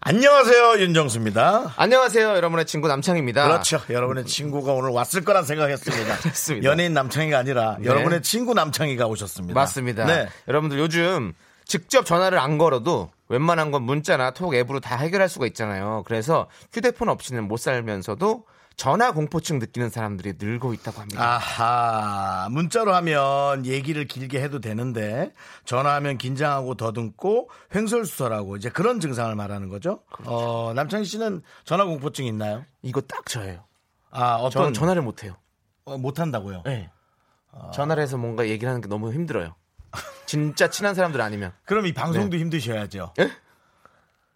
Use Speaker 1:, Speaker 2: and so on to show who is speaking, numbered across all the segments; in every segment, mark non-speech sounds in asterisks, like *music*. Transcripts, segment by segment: Speaker 1: 안녕하세요 윤정수입니다.
Speaker 2: 안녕하세요, 여러분의 친구 남창입니다.
Speaker 1: 그렇죠. 여러분의 친구가 오늘 왔을 거란 생각했습니다.
Speaker 2: 아. 그렇습니다. 네.
Speaker 1: 연예인 남창희가 아니라 여러분의 친구 남창희가 오셨습니다.
Speaker 2: 맞습니다.
Speaker 1: 네.
Speaker 2: 여러분들 요즘 직접 전화를 안 걸어도 웬만한 건 문자나 톡 앱으로 다 해결할 수가 있잖아요. 그래서 휴대폰 없이는 못 살면서도 전화 공포증 느끼는 사람들이 늘고 있다고 합니다.
Speaker 1: 아하 문자로 하면 얘기를 길게 해도 되는데 전화하면 긴장하고 더듬고 횡설수설하고 이제 그런 증상을 말하는 거죠.
Speaker 2: 그렇죠.
Speaker 1: 어, 남창희 씨는 전화 공포증 있나요?
Speaker 2: 이거 딱 저예요.
Speaker 1: 아
Speaker 2: 저는
Speaker 1: 어떤
Speaker 2: 전화를 못 해요.
Speaker 1: 어, 못한다고요.
Speaker 2: 네. 전화를 해서 뭔가 얘기를 하는 게 너무 힘들어요. 진짜 친한 사람들 아니면.
Speaker 1: 그럼 이 방송도
Speaker 2: 네.
Speaker 1: 힘드셔야죠.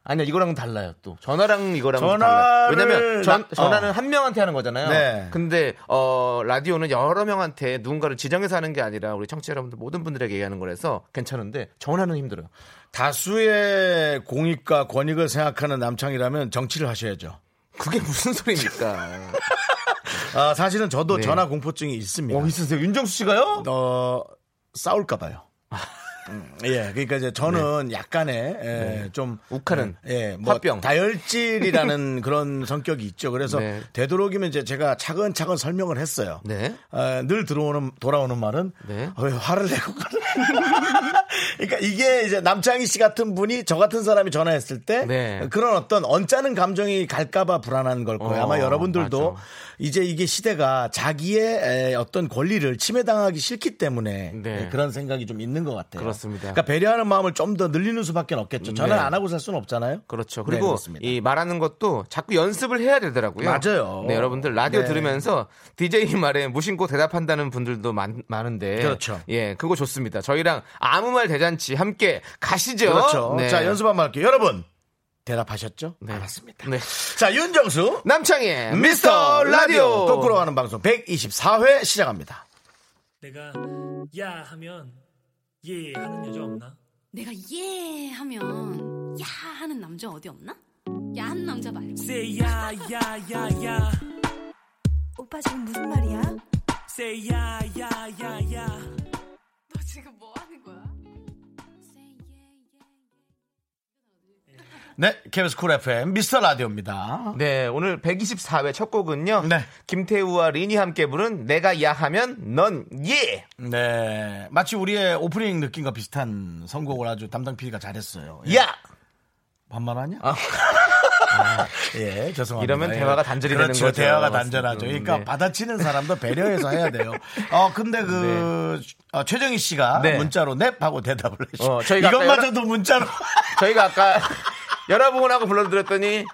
Speaker 2: 아니야 이거랑 달라요 또 전화랑 이거랑 은
Speaker 1: 전화를
Speaker 2: 달라 왜냐면 전,
Speaker 1: 나- 어.
Speaker 2: 전화는 한 명한테 하는 거잖아요
Speaker 1: 네.
Speaker 2: 근데 어 라디오는 여러 명한테 누군가를 지정해서 하는 게 아니라 우리 청취자 여러분들 모든 분들에게 얘기하는 거라서 괜찮은데 전화는 힘들어요
Speaker 1: 다수의 공익과 권익을 생각하는 남창이라면 정치를 하셔야죠.
Speaker 2: 그게 무슨 소리입니까
Speaker 1: 아, 사실은 저도
Speaker 2: 네.
Speaker 1: 전화 공포증이 있습니다.
Speaker 2: *laughs* 어 있으세요 아. 윤정수 씨가요
Speaker 1: 어, 싸울까 봐요. 음, 예, 그러니까 이제 저는 약간의 예, 좀
Speaker 2: 네. 욱하는
Speaker 1: 예, 뭐
Speaker 2: 화병. *laughs*
Speaker 1: 다혈질이라는 그런 성격이 있죠. 그래서
Speaker 2: 네.
Speaker 1: 되도록이면 이제 제가 차근차근 설명을 했어요.
Speaker 2: 네.
Speaker 1: 아, 늘 들어오는 돌아오는 말은
Speaker 2: 네.
Speaker 1: 아, 왜 화를 내고 그래? *laughs* 그러니까 이게 이제 남창희 씨 같은 분이 저 같은 사람이 전화했을 때
Speaker 2: 네.
Speaker 1: 그런 어떤 언짢은 감정이 갈까봐 불안한 걸 거예요.
Speaker 2: 어,
Speaker 1: 아마 여러분들도
Speaker 2: 맞아.
Speaker 1: 이제 이게 시대가 자기의 에, 어떤 권리를 침해당하기 싫기 때문에
Speaker 2: 네.
Speaker 1: 예, 그런 생각이 좀 있는 것 같아요.
Speaker 2: 그렇습니다.
Speaker 1: 그러니까 배려하는 마음을 좀 더 늘리는 수밖에 없겠죠. 전화
Speaker 2: 네.
Speaker 1: 안 하고 살 수는 없잖아요.
Speaker 2: 그렇죠.
Speaker 1: 네,
Speaker 2: 그리고
Speaker 1: 그렇습니다.
Speaker 2: 이 말하는 것도 자꾸 연습을 해야 되더라고요.
Speaker 1: 맞아요.
Speaker 2: 네, 여러분들 라디오
Speaker 1: 네.
Speaker 2: 들으면서 DJ 말에 무심코 대답한다는 분들도 많, 많은데.
Speaker 1: 그렇죠.
Speaker 2: 예, 그거 좋습니다. 저희랑 아무 말 대잔치 함께 가시죠.
Speaker 1: 그렇죠.
Speaker 2: 네.
Speaker 1: 자 연습 한번 할게요. 여러분 대답하셨죠?
Speaker 2: 네.
Speaker 1: 알았습니다.
Speaker 2: 네.
Speaker 1: 자 윤정수
Speaker 2: 남창희 미스터 라디오.
Speaker 1: 거꾸로 가는 방송 124회 시작합니다.
Speaker 3: 내가 야 하면 예 하는 여자 없나?
Speaker 4: 내가 예 하면 야 하는 남자 어디 없나? 야한 남자 말고
Speaker 3: Say 야 야 야야
Speaker 5: 오빠 지금 무슨 말이야?
Speaker 3: Say 야 야 야야
Speaker 4: 너 지금 뭐 하는 거야?
Speaker 1: 네, KBS 쿨 FM 미스터 라디오입니다.
Speaker 2: 네, 오늘 124회 첫 곡은요.
Speaker 1: 네.
Speaker 2: 김태우와 린이 함께 부른 내가 야하면 넌 예.
Speaker 1: 네, 마치 우리의 오프닝 느낌과 비슷한 선곡을 아주 담당 PD가 잘했어요. 예,
Speaker 2: 야. 아.
Speaker 1: 반말하냐?
Speaker 2: *laughs*
Speaker 1: 예, 죄송합니다.
Speaker 2: 이러면
Speaker 1: 예.
Speaker 2: 대화가 단절이 되는
Speaker 1: 그렇죠,
Speaker 2: 거죠.
Speaker 1: 대화가
Speaker 2: 맞습니다.
Speaker 1: 단절하죠. 그러니까
Speaker 2: 네.
Speaker 1: 받아치는 사람도 배려해서 해야
Speaker 2: *laughs*
Speaker 1: 돼요. 어, 근데 그 어, 최정희 씨가
Speaker 2: 네.
Speaker 1: 문자로 넵 하고 대답을 해주.
Speaker 2: 어, 저희가 아까
Speaker 1: 이것마저도
Speaker 2: *laughs*
Speaker 1: 문자로.
Speaker 2: 저희가 아까 *laughs* 여러분하고 불러드렸더니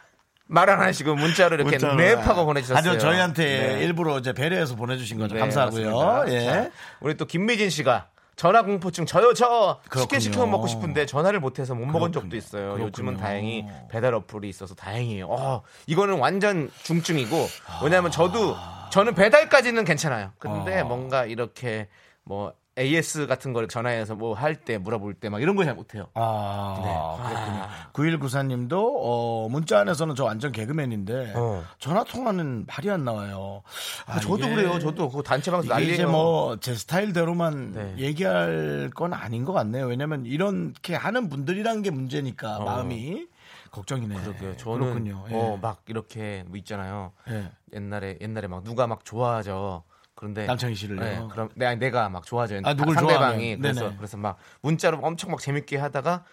Speaker 2: 말 안 하시고 문자로 이렇게
Speaker 1: 문자로.
Speaker 2: 랩하고 보내주셨어요.
Speaker 1: 아주 저희한테
Speaker 2: 네.
Speaker 1: 일부러 이제 배려해서 보내주신 거죠.
Speaker 2: 네,
Speaker 1: 감사하고요.
Speaker 2: 맞습니다. 자,
Speaker 1: 예.
Speaker 2: 우리 또 김미진 씨가 전화 공포증 저요 저
Speaker 1: 그렇군요.
Speaker 2: 치킨 시키면 먹고 싶은데 전화를 못해서 못 먹은 적도 있어요. 요즘은
Speaker 1: 그렇군요.
Speaker 2: 다행히 배달 어플이 있어서 다행이에요. 어, 이거는 완전 중증이고 왜냐하면 저도 저는 배달까지는 괜찮아요.
Speaker 1: 어.
Speaker 2: 근데 뭔가 이렇게 뭐 AS 같은 걸 전화해서 뭐 할 때 물어볼 때 막 이런 거 잘 못해요. 네.
Speaker 1: 아, 그렇군요. 9194님도, 어, 문자 안에서는 저 완전 개그맨인데,
Speaker 2: 어.
Speaker 1: 전화 통화는 말이 안 나와요. 아,
Speaker 2: 저도
Speaker 1: 이게-
Speaker 2: 그래요. 저도 그 단체 방송
Speaker 1: 이게
Speaker 2: 난리예요.
Speaker 1: 이제 뭐 제 스타일대로만
Speaker 2: 네.
Speaker 1: 얘기할 건 아닌 것 같네요. 왜냐면 이렇게 하는 분들이란 게 문제니까 마음이 걱정이네요.
Speaker 2: 어. 그러게요. 저는
Speaker 1: 그렇군요. 예.
Speaker 2: 어, 막 이렇게 뭐 있잖아요.
Speaker 1: 예.
Speaker 2: 옛날에 옛날에 막 누가 막 좋아하죠. 그런데 예,
Speaker 1: 남창희 씨를요?
Speaker 2: 그럼 내, 내가 막 좋아하죠.
Speaker 1: 아, 누굴
Speaker 2: 상대방이
Speaker 1: 좋아하면.
Speaker 2: 그래서
Speaker 1: 네네.
Speaker 2: 그래서 막 문자로 엄청 막 재밌게 하다가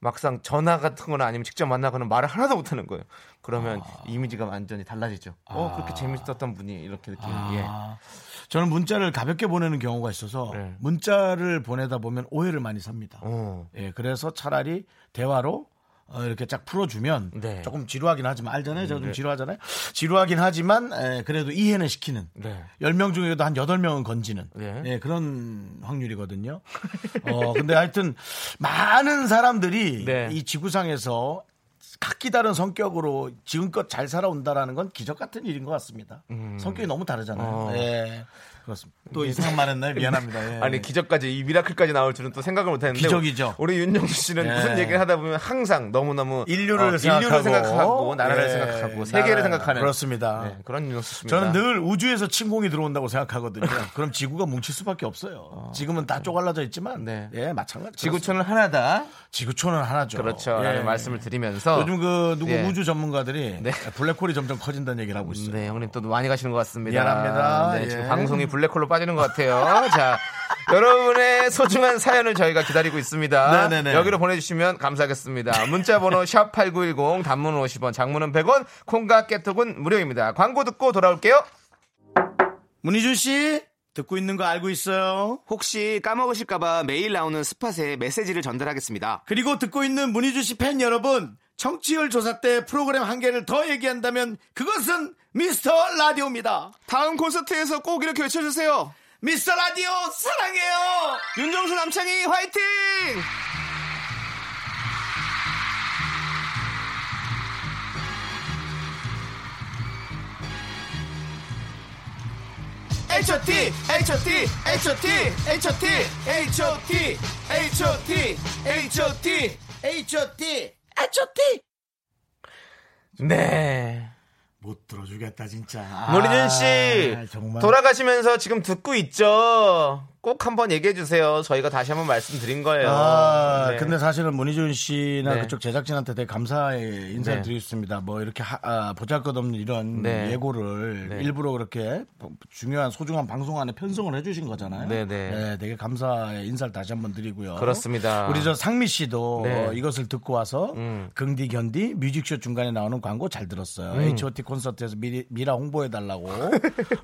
Speaker 2: 막상 전화 같은 거나 아니면 직접 만나거나 말을 하나도 못 하는 거예요. 그러면
Speaker 1: 아.
Speaker 2: 이미지가 완전히 달라지죠. 어, 그렇게 재밌었던 분이 이렇게 이렇게
Speaker 1: 아, 저는 문자를 가볍게 보내는 경우가 있어서
Speaker 2: 예. 네.
Speaker 1: 문자를 보내다 보면 오해를 많이 삽니다.
Speaker 2: 예. 어.
Speaker 1: 예, 그래서 차라리 대화로 어, 이렇게 쫙 풀어주면
Speaker 2: 네. 음,
Speaker 1: 조금 지루하긴 하지만 알잖아요. 저 좀 지루하잖아요. 지루하긴 하지만 에, 그래도 이해는 시키는.
Speaker 2: 네.
Speaker 1: 10명 중에도 한 8명은 건지는.
Speaker 2: 네.
Speaker 1: 예, 그런 확률이거든요. 어, 근데 하여튼 많은 사람들이
Speaker 2: 네.
Speaker 1: 이 지구상에서 각기 다른 성격으로 지금껏 잘 살아온다라는 건 기적 같은 일인 것 같습니다.
Speaker 2: 음.
Speaker 1: 성격이 너무 다르잖아요. 예. 그렇습니다. 또 이상한 말 했나요? 미안합니다. 예.
Speaker 2: 어. 아니 기적까지 이 미라클까지 나올 줄은 또 생각을 못했는데
Speaker 1: 기적이죠.
Speaker 2: 우리 윤정수 씨는
Speaker 1: 예.
Speaker 2: 무슨 얘기를 하다 보면 항상 너무 너무 어,
Speaker 1: 인류를 생각하고,
Speaker 2: 인류를 생각하고 나라를
Speaker 1: 예.
Speaker 2: 생각하고 세계를
Speaker 1: 나라-
Speaker 2: 생각하는
Speaker 1: 그렇습니다.
Speaker 2: 네, 그런 윤정수 씨입니다.
Speaker 1: 저는 늘 우주에서 침공이 들어온다고 생각하거든요. 그럼 지구가 뭉칠 수밖에 없어요. 지금은 다 쪼갈라져 있지만
Speaker 2: 네.
Speaker 1: 예 마찬가지.
Speaker 2: 지구촌은 하나다.
Speaker 1: 지구촌은 하나죠.
Speaker 2: 그렇죠라는
Speaker 1: 예.
Speaker 2: 말씀을 드리면서
Speaker 1: 요즘 그 누구
Speaker 2: 예.
Speaker 1: 우주 전문가들이
Speaker 2: 네.
Speaker 1: 블랙홀이 점점 커진다는 얘기를 하고 있어요.
Speaker 2: 네, 형님 또 많이 가시는 것 같습니다.
Speaker 1: 미안합니다.
Speaker 2: 네,
Speaker 1: 예.
Speaker 2: 지금 방송이 블랙홀로 빠지는 것 같아요. *laughs* 자, 여러분의 소중한 사연을 저희가 기다리고 있습니다.
Speaker 1: 네네네.
Speaker 2: 여기로 보내주시면 감사하겠습니다. 문자번호 *laughs* 샵 #8910 단문은 50원, 장문은 100원, 콩과 깨톡은 무료입니다. 광고 듣고 돌아올게요.
Speaker 1: 문희준 씨 듣고 있는 거 알고 있어요.
Speaker 6: 혹시 까먹으실까봐 매일 나오는 스팟에 메시지를 전달하겠습니다.
Speaker 1: 그리고 듣고 있는 문희준 씨 팬 여러분, 청취율 조사 때 프로그램 한 개를 더 얘기한다면 그것은 미스터 라디오입니다.
Speaker 6: 다음 콘서트에서 꼭 이렇게 외쳐주세요.
Speaker 1: 미스터 라디오 사랑해요.
Speaker 6: 윤정수 남창희 화이팅! H.O.T. H.O.T. H.O.T. H.O.T. H.O.T. H.O.T. H.O.T.
Speaker 1: H.O.T.
Speaker 2: 네.
Speaker 1: 못 들어주겠다 진짜.
Speaker 2: 문희준 씨
Speaker 1: 아, 정말.
Speaker 2: 돌아가시면서 지금 듣고 있죠. 꼭 한번 얘기해 주세요. 저희가 다시 한번 말씀드린 거예요.
Speaker 1: 아,
Speaker 2: 네.
Speaker 1: 근데 사실은 문희준 씨나
Speaker 2: 네.
Speaker 1: 그쪽 제작진한테 되게 감사의 인사를
Speaker 2: 네.
Speaker 1: 드리겠습니다. 뭐 이렇게 하- 아, 보잘것없는 이런
Speaker 2: 네.
Speaker 1: 예고를
Speaker 2: 네.
Speaker 1: 일부러 그렇게 중요한 소중한 방송 안에 편성을 해주신 거잖아요.
Speaker 2: 네, 네.
Speaker 1: 되게 감사의 인사를 다시 한번 드리고요.
Speaker 2: 그렇습니다.
Speaker 1: 우리 저 상미 씨도
Speaker 2: 네. 음.
Speaker 1: 어, 이것을 듣고 와서 긍디 견디 뮤직쇼 중간에 나오는 광고 잘 들었어요. H.O.T 콘서트에서 미리, 미라 홍보해
Speaker 2: *laughs*
Speaker 1: 달라고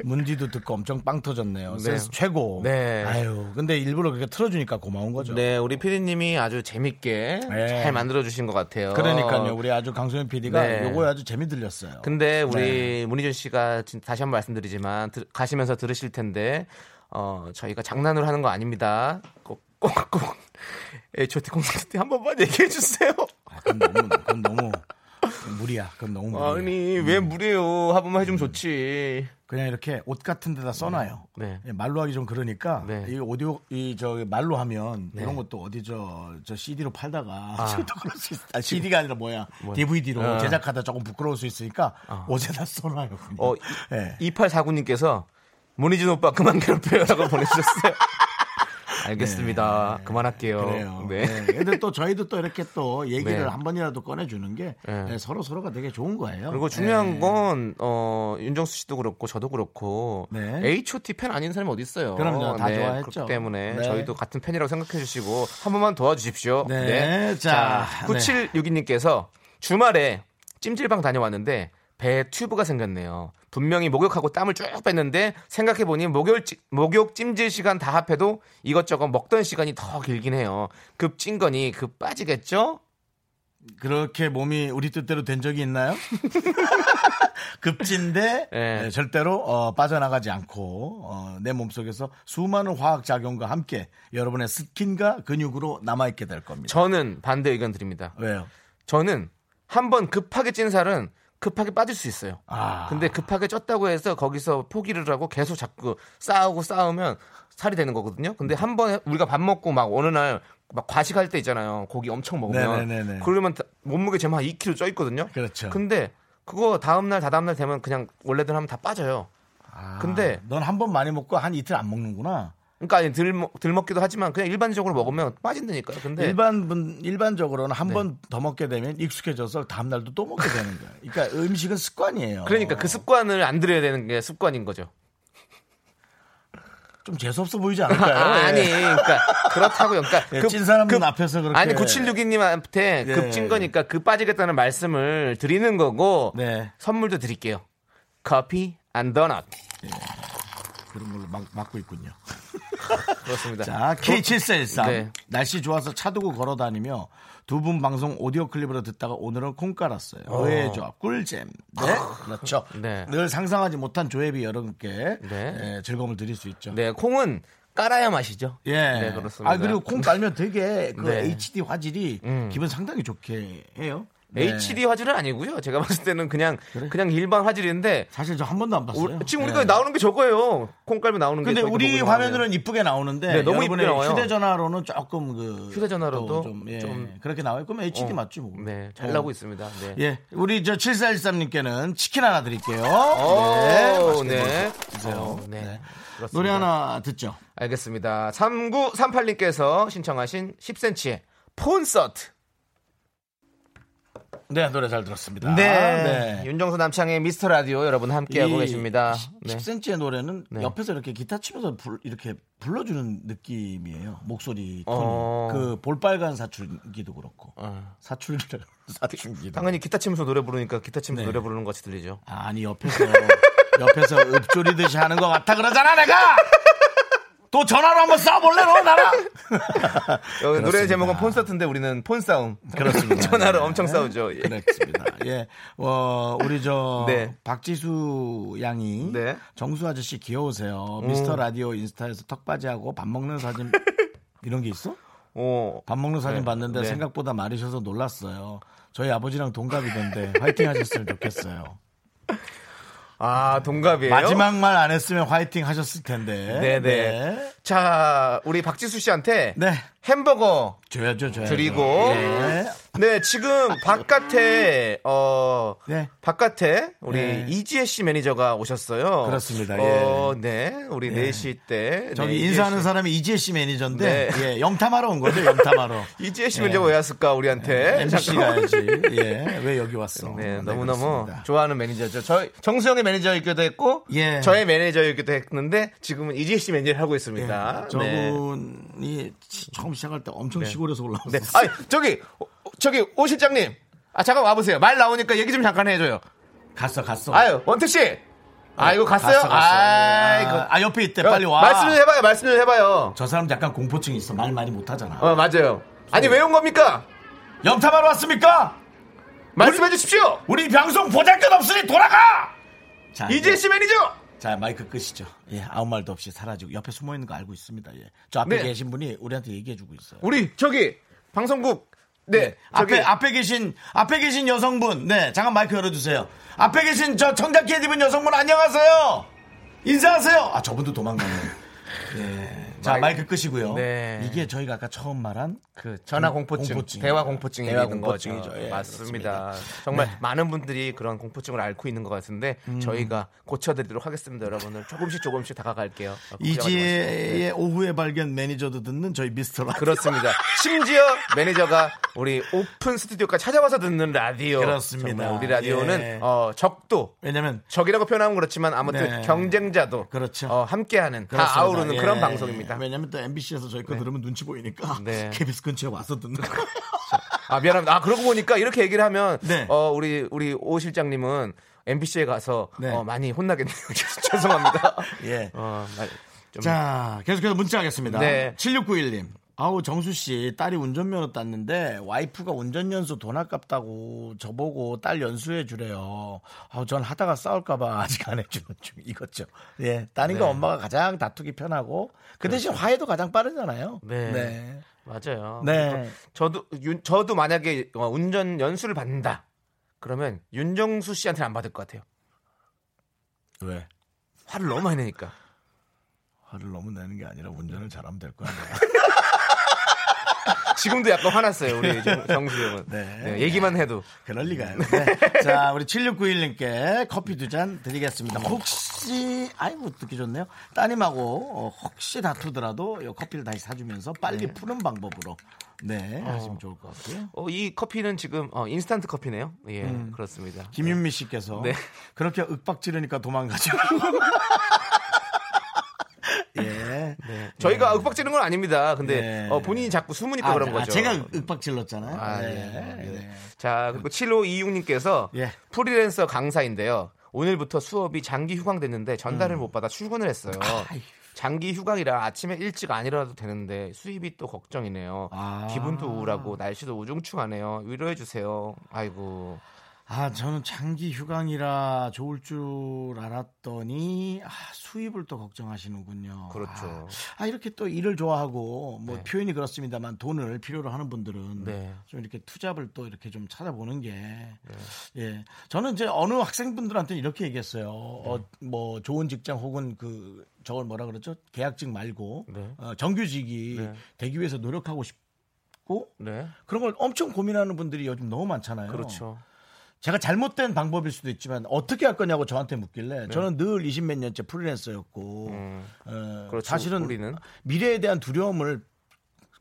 Speaker 1: 문디도 듣고 엄청 빵 터졌네요. 센스 최고.
Speaker 2: 네.
Speaker 1: 아유, 근데 일부러 그렇게 틀어주니까 고마운 거죠.
Speaker 2: 네, 우리 피디님이 아주 재밌게
Speaker 1: 네.
Speaker 2: 잘 만들어 주신 것 같아요.
Speaker 1: 그러니까요. 우리 아주 강소연 PD가
Speaker 2: 어. 네.
Speaker 1: 요거에 아주 재미 들렸어요. 네.
Speaker 2: 근데 우리 문희준 씨가 진- 다시 한번 말씀드리지만 들- 가시면서 들으실 텐데 어, 저희가 장난으로 하는 거 아닙니다. 꼭 꼭꼭 H.O.T 콘서트 때 한 번만 얘기해 주세요.
Speaker 1: 아, 그건 너무 그건 너무 무리야. 그건 너무 무리야.
Speaker 2: 아니 왜
Speaker 1: 음.
Speaker 2: 무리해요? 한 번만 해주면 좋지.
Speaker 1: 그냥 이렇게 옷 같은 데다 써놔요.
Speaker 2: 네.
Speaker 1: 예, 말로 하기 좀 그러니까
Speaker 2: 네.
Speaker 1: 이 오디오 이 저 말로 하면 이런 것도 어디 저, 저 CD로 팔다가 *laughs* 또 그럴 수 있어. 아, CD가 아니라 뭐야 DVD로
Speaker 2: 어.
Speaker 1: 제작하다 조금 부끄러울 수 있으니까 옷에다 써놔요. 그냥.
Speaker 2: 아. 어,
Speaker 1: 예.
Speaker 2: 2849님께서 문희준 오빠 그만
Speaker 1: *laughs*
Speaker 2: 괴롭혀요라고 보내주셨어요. 알겠습니다. 그만할게요.
Speaker 1: 예. 그래요.
Speaker 2: 네.
Speaker 1: 네. 근데 또 저희도 또 이렇게 또 얘기를
Speaker 2: 네.
Speaker 1: 한 번이라도 꺼내주는 게 예,
Speaker 2: 네.
Speaker 1: 서로 서로가 되게 좋은 거예요.
Speaker 2: 그리고 중요한
Speaker 1: 예.
Speaker 2: 건, 어, 윤정수 씨도 그렇고, 저도 그렇고,
Speaker 1: 네.
Speaker 2: HOT 팬 아닌 사람이 어딨어요. 네,
Speaker 1: 그럼요. 다 좋아했죠.
Speaker 2: 그렇기 때문에
Speaker 1: 네.
Speaker 2: 저희도 같은 팬이라고 생각해 주시고, 한 번만 도와주십시오.
Speaker 1: 네. 자,
Speaker 2: 자,
Speaker 1: 네.
Speaker 2: 9762님께서 주말에 찜질방 다녀왔는데, 배에 튜브가 생겼네요. 분명히 목욕하고 땀을 쭉 뺐는데 생각해보니 목욕, 찜- 목욕 찜질 시간 다 합해도 이것저것 먹던 시간이 더 길긴 해요. 급 찐 거니 급 빠지겠죠?
Speaker 1: 그렇게 몸이 우리 뜻대로 된 적이
Speaker 2: *laughs*
Speaker 1: 있나요? 급진데
Speaker 2: 예.
Speaker 1: 네, 절대로 어, 빠져나가지 않고 어, 내 몸속에서 수많은 화학 작용과 함께 여러분의 스킨과 근육으로 남아 있게 될 겁니다.
Speaker 2: 저는 반대 의견 드립니다.
Speaker 1: 왜요?
Speaker 2: 저는 한번 급하게 찐 살은 급하게 빠질 수 있어요.
Speaker 1: 아.
Speaker 2: 근데 급하게 쪘다고 해서 거기서 포기를 하고 계속 자꾸 싸우고 싸우면 살이 되는 거거든요. 근데 한 번 우리가 밥 먹고 막 어느 날 막 과식할 때 있잖아요. 고기 엄청 먹으면
Speaker 1: 네네네네.
Speaker 2: 그러면 다- 몸무게 제가 한 2kg 쪄 있거든요.
Speaker 1: 그렇죠.
Speaker 2: 근데 그거 다음 날 다다음 날 되면 그냥 원래대로 하면 다 빠져요.
Speaker 1: 아.
Speaker 2: 근데
Speaker 1: 넌 한 번 많이 먹고 한 이틀 안 먹는구나.
Speaker 2: 그러니까 아니 덜, 먹- 덜 먹기도 하지만 그냥 일반적으로 먹으면 빠진다니까요. 근데
Speaker 1: 일반 분 일반적으로는
Speaker 2: 네.
Speaker 1: 한 번 더 먹게 되면 익숙해져서 다음 날도 또 먹게 되는 거야. 그러니까 음식은 습관이에요.
Speaker 2: 그러니까 그 습관을 안 들여야 되는 게 습관인 거죠.
Speaker 1: 좀 재수 없어 보이지
Speaker 2: *laughs* 아,
Speaker 1: 않을까요?
Speaker 2: 아니,
Speaker 1: 예.
Speaker 2: 그러니까 그렇다고 그러니까
Speaker 1: 예,
Speaker 2: 그-
Speaker 1: 찐 사람은
Speaker 2: 그-
Speaker 1: 앞에서 그렇게
Speaker 2: 아니 9762님한테
Speaker 1: 예,
Speaker 2: 급찐
Speaker 1: 예.
Speaker 2: 거니까 급 빠지겠다는 말씀을 드리는 거고
Speaker 1: 네.
Speaker 2: 선물도 드릴게요. 커피 안 도넛
Speaker 1: 그런 걸로 막 막고 있군요.
Speaker 2: 그렇습니다.
Speaker 1: 자, K7413.
Speaker 2: 네.
Speaker 1: 날씨 좋아서 차 두고 걸어 다니며 두 분 방송 오디오 클립으로 듣다가 오늘은 콩 깔았어요. 의외의 조합, 꿀잼. 네. 그렇죠.
Speaker 2: 네.
Speaker 1: 늘 상상하지 못한 조합이 여러분께
Speaker 2: 네.
Speaker 1: 예, 즐거움을 드릴 수 있죠.
Speaker 2: 네, 콩은 깔아야 마시죠.
Speaker 1: 예.
Speaker 2: 네, 그렇습니다.
Speaker 1: 아, 그리고 콩 깔면 되게 그
Speaker 2: 네.
Speaker 1: HD 화질이
Speaker 2: 음.
Speaker 1: 기분 상당히 좋게 해요. 네.
Speaker 2: HD 화질은 아니고요. 제가 봤을 때는 그냥 그냥 일반 화질인데
Speaker 1: 사실 저 한 번도 안 봤어요.
Speaker 2: 우리- 지금
Speaker 1: 네.
Speaker 2: 우리가 나오는 게 저거예요. 콩깔비 나오는 게.
Speaker 1: 근데
Speaker 2: 저렇게
Speaker 1: 우리
Speaker 2: 보고
Speaker 1: 화면으로는 이쁘게 나오는데
Speaker 2: 네, 너무
Speaker 1: 여러분의
Speaker 2: 이쁘게 나와요.
Speaker 1: 휴대전화로는 조금 그
Speaker 2: 휴대전화로도
Speaker 1: 또 좀, 예,
Speaker 2: 좀-
Speaker 1: 그렇게 나와요. 그럼 HD
Speaker 2: 어,
Speaker 1: 맞지 뭐.
Speaker 2: 네, 잘
Speaker 1: 어.
Speaker 2: 나오고 있습니다. 네.
Speaker 1: 예, 우리 저 7413님께는 치킨 하나 드릴게요.
Speaker 2: 오,
Speaker 1: 맛있게
Speaker 2: 어, 네.
Speaker 1: 드세요.
Speaker 2: 어, 네.
Speaker 1: 네.
Speaker 2: 그렇습니다.
Speaker 1: 노래 하나 듣죠.
Speaker 2: 알겠습니다. 3938님께서 신청하신 10cm의 콘서트.
Speaker 1: 네, 노래 잘 들었습니다.
Speaker 2: 네. 윤정수 남창의 미스터 라디오 여러분 함께하고
Speaker 1: 이
Speaker 2: 계십니다. 네.
Speaker 1: 10cm의 노래는
Speaker 2: 네.
Speaker 1: 옆에서 이렇게 기타 치면서 불- 이렇게 불러주는 느낌이에요. 목소리 톤이.
Speaker 2: 어.
Speaker 1: 그 볼빨간 사춘기도 그렇고.
Speaker 2: 어.
Speaker 1: 사춘기도
Speaker 2: *laughs*
Speaker 1: 사춘기도.
Speaker 2: 당연히 기타 치면서 노래 부르니까 기타 치면서
Speaker 1: 네.
Speaker 2: 노래 부르는 것 같이 들리죠.
Speaker 1: 아니 옆에서 옆에서 읊조리듯이 하는 것 같아 그러잖아 내가 또 전화로 한번 싸볼래 너 나랑
Speaker 2: 여기
Speaker 1: 그렇습니다.
Speaker 2: 노래 제목은 폰서트인데 우리는 폰싸움.
Speaker 1: 그렇습니다.
Speaker 2: *laughs* 전화로
Speaker 1: 네.
Speaker 2: 엄청 싸우죠. 예.
Speaker 1: 그렇습니다. 예, 어, 우리 저
Speaker 2: *laughs* 네.
Speaker 1: 박지수 양이
Speaker 2: 네. 음.
Speaker 1: 정수 아저씨 귀여우세요. 미스터 라디오 인스타에서 턱받이하고 밥 먹는
Speaker 2: *laughs*
Speaker 1: 사진 이런 게 있어?
Speaker 2: 어,
Speaker 1: 밥 먹는 사진
Speaker 2: 네.
Speaker 1: 봤는데
Speaker 2: 네.
Speaker 1: 생각보다 마르셔서 놀랐어요. 저희 아버지랑 동갑이던데 화이팅 하셨으면 좋겠어요.
Speaker 2: *laughs* 아, 동갑이에요.
Speaker 1: 마지막 말 안 했으면 화이팅 하셨을 텐데.
Speaker 2: 네네.
Speaker 1: 네.
Speaker 2: 자, 우리 박지수 씨한테
Speaker 1: 네.
Speaker 2: 햄버거
Speaker 1: 줘야죠, 줘야죠.
Speaker 2: 드리고
Speaker 1: 네.
Speaker 2: 네 지금 바깥에 어
Speaker 1: 네.
Speaker 2: 바깥에 우리
Speaker 1: 네.
Speaker 2: 이지혜 씨 매니저가 오셨어요.
Speaker 1: 그렇습니다.
Speaker 2: 어, 네 우리
Speaker 1: 예.
Speaker 2: 4시 때
Speaker 1: 저기
Speaker 2: 네, 이지혜
Speaker 1: 인사하는
Speaker 2: 씨.
Speaker 1: 사람이 이지혜 씨 매니저인데
Speaker 2: 네.
Speaker 1: 예, 영탐하러 온 거죠, 영탐하러.
Speaker 2: *laughs* 이지혜 씨
Speaker 1: 예.
Speaker 2: 매니저가 왜 왔을까 우리한테
Speaker 1: 네, MC
Speaker 2: 네, 잠깐만.
Speaker 1: 가야지. 예. 왜 여기 왔어?
Speaker 2: 네, 너무너무
Speaker 1: 그렇습니다.
Speaker 2: 좋아하는 매니저죠. 저 정수영의 매니저이기도 했고,
Speaker 1: 예.
Speaker 2: 저의 매니저이기도 했는데, 지금은 이지혜 씨 매니저를 하고 있습니다. 네.
Speaker 1: 예. 저분이 시- 처음 시작할 때 엄청 시골에서 올라왔어요.
Speaker 2: 네. 아니, 저기, 어, 저기, 오 실장님. 아, 잠깐 와보세요. 말 나오니까 얘기 좀 잠깐 해줘요.
Speaker 1: 갔어, 갔어.
Speaker 2: 아유, 원택 씨. 아, 이거 갔어요?
Speaker 1: 네, 갔어, 갔어.
Speaker 2: 아이,
Speaker 1: 아,
Speaker 2: 그-
Speaker 1: 아, 옆에 있대. 빨리 와.
Speaker 2: 말씀 좀 해봐요, 말씀 좀 해봐요.
Speaker 1: 저 사람 약간 공포증이 있어. 말 많이 못 하잖아.
Speaker 2: 어, 맞아요. 아니,
Speaker 1: 네.
Speaker 2: 왜 온 겁니까?
Speaker 1: 영탐하러 왔습니까?
Speaker 2: 말씀해 주십시오!
Speaker 1: 우리 방송 보잘것 없으니 돌아가! 네. 자,
Speaker 2: 이지혜
Speaker 1: 이제
Speaker 2: 씨 매니저!
Speaker 1: 자 마이크 끄시죠. 예 아무 말도 없이 사라지고 옆에 숨어 있는 거 알고 있습니다. 예. 저 앞에
Speaker 2: 네.
Speaker 1: 계신 분이 우리한테 얘기해 주고 있어요.
Speaker 2: 우리, 저기, 방송국. 네, 저기.
Speaker 1: 앞에 앞에 계신 앞에 계신 여성분 네 잠깐 마이크 열어주세요. 앞에 계신 저 청자켓 입은 여성분 안녕하세요. 인사하세요. 아 저분도
Speaker 2: *laughs*
Speaker 1: 도망가네. 예. 자 마이크 끄시고요.
Speaker 2: 네.
Speaker 1: 이게 저희가 아까 처음 말한
Speaker 2: 그 전화 공포증,
Speaker 1: 공포증.
Speaker 2: 대화 공포증이
Speaker 1: 대화
Speaker 2: 있는 거죠.
Speaker 1: 공포증이죠. 예, 네.
Speaker 2: 맞습니다. 정말 많은 분들이 그런 공포증을 앓고 있는 것 같은데
Speaker 1: 음.
Speaker 2: 저희가 고쳐드리도록 하겠습니다, 여러분들. 조금씩 조금씩 다가갈게요. 아, 걱정하지 마시고. 네.
Speaker 1: 이지의 오후에 발견 매니저도 듣는 저희 미스터 라디오.
Speaker 2: *laughs* 그렇습니다. 심지어 매니저가 우리 오픈 스튜디오까지 찾아와서 듣는 라디오.
Speaker 1: 그렇습니다.
Speaker 2: 정말 우리 라디오는
Speaker 1: 예.
Speaker 2: 어, 적도
Speaker 1: 왜냐면
Speaker 2: 적이라고 표현하면 그렇지만 아무튼
Speaker 1: 네.
Speaker 2: 경쟁자도
Speaker 1: 그렇죠.
Speaker 2: 어, 함께하는 다
Speaker 1: 그렇습니다.
Speaker 2: 아우르는
Speaker 1: 예.
Speaker 2: 그런 방송입니다.
Speaker 1: 왜냐면 또 MBC에서 저희 거 들으면 눈치 보이니까
Speaker 2: 네.
Speaker 1: *laughs* KBS 근처에 와서 듣는 거.
Speaker 2: 아 미안합니다. 아 그러고 보니까 이렇게 얘기를 하면
Speaker 1: 네.
Speaker 2: 어 우리 우리 오 실장님은 MBC에 가서
Speaker 1: 네.
Speaker 2: 어, 많이 혼나겠네요. *laughs* 죄송합니다.
Speaker 1: *laughs* 예.
Speaker 2: 어, 말- 좀-
Speaker 1: 자, 계속해서 문자하겠습니다.
Speaker 2: 네.
Speaker 1: 7691님. 아우 정수 씨 딸이 운전면허 땄는데 와이프가 운전 연수 돈 아깝다고 저보고 딸 연수해 주래요. 아우 전 하다가 싸울까 봐 *laughs* 아직 안 해주는 중 이거죠. 예, 딸인가
Speaker 2: 네.
Speaker 1: 엄마가 가장 다투기 편하고 그 대신 화해도 가장 빠르잖아요.
Speaker 2: 그렇죠. 네.
Speaker 1: 네.
Speaker 2: 맞아요.
Speaker 1: 네.
Speaker 2: 저도 윤- 저도 만약에 어, 운전 연수를 받는다. 그러면 윤정수 씨한테는 안 받을 것 같아요.
Speaker 1: 왜?
Speaker 2: 화를 너무 많이 내니까.
Speaker 1: 화를 너무 내는 게 아니라 운전을 잘하면 될 거야.
Speaker 2: 지금도 약간
Speaker 1: *laughs*
Speaker 2: 화났어요. 우리 정- 정수 형은.
Speaker 1: 네.
Speaker 2: 네, 얘기만 해도.
Speaker 1: 그럴 리가요.
Speaker 2: 음. *laughs*
Speaker 1: 네. 자, 우리 7691님께 커피 두 잔 드리겠습니다. 혹시 아이 뭐 듣기 좋네요. 따님하고 어, 혹시 다투더라도 요 커피를 다시 사주면서 빨리 푸는 방법으로 네 하시면 좋을 것 같고요.
Speaker 2: 어, 이 커피는 지금 어, 인스턴트 커피네요. 예,
Speaker 1: 음.
Speaker 2: 그렇습니다.
Speaker 1: 김윤미 씨께서
Speaker 2: 네.
Speaker 1: 그렇게 윽박 지르니까
Speaker 2: *laughs*
Speaker 1: 도망가죠. 예.
Speaker 2: 네. 저희가 윽박 지는 건 아닙니다. 근데
Speaker 1: 네.
Speaker 2: 어, 본인이 자꾸 숨으니까
Speaker 1: 아,
Speaker 2: 그런
Speaker 1: 아,
Speaker 2: 거죠.
Speaker 1: 제가 윽박 질렀잖아요.
Speaker 2: 아,
Speaker 1: 네.
Speaker 2: 예, 예.
Speaker 1: 네.
Speaker 2: 자, 그리고 7526님께서
Speaker 1: 예.
Speaker 2: 프리랜서 강사인데요. 오늘부터 수업이 장기 휴강됐는데 전달을
Speaker 1: 음.
Speaker 2: 못 받아 출근을 했어요. 장기 휴강이라 아침에 일찍 안 일어나도 되는데 수입이 또 걱정이네요.
Speaker 1: 아.
Speaker 2: 기분도 우울하고 날씨도 우중충하네요. 위로해 주세요. 아이고.
Speaker 1: 아, 저는 장기 휴강이라 좋을 줄 알았더니 아, 수입을 또 걱정하시는군요.
Speaker 2: 그렇죠.
Speaker 1: 아, 아, 이렇게 또 일을 좋아하고 뭐 표현이 그렇습니다만 돈을 필요로 하는 분들은
Speaker 2: 네.
Speaker 1: 좀 이렇게 투잡을 또 이렇게 좀 찾아보는 게 예. 저는 이제 어느 학생분들한테 이렇게 얘기했어요. 어,
Speaker 2: 네.
Speaker 1: 뭐 좋은 직장 혹은 그 저걸 뭐라 그러죠? 계약직 말고
Speaker 2: 네.
Speaker 1: 어, 정규직이 되기 위해서 노력하고 싶고
Speaker 2: 네.
Speaker 1: 그런 걸 엄청 고민하는 분들이 요즘 너무 많잖아요.
Speaker 2: 그렇죠.
Speaker 1: 제가 잘못된 방법일 수도 있지만 어떻게 할 거냐고 저한테
Speaker 2: 네.
Speaker 1: 묻길래 저는 늘 20몇 년째 프리랜서였고 어,
Speaker 2: 그렇죠,
Speaker 1: 사실은
Speaker 2: 우리는.
Speaker 1: 미래에 대한 두려움을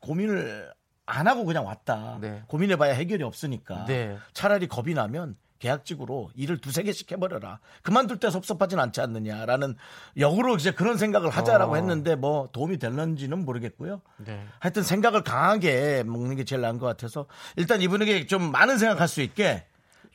Speaker 1: 고민을 안 하고 그냥 왔다.
Speaker 2: 네.
Speaker 1: 고민해봐야 해결이 없으니까
Speaker 2: 네.
Speaker 1: 차라리 겁이 나면 계약직으로 일을 두세 개씩 해버려라. 그만둘 때 섭섭하진 않지 않느냐라는 역으로 이제 그런 생각을 하자라고
Speaker 2: 어.
Speaker 1: 했는데 뭐 도움이 될는지는 모르겠고요.
Speaker 2: 네.
Speaker 1: 하여튼 생각을 강하게 먹는 게 제일 나은 것 같아서 일단 이분에게 좀 많은 생각할 수 있게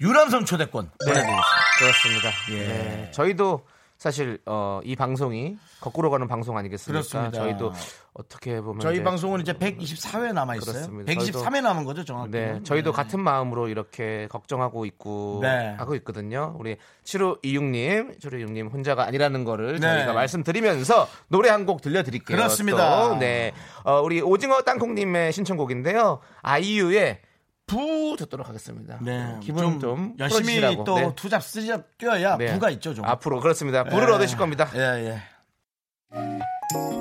Speaker 1: 유람선 초대권
Speaker 2: 네.
Speaker 1: 보내드리겠습니다.
Speaker 2: 그렇습니다.
Speaker 1: 네. 예.
Speaker 2: 네. 저희도 사실 어, 이 방송이 거꾸로 가는 방송 아니겠습니까?
Speaker 1: 그렇습니다.
Speaker 2: 저희도 어떻게 보면
Speaker 1: 저희
Speaker 2: 이제
Speaker 1: 방송은 이제 124회 남아 있어요.
Speaker 2: 네. 그렇습니다.
Speaker 1: 123회 남은 거죠, 정확히.
Speaker 2: 네, 저희도 같은 마음으로 이렇게 걱정하고 있고
Speaker 1: 네.
Speaker 2: 하고 있거든요. 우리 7526님, 7526님 혼자가 아니라는 거를
Speaker 1: 네.
Speaker 2: 저희가 말씀드리면서 노래 한 곡 들려드릴게요.
Speaker 1: 그렇습니다.
Speaker 2: 또. 네, 어, 우리 오징어 땅콩님의 신청곡인데요. 아이유의 부 듣도록 하겠습니다.
Speaker 1: 네,
Speaker 2: 기분 좀,
Speaker 1: 열심히
Speaker 2: 풀어주시라고.
Speaker 1: 또
Speaker 2: 네.
Speaker 1: 투잡 쓰잡 뛰어야
Speaker 2: 네.
Speaker 1: 부가 있죠, 좀.
Speaker 2: 앞으로 그렇습니다. 부를
Speaker 1: 예.
Speaker 2: 얻으실 겁니다.
Speaker 1: 예, 예.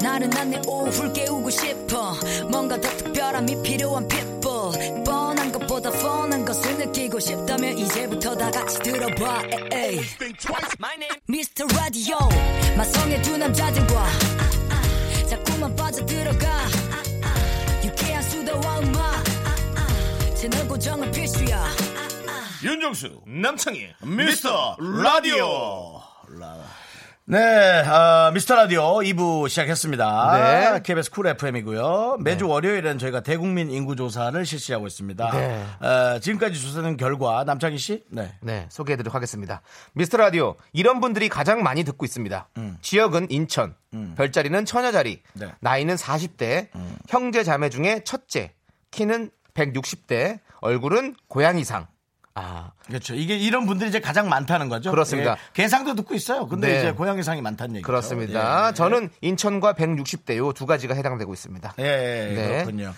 Speaker 7: 나른한 내 오후를 깨우고 싶어 뭔가 더 특별함이 필요한 people 뻔한 것보다 뻔한 것을 느끼고 싶다면 이제부터 다 같이 들어봐 에이. Mr. Radio 마성의 두 남자들과 아, 아, 자꾸만 빠져들어가 아, 아, 유쾌한 수다와 음악 아, 아, 채널 고정은 필수야
Speaker 1: 윤정수 남창희 미스터 라디오 네, 아, 미스터 라디오 2부 시작했습니다.
Speaker 2: 네.
Speaker 1: KBS 쿨 FM이고요. 매주 월요일엔 저희가 대국민 인구 조사를 실시하고 있습니다.
Speaker 2: 네.
Speaker 1: 어, 지금까지 조사된 결과 남창희 씨, 네,
Speaker 2: 네, 소개해드리도록 하겠습니다. 미스터 라디오 이런 분들이 가장 많이 듣고 있습니다. 지역은 인천, 별자리는 처녀자리,
Speaker 1: 음. 네. 음.
Speaker 2: 나이는 40대, 형제 자매 중에 첫째, 키는 160대, 얼굴은 고양이상. 아,
Speaker 1: 그렇죠. 이게 이런 분들이 이제 가장 많다는 거죠.
Speaker 2: 그렇습니다.
Speaker 1: 예, 개상도 듣고 있어요. 근데
Speaker 2: 네.
Speaker 1: 이제 고양이상이 많다는 얘기죠.
Speaker 2: 그렇습니다.
Speaker 1: 예.
Speaker 2: 저는 인천과 160대 요 두 가지가 해당되고 있습니다.
Speaker 1: 예, 예,
Speaker 2: 네.
Speaker 1: 그렇군요.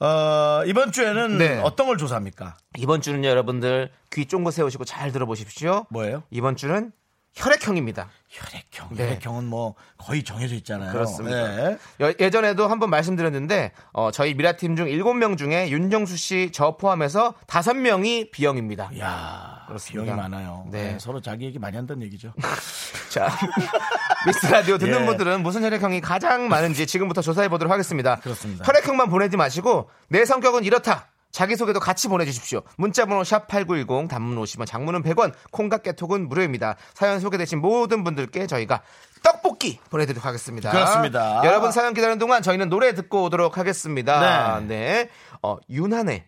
Speaker 1: 어, 이번 주에는
Speaker 2: 네.
Speaker 1: 어떤 걸 조사합니까?
Speaker 2: 이번 주는 여러분들 귀 쫑긋 세우시고 잘 들어보십시오.
Speaker 1: 뭐예요?
Speaker 2: 이번 주는 혈액형입니다.
Speaker 1: 혈액형.
Speaker 2: 네.
Speaker 1: 혈액형은 뭐 거의 정해져 있잖아요.
Speaker 2: 그렇습니다.
Speaker 1: 예.
Speaker 2: 여- 예전에도 한번 말씀드렸는데 어, 저희 미라팀 중 7명 중에 윤정수 씨 저 포함해서 5명이 B형입니다.
Speaker 1: 야,
Speaker 2: 그렇습니다.
Speaker 1: 비용이 많아요.
Speaker 2: 네.
Speaker 1: 네, 서로 자기 얘기 많이 한다는 얘기죠.
Speaker 2: 자, *laughs* 미스 라디오 듣는
Speaker 1: 예.
Speaker 2: 분들은 무슨 혈액형이 가장 많은지 지금부터 조사해 보도록 하겠습니다.
Speaker 1: 그렇습니다.
Speaker 2: 혈액형만 보내지 마시고 내 성격은 이렇다. 자기소개도 같이 보내주십시오. 문자번호 샵8910 단문 50원 장문은 100원 콩과 깨톡은 무료입니다. 사연 소개되신 모든 분들께 저희가 떡볶이 보내드리도록 하겠습니다.
Speaker 1: 그렇습니다.
Speaker 2: 여러분 사연 기다리는 동안 저희는 노래 듣고 오도록 하겠습니다.
Speaker 1: 네.
Speaker 2: 네. 어, 유난의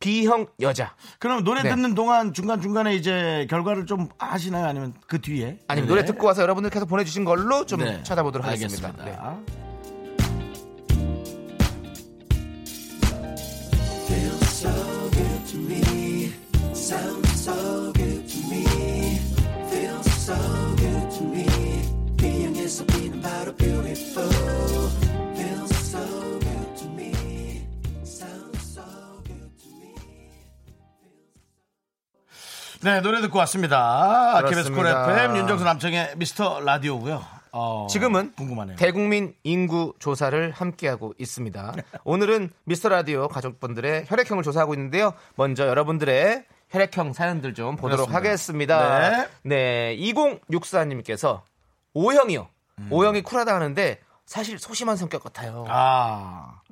Speaker 2: B형 여자.
Speaker 1: 그럼 노래
Speaker 2: 네.
Speaker 1: 듣는 동안 중간 중간에 이제 결과를 좀 아시나요? 아니면 그 뒤에?
Speaker 2: 아니면
Speaker 1: 네.
Speaker 2: 노래 듣고 와서 여러분들께서 보내주신 걸로 좀
Speaker 1: 네.
Speaker 2: 찾아보도록 하겠습니다.
Speaker 1: 알겠습니다.
Speaker 2: 네.
Speaker 1: 네, 노래 듣고 왔습니다. KBS 쿨
Speaker 2: 그렇습니다.
Speaker 1: FM 윤정수 남청의 미스터 라디오고요. 어,
Speaker 2: 지금은
Speaker 1: 궁금하네요.
Speaker 2: 대국민 인구 조사를 함께하고
Speaker 1: *laughs*
Speaker 2: 있습니다. 오늘은 미스터 라디오 가족분들의 혈액형을 조사하고 있는데요. 먼저 여러분들의 혈액형 사연들 좀 보도록
Speaker 1: 그렇습니다.
Speaker 2: 하겠습니다. 네. 2064님께서 O형이요. O형이 쿨하다 하는데 사실 소심한 성격 같아요.
Speaker 1: 음. 아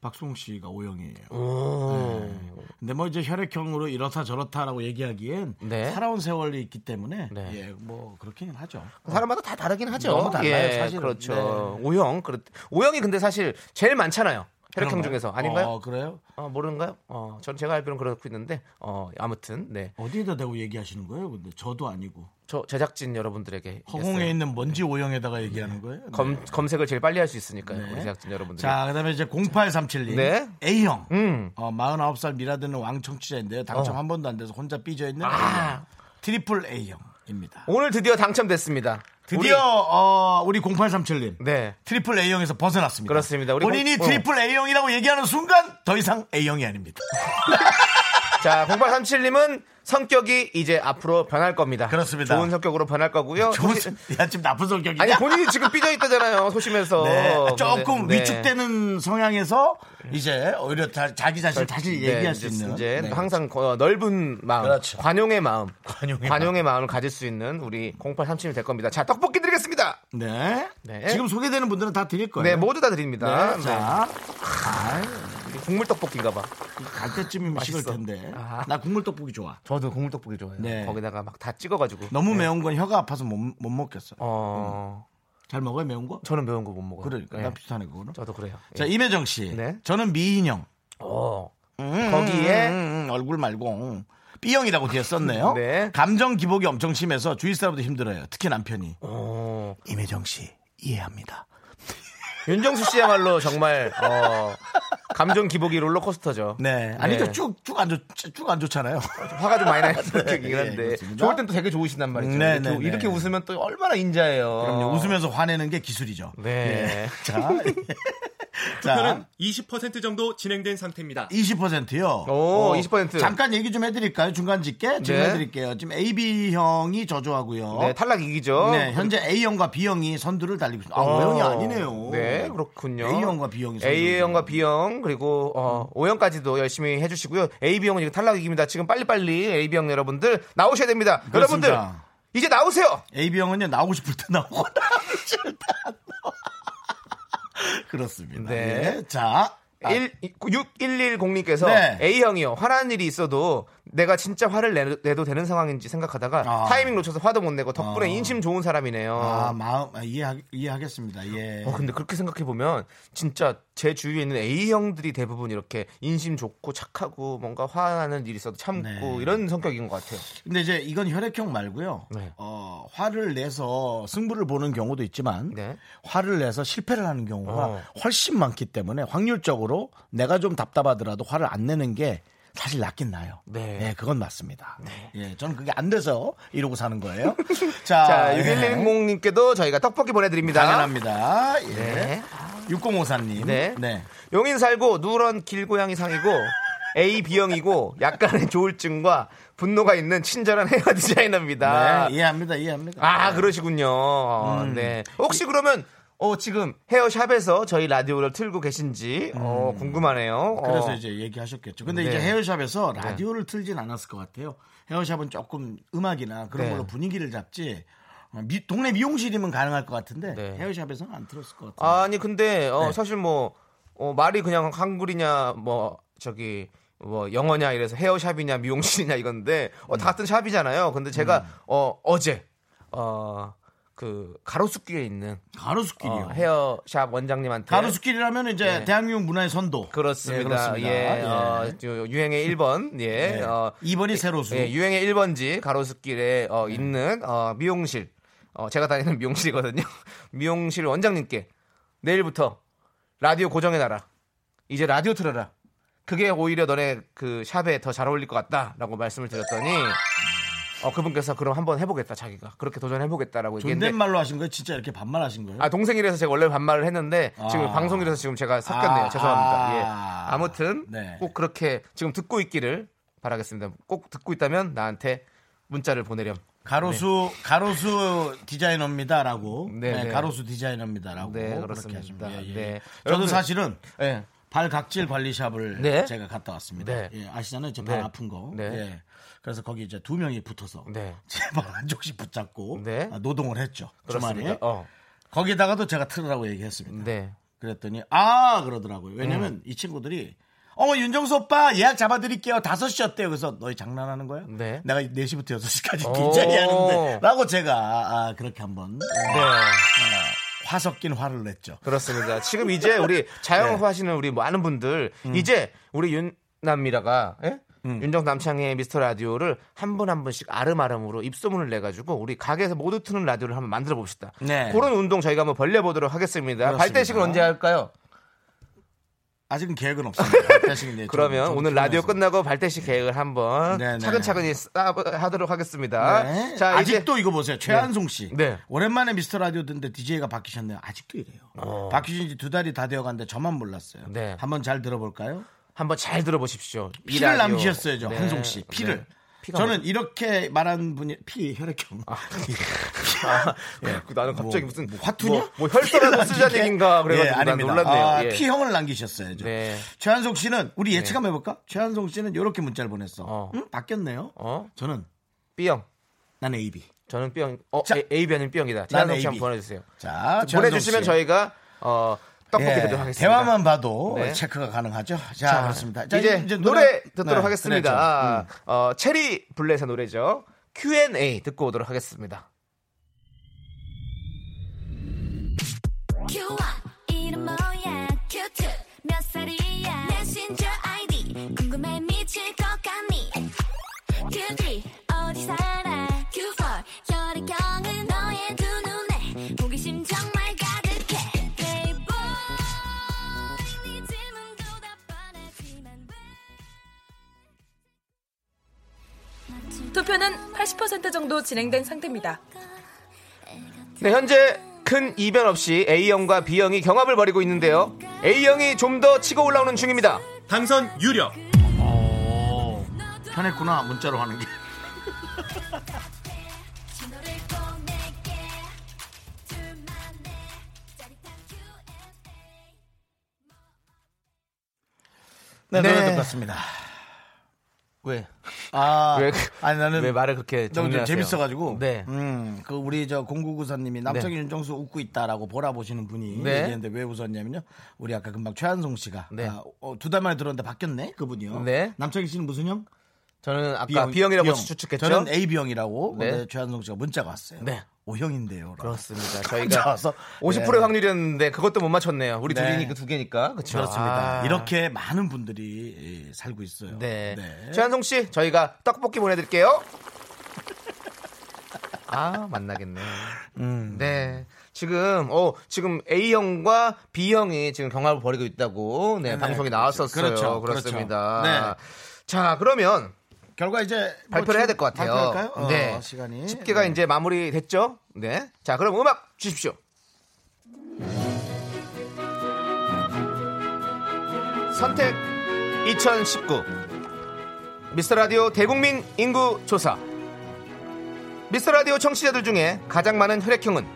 Speaker 1: 박수홍 씨가 O형이에요.
Speaker 2: 음. 오.
Speaker 1: 근데 뭐 이제 혈액형으로 이렇다 저렇다라고 얘기하기엔
Speaker 2: 네.
Speaker 1: 살아온 세월이 있기 때문에
Speaker 2: 네.
Speaker 1: 예, 뭐 그렇긴 하죠.
Speaker 2: 사람마다 다 다르긴 하죠.
Speaker 1: 너무 달라요,
Speaker 2: 예,
Speaker 1: 사실은. 네.
Speaker 2: 그렇죠. O형. 그렇- O형이 근데 사실 제일 많잖아요. 혈액형
Speaker 1: 그런가요?
Speaker 2: 중에서 아닌가요?
Speaker 1: 어, 그래요?
Speaker 2: 어, 모르는가요? 어, 저는 제가 알기로는 그렇고 있는데 어, 아무튼 네.
Speaker 1: 어디에다 대고 얘기하시는 거예요? 근데 저도 아니고
Speaker 2: 저 제작진 여러분들에게
Speaker 1: 허공에
Speaker 2: 했어요. 네.
Speaker 1: 있는 먼지 오형에다가 얘기하는 거예요?
Speaker 2: 검, 검색을 제일 빨리 할 수 있으니까요.
Speaker 1: 네.
Speaker 2: 우리 제작진 여러분들.
Speaker 1: 자, 그다음에 이제 0837님
Speaker 2: 네.
Speaker 1: A형
Speaker 2: 음. 어.
Speaker 1: 어, 49살 미라드는 왕청취자인데요. 당첨 한 번도 안 돼서 혼자 삐져 있는
Speaker 2: 아.
Speaker 1: 트리플 A형입니다.
Speaker 2: 오늘 드디어 당첨됐습니다.
Speaker 1: 드디어 어, 우리 0837님
Speaker 2: 우리- 네.
Speaker 1: 트리플 A형에서 벗어났습니다.
Speaker 2: 그렇습니다. 우리
Speaker 1: 본인이
Speaker 2: 공- 어.
Speaker 1: 트리플 A형이라고 얘기하는 순간 더 이상 A형이
Speaker 2: *laughs*
Speaker 1: 아닙니다.
Speaker 2: 자, 0837님은 성격이 이제 앞으로 변할 겁니다.
Speaker 1: 그렇습니다.
Speaker 2: 좋은 성격으로 변할 거고요.
Speaker 1: 좋은,
Speaker 2: 혹시-
Speaker 1: 야, 지금 나쁜 성격이야.
Speaker 2: 아니 본인이 지금 삐져 있다잖아요. 소심해서.
Speaker 1: 네, 조금
Speaker 2: 네.
Speaker 1: 위축되는 성향에서 이제 오히려 다- 자기 자신을 다시
Speaker 2: 네,
Speaker 1: 얘기할
Speaker 2: 이제-
Speaker 1: 수 있는
Speaker 2: 이제
Speaker 1: 네.
Speaker 2: 항상 어, 넓은 마음,
Speaker 1: 그렇죠.
Speaker 2: 관용의 마음,
Speaker 1: 관용의
Speaker 2: 마음. 을 가질 수 있는 우리 0837이 될 겁니다. 자, 떡볶이 드리겠습니다.
Speaker 1: 네.
Speaker 2: 네.
Speaker 1: 지금 소개되는 분들은 다 드릴 거예요.
Speaker 2: 네, 모두 다
Speaker 1: 네,
Speaker 2: 드립니다. 네.
Speaker 1: 자,
Speaker 2: 국물 떡볶이인가 봐.
Speaker 1: 갈 때쯤이면 식을
Speaker 2: 맛있어.
Speaker 1: 텐데.
Speaker 2: 아.
Speaker 1: 나 국물 떡볶이 좋아.
Speaker 2: 저도 국물 떡볶이 좋아해요.
Speaker 1: 네.
Speaker 2: 거기다가 막 다 찍어가지고. 네.
Speaker 1: 너무 매운 건 혀가 아파서 못, 못 먹겠어.
Speaker 2: 어,
Speaker 1: 잘 먹어요 매운 거?
Speaker 2: 저는 매운 거 못 먹어요.
Speaker 1: 그러니까
Speaker 2: 네.
Speaker 1: 나 비슷하네 그거는.
Speaker 2: 저도 그래요.
Speaker 1: 자
Speaker 2: 예.
Speaker 1: 이매정 씨,
Speaker 2: 네.
Speaker 1: 저는 미인형.
Speaker 2: 어.
Speaker 1: 음,
Speaker 2: 거기에
Speaker 1: 음, 음, 얼굴 말고 B형이라고 뒤에 썼네요.
Speaker 2: 네.
Speaker 1: 감정 기복이 엄청 심해서 주위 사람도 힘들어요. 특히 남편이.
Speaker 2: 어,
Speaker 1: 이매정 씨 이해합니다.
Speaker 2: 윤정수 씨야말로 정말 어, 감정 기복이 롤러코스터죠.
Speaker 1: 네, 그렇죠. 아니죠
Speaker 2: 네.
Speaker 1: 쭉쭉안좋쭉안 좋잖아요.
Speaker 2: 화가 좀
Speaker 1: *laughs*
Speaker 2: 많이 나요. 성격이긴
Speaker 1: 예,
Speaker 2: 한데
Speaker 1: 그렇습니다.
Speaker 2: 좋을 땐 또 되게 좋으시단 말이죠.
Speaker 1: 네,
Speaker 2: 이렇게,
Speaker 1: 네, 네.
Speaker 2: 이렇게 웃으면 또 얼마나 인자해요.
Speaker 1: 그럼요. 웃으면서 화내는 게 기술이죠.
Speaker 2: 네.
Speaker 1: *laughs* 자, 자,
Speaker 8: 20% 정도 진행된 상태입니다.
Speaker 1: 20%요.
Speaker 2: 오,
Speaker 1: 어,
Speaker 2: 20%.
Speaker 1: 잠깐 얘기 좀 해드릴까요? 중간 짓게 지금
Speaker 2: 네.
Speaker 1: 해드릴게요. 지금 AB 형이 저조하고요.
Speaker 2: 네, 탈락 이기죠.
Speaker 1: 어? 네, 현재 A 형과 B 형이 선두를 달리고 있습니다. 아,
Speaker 2: 어.
Speaker 1: O 형이 아니네요.
Speaker 2: 네, 그렇군요.
Speaker 1: A 형과 B 형이 음. 선두를
Speaker 2: A 형과 B 형 그리고 어, O 형까지도 열심히 해주시고요. A B 형은 이제 탈락 이깁니다. 지금 빨리빨리 A B 형 여러분들 나오셔야 됩니다.
Speaker 1: 그렇습니다.
Speaker 2: 여러분들 이제 나오세요.
Speaker 1: AB 형은요 나오고 싶을 때 나오고 *laughs* 나오고 *laughs* 싶을 때안 나와. 그렇습니다.
Speaker 2: 네.
Speaker 1: 예, 자, 아,
Speaker 2: 6110님께서
Speaker 1: 네.
Speaker 2: A형이요. 화난 일이 있어도 내가 진짜 화를 내, 내도 되는 상황인지 생각하다가
Speaker 1: 아.
Speaker 2: 타이밍 놓쳐서 화도 못 내고 덕분에
Speaker 1: 아.
Speaker 2: 인심 좋은 사람이네요.
Speaker 1: 아, 마음 아, 이해하, 이해하겠습니다. 예.
Speaker 2: 어, 근데 그렇게 생각해 보면 진짜 제 주위에 있는 A형들이 대부분 이렇게 인심 좋고 착하고 뭔가 화나는 일이 있어도 참고
Speaker 1: 네.
Speaker 2: 이런 성격인 것 같아요.
Speaker 1: 근데 이제 이건 혈액형 말고요.
Speaker 2: 네.
Speaker 1: 어, 화를 내서 승부를 보는 경우도 있지만
Speaker 2: 네.
Speaker 1: 화를 내서 실패를 하는 경우가
Speaker 2: 어.
Speaker 1: 훨씬 많기 때문에 확률적으로 내가 좀 답답하더라도 화를 안 내는 게 사실 낫긴 나요.
Speaker 2: 네.
Speaker 1: 그건 맞습니다. 예, 저는 그게 안 돼서 이러고 사는
Speaker 2: *laughs*
Speaker 1: 거예요. 자,
Speaker 2: 자,
Speaker 1: 예.
Speaker 2: 6110님께도 저희가 떡볶이 보내드립니다.
Speaker 1: 당연합니다. 예.
Speaker 2: 네.
Speaker 1: 6054님.
Speaker 2: 네. 용인 살고 누런 길고양이 상이고 A B형이고 약간의 조울증과 분노가 있는 친절한 헤어 디자이너입니다.
Speaker 1: 네, 음. 이해합니다. 이해합니다.
Speaker 2: 아 그러시군요. 네. 혹시 그러면 어 지금 헤어샵에서 저희 라디오를 틀고 계신지 어, 궁금하네요.
Speaker 1: 음. 그래서
Speaker 2: 어,
Speaker 1: 이제 얘기하셨겠죠. 근데
Speaker 2: 네.
Speaker 1: 이제 헤어샵에서 라디오를 틀진 않았을 것 같아요. 헤어샵은 조금 음악이나 그런
Speaker 2: 네.
Speaker 1: 걸로 분위기를 잡지. 어, 미- 동네 미용실이면 가능할 것 같은데
Speaker 2: 네.
Speaker 1: 헤어샵에서는 안 틀었을 것 같아요.
Speaker 2: 아니 근데 어,
Speaker 1: 네.
Speaker 2: 사실 뭐 어, 말이 그냥 한글이냐 뭐 저기 뭐 영어냐 이래서 헤어샵이냐 미용실이냐 이건데 어,
Speaker 1: 음.
Speaker 2: 다 같은 샵이잖아요. 근데 제가 어 어제 어 그 가로수길에 있는
Speaker 1: 가로수길이요.
Speaker 2: 어, 헤어샵 원장님한테
Speaker 1: 가로수길이라면 이제 대한민국 문화의 선도.
Speaker 2: 그렇습니다.
Speaker 1: 예, 그렇습니다.
Speaker 2: 예,
Speaker 1: 예.
Speaker 2: 어, 저 유행의 1번 예,
Speaker 1: 예.
Speaker 2: 어,
Speaker 1: 2번이 세로수. 네.
Speaker 2: 예, 유행의 1번지 가로수길에 어, 있는 어, 미용실 어, 제가 다니는 *laughs* 미용실이거든요. 미용실 원장님께 내일부터 라디오 고정해놔라. 이제 라디오 틀어라. 그게 오히려 너네 그 샵에 더 잘 어울릴 것 같다라고 말씀을 드렸더니 어, 그분께서 그럼 한번 해보겠다 자기가 그렇게 도전해보겠다라고 얘기했는데
Speaker 1: 존댓말로 하신 거예요? 진짜 이렇게 반말하신 거예요?
Speaker 2: 아 동생이라서 제가 원래 반말을 했는데 지금
Speaker 1: 아.
Speaker 2: 방송이라서 지금 제가 섞였네요.
Speaker 1: 아,
Speaker 2: 죄송합니다.
Speaker 1: 아.
Speaker 2: 예. 아무튼
Speaker 1: 네.
Speaker 2: 꼭 그렇게 지금 듣고 있기를 바라겠습니다. 꼭 듣고 있다면 나한테 문자를 보내렴.
Speaker 1: 가로수 가로수 디자이너입니다라고.
Speaker 2: 네,
Speaker 1: 네,
Speaker 2: 네.
Speaker 1: 가로수 디자이너입니다라고.
Speaker 2: 네,
Speaker 1: 그렇게
Speaker 2: 그렇습니다.
Speaker 1: 하십니다. 예, 예.
Speaker 2: 네.
Speaker 1: 저도
Speaker 2: 여러분들-
Speaker 1: 사실은
Speaker 2: 예.
Speaker 1: 발 각질 관리샵을
Speaker 2: 네.
Speaker 1: 제가 갔다 왔습니다.
Speaker 2: 네.
Speaker 1: 예, 아시잖아요, 제 발
Speaker 2: 네.
Speaker 1: 아픈 거.
Speaker 2: 네.
Speaker 1: 예. 그래서 거기 이제 두 명이 붙어서
Speaker 2: 네.
Speaker 1: 제 발 한쪽씩 붙잡고
Speaker 2: 네.
Speaker 1: 아, 노동을 했죠.
Speaker 2: 그렇습니다.
Speaker 1: 주말에
Speaker 2: 어.
Speaker 1: 거기다가도 제가 틀으라고 얘기했습니다.
Speaker 2: 네.
Speaker 1: 그랬더니 아 그러더라고요.
Speaker 2: 음.
Speaker 1: 왜냐면 이 친구들이 어머 윤정수 오빠 예약 잡아드릴게요. 5시였대요. 그래서 너희 장난하는 거야?
Speaker 2: 네.
Speaker 1: 내가 4시부터 6시까지
Speaker 2: 오.
Speaker 1: 빈자리 하는데 라고 제가 아, 그렇게 한번
Speaker 2: 네.
Speaker 1: 아, 화 섞인 화를 냈죠.
Speaker 2: 그렇습니다. 지금 이제 우리 자영업
Speaker 1: 네.
Speaker 2: 하시는 우리 뭐 많은 분들
Speaker 1: 음.
Speaker 2: 이제 우리 윤남미라가 예? 윤정 남창의 미스터 라디오를 한 분 한 분씩 아름아름으로 입소문을 내가지고 우리 가게에서 모두 트는 라디오를 한번 만들어 봅시다.
Speaker 1: 네.
Speaker 2: 그런 운동 저희가 한번 벌려보도록 하겠습니다.
Speaker 1: 그렇습니다.
Speaker 2: 발대식을 언제 할까요?
Speaker 1: 아직은 계획은
Speaker 2: *laughs*
Speaker 1: 없습니다. 발대식은 이제 좀-
Speaker 2: 그러면
Speaker 1: 좀
Speaker 2: 오늘 라디오
Speaker 1: 피곤해서.
Speaker 2: 끝나고 발대식 계획을 한번
Speaker 1: 네, 네.
Speaker 2: 차근차근히 쌓아 하도록 하겠습니다.
Speaker 1: 네.
Speaker 2: 자, 이제
Speaker 1: 아직도 이거 보세요. 최한송 씨.
Speaker 2: 네.
Speaker 1: 오랜만에 미스터 라디오 듣는데 DJ가 바뀌셨네요. 아직도 이래요. 바뀌신 지 두 달이 다 되어 갔는데 저만 몰랐어요.
Speaker 2: 어. 네.
Speaker 1: 한번 잘 들어볼까요?
Speaker 2: 한번 잘 들어보십시오. 이
Speaker 1: 피를
Speaker 2: 라디오.
Speaker 1: 남기셨어야죠.
Speaker 2: 네.
Speaker 1: 한송 씨. 피를.
Speaker 2: 네. 피가
Speaker 1: 저는 이렇게 말한 분이 피 혈액형.
Speaker 2: 아, 그 나는 갑자기
Speaker 1: 뭐,
Speaker 2: 무슨
Speaker 1: 뭐 화투냐?
Speaker 2: 뭐, 뭐 혈서라도 쓰자는 얘기인가
Speaker 1: 예,
Speaker 2: 그래가지고 난
Speaker 1: 아닙니다.
Speaker 2: 놀랐네요.
Speaker 1: 아,
Speaker 2: 예.
Speaker 1: 피형을 남기셨어요. 저.
Speaker 2: 네.
Speaker 1: 최한송 씨는 우리 예측 한번 해볼까? 최한송 씨는 이렇게 문자를 보냈어.
Speaker 2: 어.
Speaker 1: 응? 바뀌었네요.
Speaker 2: 어?
Speaker 1: 저는
Speaker 2: B형.
Speaker 1: 난 AB.
Speaker 2: 저는 B형. 어,
Speaker 1: 자.
Speaker 2: A, A비 아닌 B형이다.
Speaker 1: 난
Speaker 2: 최한석 씨
Speaker 1: AB.
Speaker 2: 한번 보내주세요.
Speaker 1: 자, 최한송
Speaker 2: 보내주시면
Speaker 1: 씨.
Speaker 2: 저희가 어, 떡볶이
Speaker 1: 예,
Speaker 2: 드리도록 하겠습니다.
Speaker 1: 대화만 봐도
Speaker 2: 네.
Speaker 1: 체크가 가능하죠. 자,
Speaker 2: 자,
Speaker 1: 그렇습니다. 자,
Speaker 2: 이제, 노래 듣도록
Speaker 1: 네,
Speaker 2: 하겠습니다.
Speaker 1: 그래야죠.
Speaker 2: 아, 어, 체리 블레의 노래죠. Q&A 듣고 오도록 하겠습니다.
Speaker 5: 큐와 이름 뭐야 큐트 몇 살이야 메신저 아이디 궁금해 미칠 것 같니 큐3 어디 살아 큐4 혈액형은 너의 두 눈에 호기심 정말 가득해 Playboy 네 질문도 다 뻔하지만 왜
Speaker 9: 투표는 80% 정도 진행된 상태입니다.
Speaker 2: 네, 현재 큰 이변 없이 A형과 B형이 경합을 벌이고 있는데요. A형이 좀 더 치고 올라오는 중입니다.
Speaker 8: 당선 유력
Speaker 1: 편했구나 문자로 하는 게.
Speaker 5: 신호를 보낼게 둘만의 짜릿한 Q&A
Speaker 1: 네,
Speaker 2: 네.
Speaker 1: 노래 듣겠습니다.
Speaker 2: 왜?
Speaker 1: 아,
Speaker 2: 왜-
Speaker 1: 아니 나는
Speaker 2: 왜 말을 그렇게
Speaker 1: 너무 좀
Speaker 2: 정리하세요?
Speaker 1: 재밌어가지고.
Speaker 2: 네.
Speaker 1: 음, 그 우리 저 공구구사님이 남창희 윤정수 웃고 있다라고 보라 보시는 분이
Speaker 2: 네.
Speaker 1: 얘기했는데 왜 웃었냐면요. 우리 아까 금방 최한송 씨가
Speaker 2: 네.
Speaker 1: 아, 어, 두 달 만에 들었는데 바뀌었네 그분이요.
Speaker 2: 네.
Speaker 1: 남창희 씨는 무슨 형?
Speaker 2: 저는 아까 B형이라고 추측했죠.
Speaker 1: 저는 A B형이라고.
Speaker 2: 네.
Speaker 1: 근데 최한송 씨가 문자가 왔어요.
Speaker 2: 네.
Speaker 1: O형인데요. *laughs*
Speaker 2: 그렇습니다.
Speaker 1: 깜짝
Speaker 2: 저희가
Speaker 1: 놀라서.
Speaker 2: 50%의
Speaker 1: 네.
Speaker 2: 확률이었는데 그것도 못 맞췄네요. 우리
Speaker 1: 네.
Speaker 2: 둘이니까 두 개니까. 그렇죠.
Speaker 1: 그렇습니다. 이렇게 많은 분들이 예, 살고 있어요.
Speaker 2: 네.
Speaker 1: 네.
Speaker 2: 최한송 씨, 저희가 떡볶이 보내드릴게요. 아, 만나겠네.
Speaker 1: 음.
Speaker 2: 네. 지금, 어, 지금 A형과 B형이 지금 경합을 벌이고 있다고, 네, 방송이 나왔었어요.
Speaker 1: 그렇죠.
Speaker 2: 습니다
Speaker 1: 그렇죠.
Speaker 2: 자, 그러면
Speaker 1: 결과 이제 뭐
Speaker 2: 발표를 해야 될 것
Speaker 1: 지금
Speaker 2: 같아요.
Speaker 1: 발표할까요? 어,
Speaker 2: 네.
Speaker 1: 시간이
Speaker 2: 집계가
Speaker 1: 네.
Speaker 2: 이제 마무리 됐죠? 네. 자, 그럼 음악 주십시오. 선택 2019 미스터 라디오 대국민 인구 조사 미스터 라디오 청취자들 중에 가장 많은 혈액형은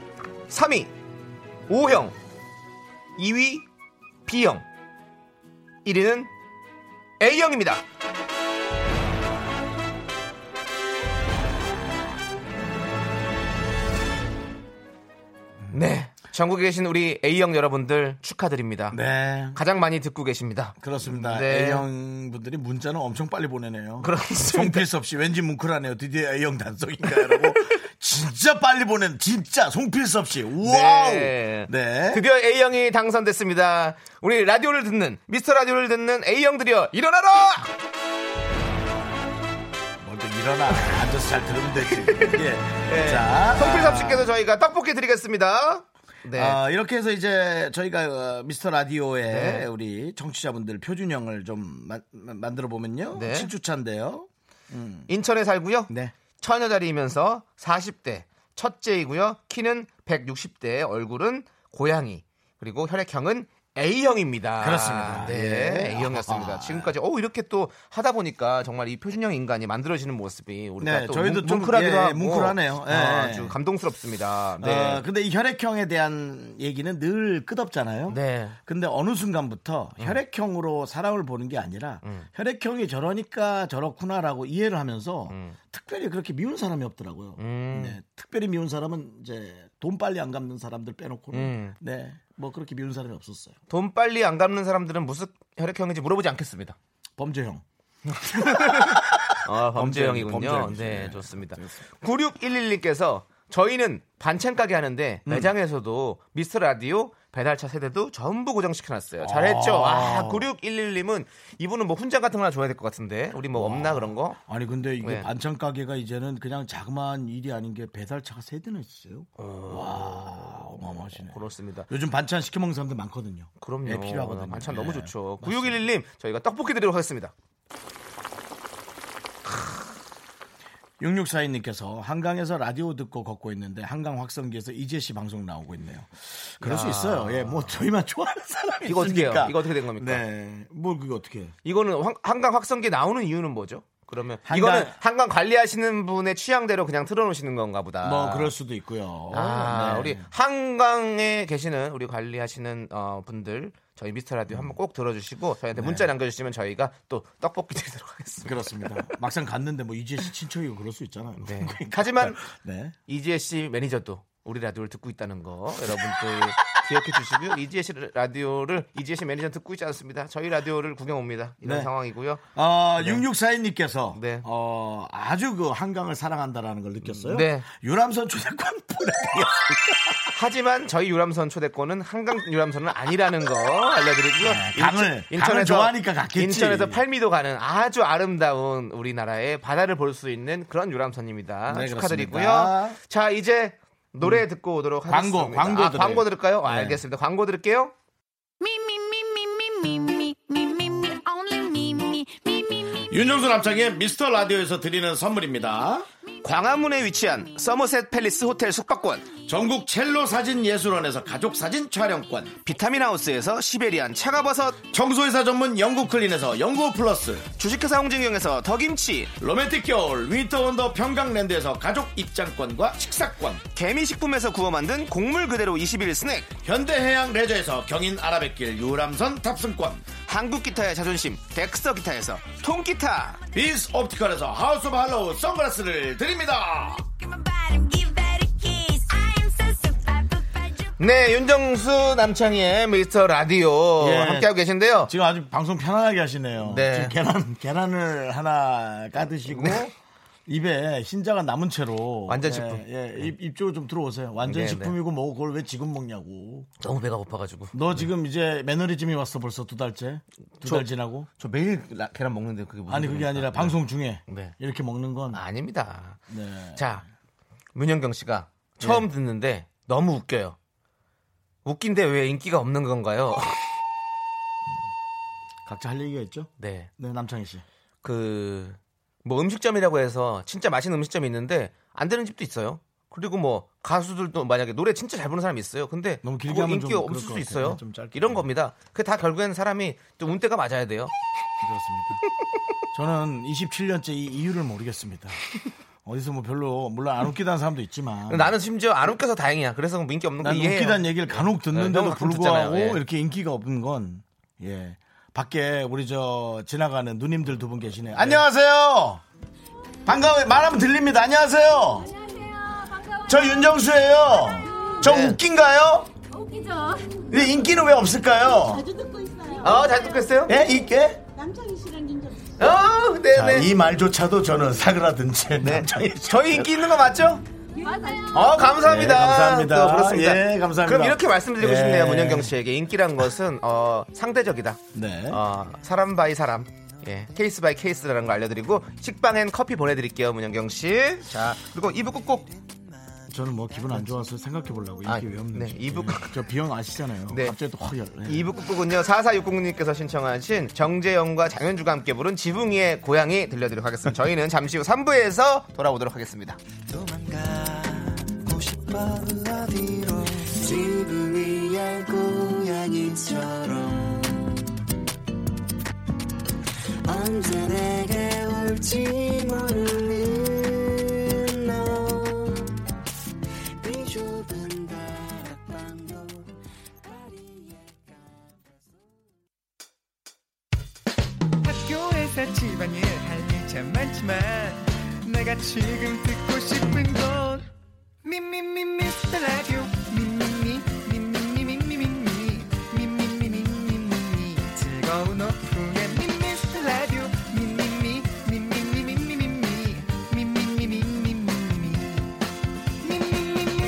Speaker 2: 3위 O형 2위 B형 1위는 A형입니다. 네. 전국에 계신 우리 A형 여러분들 축하드립니다.
Speaker 1: 네.
Speaker 2: 가장 많이 듣고 계십니다.
Speaker 1: 그렇습니다.
Speaker 2: 네.
Speaker 1: A형 분들이 문자는 엄청 빨리 보내네요.
Speaker 2: 그렇습니다.
Speaker 1: 송필수 없이 왠지 뭉클하네요. 드디어 A형 단속인가요라고 *laughs* 진짜 빨리 보낸 진짜 송필수 없이 와우.
Speaker 2: 네.
Speaker 1: 네.
Speaker 2: 드디어 A형이 당선됐습니다. 우리 라디오를 듣는 미스터 라디오를 듣는 A형들이여 일어나라!
Speaker 1: 먼저 일어나 앉아서 잘 들으면 되지. 예. 자,
Speaker 2: 송필섭 씨께서 저희가 떡볶이 드리겠습니다. 네.
Speaker 1: 아, 이렇게 해서 이제 저희가 어, 미스터 라디오의
Speaker 2: 네.
Speaker 1: 우리 청취자분들 표준형을 좀 마- 마- 만들어 보면요.
Speaker 2: 네.
Speaker 1: 친추차인데요.
Speaker 2: 인천에 살고요.
Speaker 1: 네.
Speaker 2: 처녀자리이면서 40대 첫째이고요. 키는 160대, 얼굴은 고양이 그리고 혈액형은 A형입니다.
Speaker 1: 그렇습니다.
Speaker 2: 네,
Speaker 1: 예.
Speaker 2: A형이었습니다.
Speaker 1: 아하.
Speaker 2: 지금까지 어 이렇게 또 하다 보니까 정말 이 표준형 인간이 만들어지는 모습이 우리가
Speaker 1: 네,
Speaker 2: 또
Speaker 1: 저희도
Speaker 2: 뭉-
Speaker 1: 좀,
Speaker 2: 뭉클하기도
Speaker 1: 예,
Speaker 2: 하고
Speaker 1: 뭉클하네요. 예.
Speaker 2: 아주 감동스럽습니다. 네,
Speaker 1: 어, 근데 이 혈액형에 대한 얘기는 늘 끝없잖아요.
Speaker 2: 네.
Speaker 1: 근데 어느 순간부터
Speaker 2: 음.
Speaker 1: 혈액형으로 사람을 보는 게 아니라 혈액형이 저러니까 저렇구나라고 이해를 하면서
Speaker 2: 음.
Speaker 1: 특별히 그렇게 미운 사람이 없더라고요. 네, 특별히 미운 사람은 이제 돈 빨리 안 갚는 사람들 빼놓고는
Speaker 2: 음.
Speaker 1: 네, 뭐 그렇게 미운 사람이 없었어요.
Speaker 2: 돈 빨리 안 갚는 사람들은 무슨 혈액형인지 물어보지 않겠습니다.
Speaker 1: 범죄형.
Speaker 2: 아, 범죄형이군요.
Speaker 1: 범죄형이죠.
Speaker 2: 네,
Speaker 1: 네.
Speaker 2: 좋습니다. 9611님께서 저희는 반찬 가게 하는데
Speaker 1: 음.
Speaker 2: 매장에서도 미스터 라디오 배달차 세대도 전부 고정시켜놨어요. 잘했죠. 아, 9611님은 이분은 뭐 훈장 같은 거 하나 줘야 될 것 같은데 우리 뭐 없나 그런 거?
Speaker 1: 아니 근데 이게
Speaker 2: 네.
Speaker 1: 반찬 가게가 이제는 그냥 자그마한 일이 아닌 게 배달차가 세 대나 있어요. 와 어마어마하시네.
Speaker 2: 그렇습니다.
Speaker 1: 요즘 반찬 시켜 먹는 사람들 많거든요.
Speaker 2: 그럼요. 아,
Speaker 1: 예, 필요하거든요.
Speaker 2: 반찬
Speaker 1: 네.
Speaker 2: 너무 좋죠. 9611님 저희가 떡볶이 드리도록 하겠습니다.
Speaker 1: 6642님께서 한강에서 라디오 듣고 걷고 있는데 한강 확성기에서 이재 씨 방송 나오고 있네요. 그럴 수 있어요. 예, 뭐 저희만 *laughs* 좋아하는 사람이
Speaker 2: 이거 어떻게 해요?
Speaker 1: 있으니까.
Speaker 2: 이거 어떻게 된 겁니까?
Speaker 1: 네, 뭘 그게 어떻게? 해요?
Speaker 2: 이거는 황- 한강 확성기 나오는 이유는 뭐죠? 그러면
Speaker 1: 한강-
Speaker 2: 이거는 한강 관리하시는 분의 취향대로 그냥 틀어놓으시는 건가 보다.
Speaker 1: 뭐 그럴 수도 있고요.
Speaker 2: 아,
Speaker 1: 네.
Speaker 2: 우리 한강에 계시는 우리 관리하시는 어, 분들 저희 미스터 라디오
Speaker 1: 음.
Speaker 2: 한번 꼭 들어주시고
Speaker 1: 네.
Speaker 2: 저희한테 문자 남겨주시면 저희가 또 떡볶이 드리도록 하겠습니다.
Speaker 1: 그렇습니다. 막상 갔는데 뭐 이재 씨 친척이고 그럴 수 있잖아요.
Speaker 2: 네.
Speaker 1: 그러니까.
Speaker 2: *laughs* 하지만
Speaker 1: 네.
Speaker 2: 이지혜 씨 매니저도 우리 라디오를 듣고 있다는 거 여러분들 *laughs* 기억해 주시고요. 이지혜 씨 라디오를 이지혜 씨 매니저 는 듣고 있지 않습니다. 저희 라디오를 구경 옵니다. 이런
Speaker 1: 네.
Speaker 2: 상황이고요.
Speaker 1: 어, 6642님께서
Speaker 2: 네.
Speaker 1: 어, 아주 그 한강을 사랑한다라는 걸 느꼈어요.
Speaker 2: 네.
Speaker 1: 유람선 초대권 *laughs* 보내드리겠습니다.
Speaker 2: 하지만 저희 유람선 초대권은 한강 유람선은 아니라는 거 알려드리고요.
Speaker 1: 네, 강을, 강을 좋아하니까 갔겠지.
Speaker 2: 인천에서 팔미도 가는 아주 아름다운 우리나라의 바다를 볼 수 있는 그런 유람선입니다.
Speaker 1: 네,
Speaker 2: 축하드리고요.
Speaker 1: 그렇습니다.
Speaker 2: 자 이제 노래 듣고 오도록
Speaker 1: 광고,
Speaker 2: 하겠습니다.
Speaker 1: 광고
Speaker 2: 아,
Speaker 1: 들어요.
Speaker 2: 광고 들을까요? 아,
Speaker 1: 네.
Speaker 2: 알겠습니다. 광고 들을게요.
Speaker 5: oh,
Speaker 1: 윤정수 남창의 미스터 라디오에서 드리는 선물입니다.
Speaker 6: 광화문에 위치한 서머셋 팰리스 호텔 숙박권,
Speaker 1: 전국 첼로 사진 예술원에서 가족 사진 촬영권,
Speaker 6: 비타민 하우스에서 시베리안 차가버섯,
Speaker 1: 청소회사 전문 영국 클린에서 영국 플러스,
Speaker 6: 주식회사 홍진경에서 더김치,
Speaker 1: 로맨틱 겨울 위터 원더 평강랜드에서 가족 입장권과 식사권,
Speaker 6: 개미식품에서 구워 만든 곡물 그대로 21 스낵,
Speaker 1: 현대해양 레저에서 경인 아라뱃길 유람선 탑승권,
Speaker 6: 한국 기타의 자존심, 덱스터 기타에서 통기타,
Speaker 1: 비스 옵티컬에서 하우스 오브 할로우 선글라스를 드립니다.
Speaker 2: 네, 윤정수 남창희의 미스터 라디오
Speaker 1: 예.
Speaker 2: 함께하고 계신데요.
Speaker 1: 지금 아주 방송 편안하게 하시네요.
Speaker 2: 네.
Speaker 1: 지금 계란 계란을 하나 까드시고
Speaker 2: 네.
Speaker 1: 입에 흰자가 남은 채로
Speaker 2: 완전 식품.
Speaker 1: 예, 예, 입, 입 쪽으로 좀 들어오세요. 완전
Speaker 2: 네, 네.
Speaker 1: 식품이고 뭐 그걸 왜 지금 먹냐고.
Speaker 2: 너무 배가 고파가지고.
Speaker 1: 너 지금 이제 매너리즘이 왔어 벌써 두 달째 두
Speaker 2: 네. 저-
Speaker 1: 달 지나고.
Speaker 2: 저 매일 라- 계란 먹는데 그게 무슨
Speaker 1: 아니 그게
Speaker 2: 소리입니까?
Speaker 1: 아니라 방송 중에
Speaker 2: 네.
Speaker 1: 이렇게 먹는 건
Speaker 2: 아닙니다.
Speaker 1: 네.
Speaker 2: 자, 문현경 씨가 처음 듣는데 너무 웃겨요. 웃긴데 왜 인기가 없는 건가요?
Speaker 1: 각자 할 얘기가 있죠.
Speaker 2: 네.
Speaker 1: 네 남창희 씨.
Speaker 2: 그, 뭐 음식점이라고 해서 진짜 맛있는 음식점이 있는데 안 되는 집도 있어요. 그리고 뭐 가수들도 만약에 노래 진짜 잘 부르는 사람이 있어요. 근데
Speaker 1: 너무 길게
Speaker 2: 그거
Speaker 1: 하면
Speaker 2: 인기
Speaker 1: 좀
Speaker 2: 없을
Speaker 1: 그럴
Speaker 2: 수도
Speaker 1: 것 같아요.
Speaker 2: 있어요.
Speaker 1: 좀 짧게.
Speaker 2: 이런 겁니다. 그 다 결국엔 사람이 좀 운대가 맞아야 돼요.
Speaker 1: 그렇습니다. *laughs* 저는 27년째 이 이유를 모르겠습니다. 어디서 뭐 별로 물론 안 웃기다는 사람도 있지만
Speaker 2: 나는 심지어 안 웃겨서 다행이야. 그래서 뭐 인기 없는 거
Speaker 1: 난
Speaker 2: 이해해요.
Speaker 1: 웃기다는 얘기를 간혹
Speaker 2: 네,
Speaker 1: 듣는데도
Speaker 2: 형은 가끔
Speaker 1: 불구하고
Speaker 2: 듣잖아요. 예.
Speaker 1: 이렇게 인기가 없는 건 예. 밖에 우리 저 지나가는 누님들 두 분 계시네요. 안녕하세요. 반가워요. 말하면 들립니다. 안녕하세요.
Speaker 5: oh,
Speaker 1: 저 윤정수예요. 저
Speaker 2: 네.
Speaker 1: 웃긴가요? 웃기죠. 근데 인기는 왜 없을까요?
Speaker 2: 어, 잘 듣겠어요?
Speaker 1: 예, 이게?
Speaker 2: 어, 네,
Speaker 1: 예? 자,
Speaker 2: 네.
Speaker 1: 이 말조차도 저는 사그라든 채 네.
Speaker 2: 저희 인기 있는 거 맞죠? 맞아요. 어, 감사합니다.
Speaker 1: 네, 감사합니다.
Speaker 2: 또 그렇습니다.
Speaker 1: 예, 감사합니다.
Speaker 2: 그럼 이렇게 말씀드리고
Speaker 1: 예.
Speaker 2: 싶네요, 문현경 씨에게. 인기란 것은, 어, 상대적이다.
Speaker 1: 네.
Speaker 2: 어, 사람 바이 사람. 예, 케이스 바이 케이스라는 거 알려드리고, 식빵 앤 커피 보내드릴게요, 문현경 씨. 자, 그리고 2부 끝곡.
Speaker 1: 저는 뭐 기분 안 좋아서 생각해 보려고 이게
Speaker 2: 아,
Speaker 1: 왜 없는지.
Speaker 2: 네, 이북-
Speaker 1: 예, 저 비형 아시잖아요.
Speaker 2: 네.
Speaker 1: 갑자기 또확 열. 네.
Speaker 2: 2부 끝곡은요, 4460님께서 신청하신 정재영과 장현주가 함께 부른 지붕이의 고향이 들려드리도록 하겠습니다. 저희는 잠시 후 3부에서 돌아오도록 하겠습니다.
Speaker 10: 학교에서 집안일 할 일 참 많지만 내가 지금 듣고 싶은 건 미미미 미스터 라디오 미미미 미미미 미미미 미미미 미미미 즐거운 오후에 미스터 라디오 미미미 미미미 미미미 미미미 미미미 미미미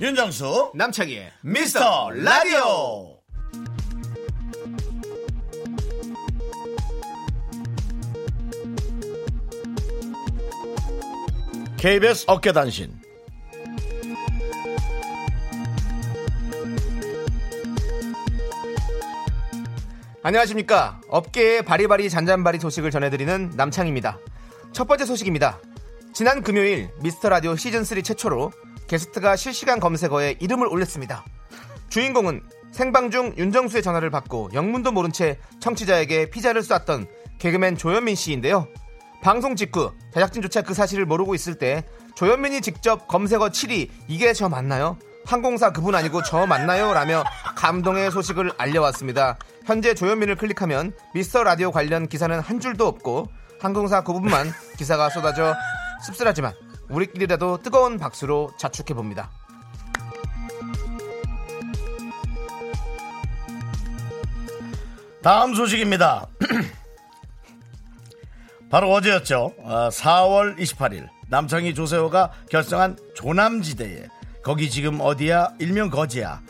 Speaker 11: 윤정수
Speaker 2: 남창희의
Speaker 11: 미스터 라디오
Speaker 1: KBS 어깨단신
Speaker 2: 안녕하십니까. 업계의 바리바리 잔잔바리 소식을 전해드리는 남창입니다. 첫 번째 소식입니다. 지난 금요일 미스터 라디오 시즌3 최초로 게스트가 실시간 검색어에 이름을 올렸습니다. 주인공은 생방 중 윤정수의 전화를 받고 영문도 모른 채 청취자에게 피자를 쐈던 개그맨 조현민 씨인데요. 방송 직후 제작진조차 그 사실을 모르고 있을 때 조현민이 직접 검색어 7위 이게 저 맞나요? 항공사 그분 아니고 저 맞나요? 라며 감동의 소식을 알려왔습니다. 현재 조현민을 클릭하면 미스터 라디오 관련 기사는 한 줄도 없고 항공사 그분만 기사가 쏟아져 씁쓸하지만 우리끼리라도 뜨거운 박수로 자축해 봅니다.
Speaker 1: 다음 소식입니다. *clears throat* 바로 어제였죠. 어, 4월 28일 남창희 조세호가 결성한 조남지대에 거기 지금 어디야 일명 거지야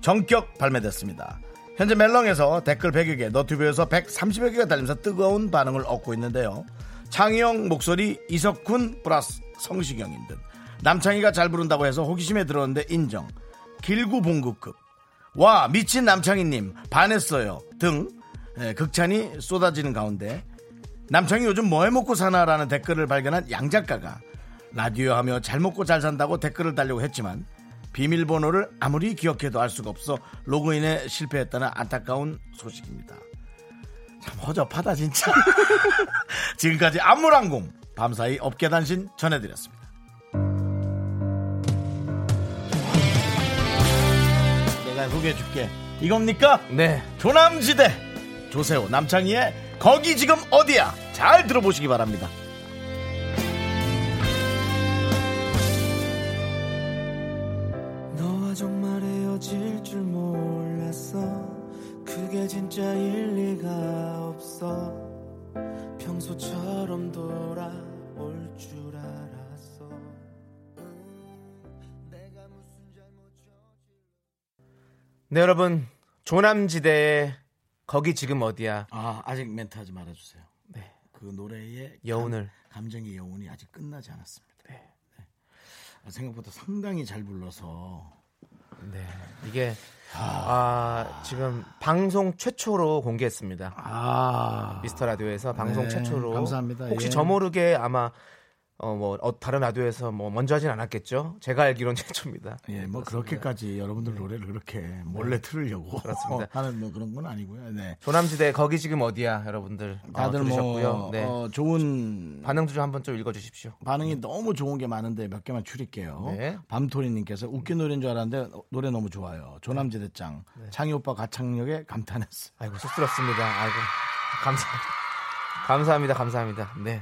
Speaker 1: 전격 발매됐습니다. 현재 멜렁에서 댓글 100여 개, 너튜브에서 130여 개가 달리면서 뜨거운 반응을 얻고 있는데요. 창희형 목소리 이석훈 플러스 성시경인 듯 남창희가 잘 부른다고 해서 호기심에 들었는데 인정 길구 봉구급 와 미친 남창희님 반했어요 등 예, 극찬이 쏟아지는 가운데 남창이 요즘 뭐 해먹고 사나라는 댓글을 발견한 양 작가가 라디오 하며 잘 먹고 잘 산다고 댓글을 달려고 했지만 비밀번호를 아무리 기억해도 알 수가 없어 로그인에 실패했다는 안타까운 소식입니다. 참 허접하다 진짜. *laughs* 지금까지 안물항공 밤사이 업계단신 전해드렸습니다. 내가 소개해줄게. 이겁니까?
Speaker 2: 네.
Speaker 1: 조남지대 조세호 남창희의 거기 지금 어디야? 잘 들어보시기 바랍니다.
Speaker 12: 너와 정말 헤어질 줄 몰랐어 그게 진짜 일리가 없어 평소처럼 돌아올 줄 알았어
Speaker 2: 네 여러분 조남지대의 거기 지금 어디야?
Speaker 1: 아 아직 멘트 하지 말아주세요. 네. 그 노래의
Speaker 2: 여운을.
Speaker 1: 감, 감정의 여운이 아직 끝나지 않았습니다. 네. 아, 생각보다 상당히 잘 불러서
Speaker 2: 네. 이게 아, 지금 방송 최초로 공개했습니다.
Speaker 1: 아.
Speaker 2: 미스터 라디오에서 방송
Speaker 1: 네,
Speaker 2: 최초로
Speaker 1: 감사합니다.
Speaker 2: 혹시
Speaker 1: 예.
Speaker 2: 저 모르게 아마 어 뭐 다른 라디오에서 뭐 먼저 하진 않았겠죠? 제가 알기론 *laughs* 최초입니다.
Speaker 1: 예, 뭐 그렇게까지 여러분들 노래를 그렇게 몰래 틀으려고
Speaker 2: 네. 그렇습니다.
Speaker 1: *laughs* 하는 뭐 그런 건 아니고요. 네.
Speaker 2: 조남지대 거기 지금 어디야 여러분들
Speaker 1: 다들
Speaker 2: 어, 들으셨고요.
Speaker 1: 뭐
Speaker 2: 네.
Speaker 1: 어, 좋은
Speaker 2: 반응도 좀 한번 좀 읽어주십시오.
Speaker 1: 반응이 너무 좋은 게 많은데 몇 개만 추릴게요.
Speaker 2: 네.
Speaker 1: 밤토리님께서 웃긴 노래인 줄 알았는데 어, 노래 너무 좋아요. 조남지대짱
Speaker 2: 네.
Speaker 1: 창희 오빠 가창력에 감탄했어.
Speaker 2: 아이고 쑥스럽습니다. 아이고 감사합니다. 감사합니다. 감사합니다. 네.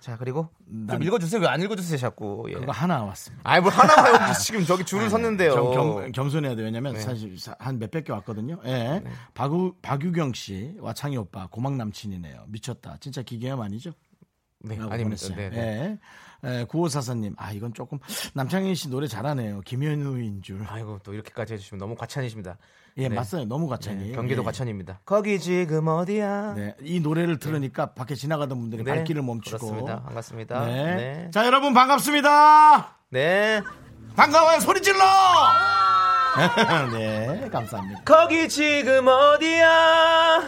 Speaker 2: 자 그리고
Speaker 1: 난-
Speaker 2: 좀 읽어주세요. 왜 안 읽어주세요 자꾸? 예.
Speaker 1: 그거 하나 왔습니다.
Speaker 2: 아이 뭘 하나 봐요. 지금 저기 줄을 섰는데요.
Speaker 1: 좀 겸, 겸손해야 돼요. 왜냐면
Speaker 2: 네.
Speaker 1: 사실 사- 한 몇백 개 왔거든요. 예. 박우, 박유경 씨와 창희 오빠 고막 남친이네요. 미쳤다. 진짜 기계음 아니죠?
Speaker 2: 네,
Speaker 1: 라고
Speaker 2: 아닙니다.
Speaker 1: 보냈어요.
Speaker 2: 네,
Speaker 1: 예. 예. 9544님, 아, 이건 조금, 남창희 씨 노래 잘하네요. 김현우인 줄.
Speaker 2: 아이고 또 이렇게까지 해주시면 너무 과찬이십니다.
Speaker 1: 예,
Speaker 2: 네.
Speaker 1: 맞아요. 너무 과찬이에요.
Speaker 2: 네, 경기도
Speaker 1: 예.
Speaker 2: 과천입니다. 거기 지금 어디야?
Speaker 1: 네, 이 노래를 들으니까 밖에 지나가던 분들이
Speaker 2: 네,
Speaker 1: 발길을 멈추고.
Speaker 2: 그렇습니다. 반갑습니다.
Speaker 1: 네.
Speaker 2: 네.
Speaker 1: 자, 여러분 반갑습니다.
Speaker 2: 네.
Speaker 1: 반가워요. 소리 질러. *laughs* 네, 감사합니다.
Speaker 2: 거기 지금 어디야?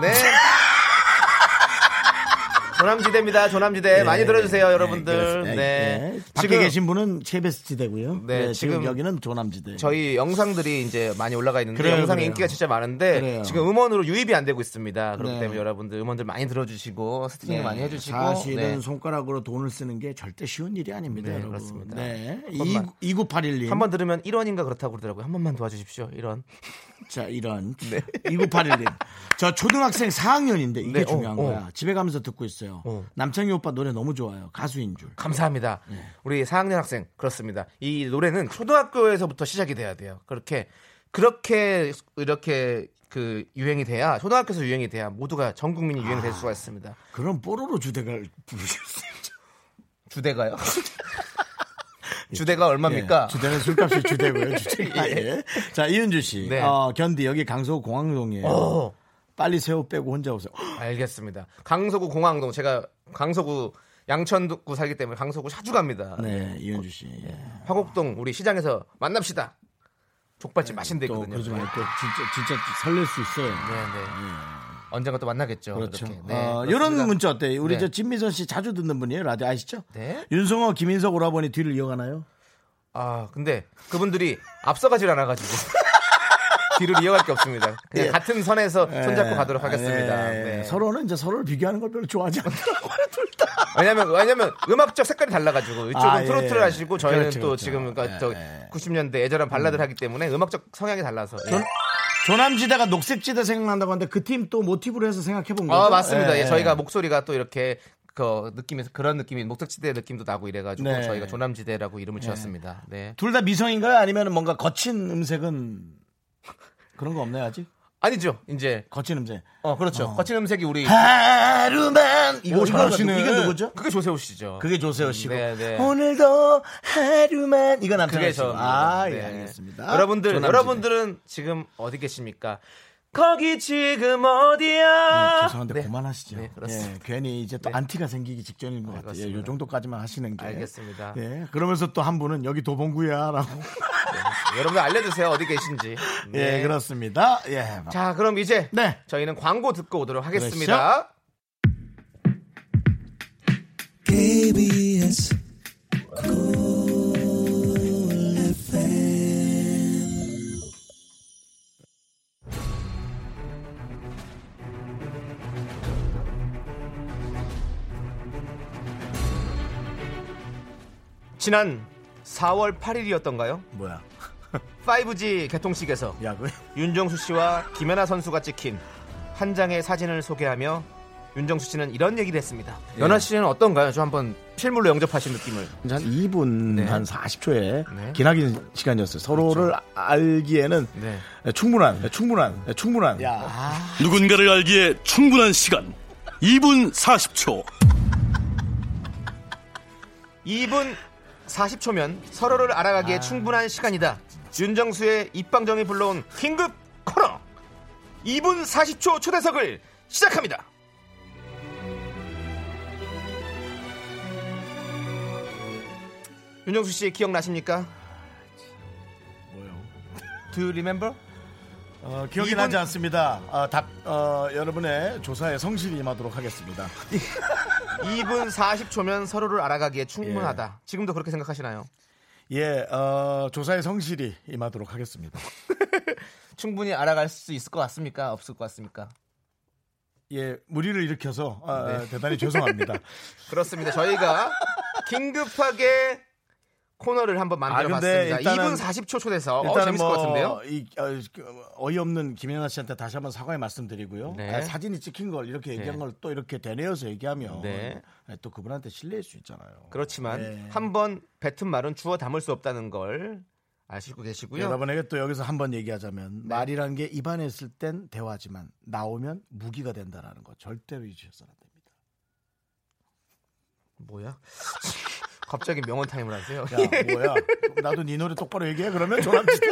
Speaker 2: 네. *laughs* 조남지대입니다. 조남지대 많이 들어주세요, 여러분들.
Speaker 1: 네. 그렇습니다.
Speaker 2: 네.
Speaker 1: 예. 밖에 계신 분은 KBS지대고요.
Speaker 2: 네,
Speaker 1: 네, 지금,
Speaker 2: 지금
Speaker 1: 여기는 조남지대.
Speaker 2: 저희 영상들이 이제 많이 올라가 있는데
Speaker 1: 그래요,
Speaker 2: 영상
Speaker 1: 그래요.
Speaker 2: 인기가 진짜 많은데
Speaker 1: 그래요.
Speaker 2: 지금 음원으로 유입이 안 되고 있습니다. 그렇기
Speaker 1: 네.
Speaker 2: 때문에 여러분들 음원들 많이 들어주시고 스트리밍 많이 해주시고
Speaker 1: 사실은
Speaker 2: 네.
Speaker 1: 손가락으로 돈을 쓰는 게 절대 쉬운 일이 아닙니다.
Speaker 2: 네,
Speaker 1: 여러분.
Speaker 2: 그렇습니다.
Speaker 1: 네.
Speaker 2: 번만.
Speaker 1: 2981님.
Speaker 2: 한 번 들으면 1원인가 그렇다고 그러더라고요. 한 번만 도와주십시오. 1원.
Speaker 1: 자, 이런. *laughs* 2981님. 저 초등학생 4학년인데 이게
Speaker 2: 네, 어,
Speaker 1: 중요한
Speaker 2: 어.
Speaker 1: 거야. 집에 가면서 듣고 있어요.
Speaker 2: 어.
Speaker 1: 남창희 오빠 노래 너무 좋아요. 가수인 줄.
Speaker 2: 감사합니다.
Speaker 1: 예.
Speaker 2: 우리 4학년 학생 그렇습니다. 이 노래는 초등학교에서부터 시작이 돼야 돼요. 그렇게 그렇게 이렇게 그 유행이 돼야 초등학교에서 유행이 돼야 모두가 전 국민이 유행이
Speaker 1: 아.
Speaker 2: 될 수가 있습니다.
Speaker 1: 그럼 뽀로로 주대가 부르셨어요.
Speaker 2: *laughs* 주대가요? 주대가 얼마입니까?
Speaker 1: 예, 주대는
Speaker 2: *laughs*
Speaker 1: 술값이 주대고요. 주대가 예. 자 이은주 씨,
Speaker 2: 네.
Speaker 1: 어, 견디 여기 강서구 공항동이에요.
Speaker 2: 어.
Speaker 1: 빨리 새우 빼고 혼자 오세요.
Speaker 2: 알겠습니다. 강서구 공항동 제가 강서구 양천구 살기 때문에 강서구 자주 갑니다.
Speaker 1: 네, 이은주 씨.
Speaker 2: 화곡동 우리 시장에서 만납시다. 족발집 맛있는 데 있거든요.
Speaker 1: 그러지 말고 진짜 진짜 설렐 수 있어요.
Speaker 2: 네, 네. 언젠가 또 만나겠죠.
Speaker 1: 예. 그렇죠.
Speaker 2: 이렇게. 네,
Speaker 1: 어,
Speaker 2: 그렇습니다.
Speaker 1: 이런 문자 어때요? 우리
Speaker 2: 네.
Speaker 1: 저 진미선 씨 자주 듣는 분이에요. 라디오 아시죠?
Speaker 2: 네.
Speaker 1: 윤성호, 김인석 오라버니 뒤를 이어가나요?
Speaker 2: 아 근데 그분들이 앞서가질 않아가지고 *laughs* 뒤를 이어갈 게 없습니다.
Speaker 1: 예.
Speaker 2: 그냥 같은 선에서 손잡고
Speaker 1: 예.
Speaker 2: 가도록 하겠습니다.
Speaker 1: 예.
Speaker 2: 네.
Speaker 1: 서로는 이제 서로를 비교하는 걸 별로 좋아하지
Speaker 2: *laughs*
Speaker 1: 않더라고요.
Speaker 2: 왜냐면 왜냐면 음악적 색깔이 달라가지고 이쪽은
Speaker 1: 아, 예,
Speaker 2: 트로트를
Speaker 1: 예.
Speaker 2: 하시고 저희는
Speaker 1: 그렇죠,
Speaker 2: 또
Speaker 1: 그렇죠.
Speaker 2: 지금 그러니까 저 90년대 예전한 발라드를 하기 때문에 음악적 성향이 달라서 예.
Speaker 1: 조남지대가 녹색지대 생각난다고 하는데 그 팀 또 모티브로 해서 생각해 본 거죠?
Speaker 2: 아 맞습니다. 예, 저희가 목소리가 또 이렇게 그 느낌에서 그런 느낌이 목적지대 느낌도 나고 이래가지고
Speaker 1: 네.
Speaker 2: 저희가 조남지대라고 이름을 지었습니다. 네.
Speaker 1: 둘 다 미성인가요? 아니면 뭔가 거친 음색은 그런 거 없나요 아직?
Speaker 2: 아니죠. 이제
Speaker 1: 거친 음색.
Speaker 2: 어 그렇죠. 거친 음색이 우리
Speaker 1: 아,
Speaker 2: 뭐
Speaker 1: 하루만 이거
Speaker 2: 오,
Speaker 1: 이거
Speaker 2: 잘하시네.
Speaker 1: 누구- 이게 누구죠?
Speaker 2: 그게 조세호 씨죠.
Speaker 1: 그게 조세호 씨고
Speaker 2: 네, 네.
Speaker 1: 오늘도 하루만 이거 남편이
Speaker 2: 그게
Speaker 1: 씨.
Speaker 2: 저.
Speaker 1: 아, 예, 알겠습니다.
Speaker 2: 여러분들,
Speaker 1: 조남지대.
Speaker 2: 여러분들은 지금 어디 계십니까? 거기 지금 어디야?
Speaker 1: 네, 죄송한데 그만하시죠.
Speaker 2: 아, 네, 그렇습니다. 네.
Speaker 1: 예, 괜히 이제 또 안티가 생기기 직전인 것 같아요. 예, 요 정도까지만 하시는 게.
Speaker 2: 알겠습니다.
Speaker 1: 예, 그러면서 또 한 분은 여기
Speaker 2: *laughs*
Speaker 1: 도봉구야라고.
Speaker 2: 여러분들 알려주세요. 어디 계신지.
Speaker 1: 예, 그렇습니다. 예.
Speaker 2: 네.
Speaker 1: 네.
Speaker 2: 자, 그럼 이제 저희는 광고 듣고 오도록 하겠습니다.
Speaker 12: KBS Cool FM
Speaker 2: 지난 4월 8일이었던가요?
Speaker 1: 뭐야?
Speaker 2: 5G 개통식에서 윤정수 씨와 김연아 선수가 찍힌 한 장의 사진을 소개하며 윤정수 씨는 이런 얘기를 했습니다.
Speaker 1: 예.
Speaker 2: 연아 씨는 어떤가요? 저 한번 실물로 영접하신 느낌을.
Speaker 1: 이제 *laughs* 한 2분 한 40초에
Speaker 2: 네. 그렇죠.
Speaker 1: 기나긴 시간이었어요. 서로를 아, 알기에는 예,
Speaker 2: 네.
Speaker 1: 충분한, 충분한, 충분한.
Speaker 13: 누군가를 알기에 충분한 시간 2분 40초
Speaker 2: 2분 40초면 서로를 알아가기에 충분한 시간이다. 윤정수의 입방정이 불러온 긴급 코너 2분 40초 초대석을 시작합니다. 윤정수 씨 기억나십니까?
Speaker 1: 뭐요?
Speaker 2: Do you remember?
Speaker 1: 어, 기억이
Speaker 2: 이분-
Speaker 1: 나지 않습니다. 아, 답, 어, 여러분의 조사에 성실히 임하도록 하겠습니다.
Speaker 2: 2분 40초면 서로를 알아가기에 충분하다. 지금도 그렇게 생각하시나요?
Speaker 1: 예, 어, 조사에 성실히 임하도록 하겠습니다.
Speaker 2: 충분히 알아갈 수 있을 것 같습니까? 없을 것 같습니까?
Speaker 1: 예, 무리를 일으켜서 아,
Speaker 2: 네.
Speaker 1: 아, 대단히 죄송합니다.
Speaker 2: 그렇습니다. *laughs* 저희가 긴급하게 코너를 한번 만들어봤습니다. 2분 40초 초대서 *laughs* 어, 재밌을 것 같은데요.
Speaker 1: 이, 어, 이없는 김연아 씨한테 다시 한번 사과의 말씀드리고요.
Speaker 2: 네.
Speaker 1: 아, 사진이 찍힌 걸 이렇게 얘기한
Speaker 2: 네.
Speaker 1: 걸 또 이렇게 되뇌어서 얘기하면
Speaker 2: 네.
Speaker 1: 아, 또 그분한테 실례일 수 있잖아요.
Speaker 2: 그렇지만
Speaker 1: 네.
Speaker 2: 한 번 뱉은 말은 주워 담을 수 없다는 걸 아시고 계시고요. 네.
Speaker 1: 여러분에게 또 여기서 한번 얘기하자면 말이란 게 입안에 있을 땐 대화지만 나오면 무기가 된다라는 거 절대로 잊으셔서는 안 됩니다.
Speaker 2: 뭐야? *laughs* 갑자기 명언 타임을 하세요. *laughs*
Speaker 1: 야 뭐야? 나도 네 노래 똑바로 얘기해 그러면 조남지대.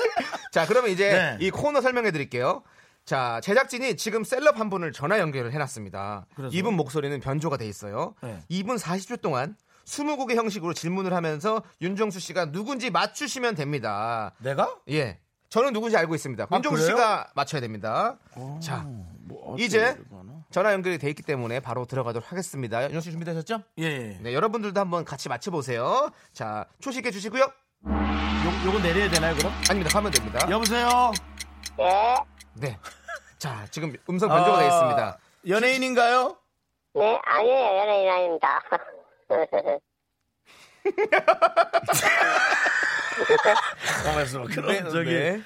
Speaker 2: 자, 그러면 이제
Speaker 1: 네.
Speaker 2: 이 코너 설명해 드릴게요. 자, 제작진이 지금 셀럽 한 분을 전화 연결을 해놨습니다.
Speaker 1: 그래서?
Speaker 2: 이분 목소리는 변조가 돼 있어요.
Speaker 1: 네.
Speaker 2: 2분 40초 동안 20곡의 형식으로 질문을 하면서 윤정수 씨가 누군지 맞추시면 됩니다.
Speaker 1: 내가?
Speaker 2: 예. 저는 누군지 알고 있습니다.
Speaker 1: 아,
Speaker 2: 윤정수
Speaker 1: 그래요?
Speaker 2: 씨가 맞춰야 됩니다.
Speaker 1: 뭐
Speaker 2: 자, 이제 전화 연결이 돼 있기 때문에 바로 들어가도록 하겠습니다. 윤정수 씨 준비되셨죠?
Speaker 1: 예. 예.
Speaker 2: 네, 여러분들도 한번 같이 맞춰보세요. 자, 초식해 주시고요.
Speaker 1: 요, 요거 내려야 되나요, 그럼?
Speaker 2: 아닙니다. 가면 됩니다.
Speaker 1: 여보세요.
Speaker 14: 예?
Speaker 2: 네. 자, 지금 음성 변조가 되어 있습니다.
Speaker 1: 연예인인가요?
Speaker 14: 네, 아니에요. 연예인 아닙니다. *laughs*
Speaker 1: 잠깐만요. 그럼
Speaker 2: 네,
Speaker 1: *laughs* 저기
Speaker 2: 네.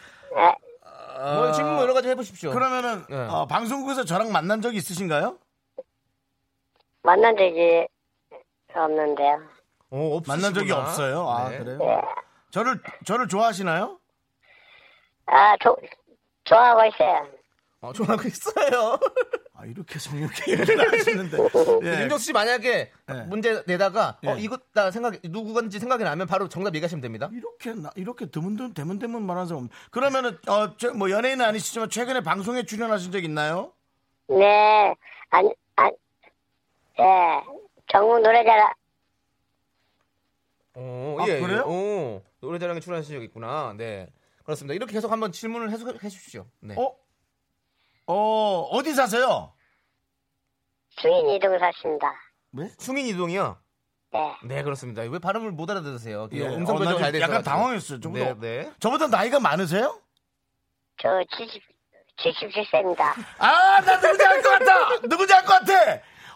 Speaker 1: 아,
Speaker 2: 뭐 질문 뭐 여러 가지 해보십시오.
Speaker 1: 그러면은 어, 방송국에서 저랑 만난 적 있으신가요?
Speaker 14: 만난 적이 없는데요.
Speaker 2: 오,
Speaker 1: 만난 적이
Speaker 14: 없으시구나.
Speaker 1: 없어요. 아
Speaker 14: 네.
Speaker 1: 그래요? 저를 저를 좋아하시나요?
Speaker 14: 아, 조, 좋아하고 있어요.
Speaker 1: *laughs*
Speaker 2: 어, 좋아하고 있어요.
Speaker 1: 아, 이렇게 *laughs* 성욕해 얘기를 하시는데. 예.
Speaker 2: 윤정수 씨 만약에
Speaker 1: 네.
Speaker 2: 문제 내다가 어, 이거 나 생각 누구건지 생각이 나면 바로 정답 얘기하시면 됩니다.
Speaker 1: 이렇게 나- 이렇게 드문드문 대문대문 말하는 사람 없- 그러면은 어, 저, 뭐 연예인은 아니시지만 최근에 방송에 출연하신 적 있나요?
Speaker 14: 네, 안, 안, 예, 정우 노래 잘,
Speaker 2: 어,
Speaker 1: 아, 그래요?
Speaker 2: 어, 노래자랑에 출연하신 적 있구나. 네. 그렇습니다. 이렇게 계속 한번 질문을 해소- 해 주십시오. 네.
Speaker 1: 어? 어, 어디 사세요?
Speaker 14: 수인 이동 사십니다.
Speaker 1: 네?
Speaker 2: 승인 이동이요?
Speaker 14: 네.
Speaker 2: 네, 그렇습니다. 왜 발음을 못 알아들으세요? 그
Speaker 1: 예.
Speaker 2: 음성
Speaker 1: 어, 나
Speaker 2: 변조
Speaker 1: 지금
Speaker 2: 잘 되죠.
Speaker 1: 약간 당황했어요. 좀
Speaker 2: 네,
Speaker 1: 더.
Speaker 2: 네.
Speaker 1: 저보다 나이가 많으세요?
Speaker 14: 저 70, 77세입니다.
Speaker 1: 아, 나 누군지 알 것 같다! 누군지 알 것 같아!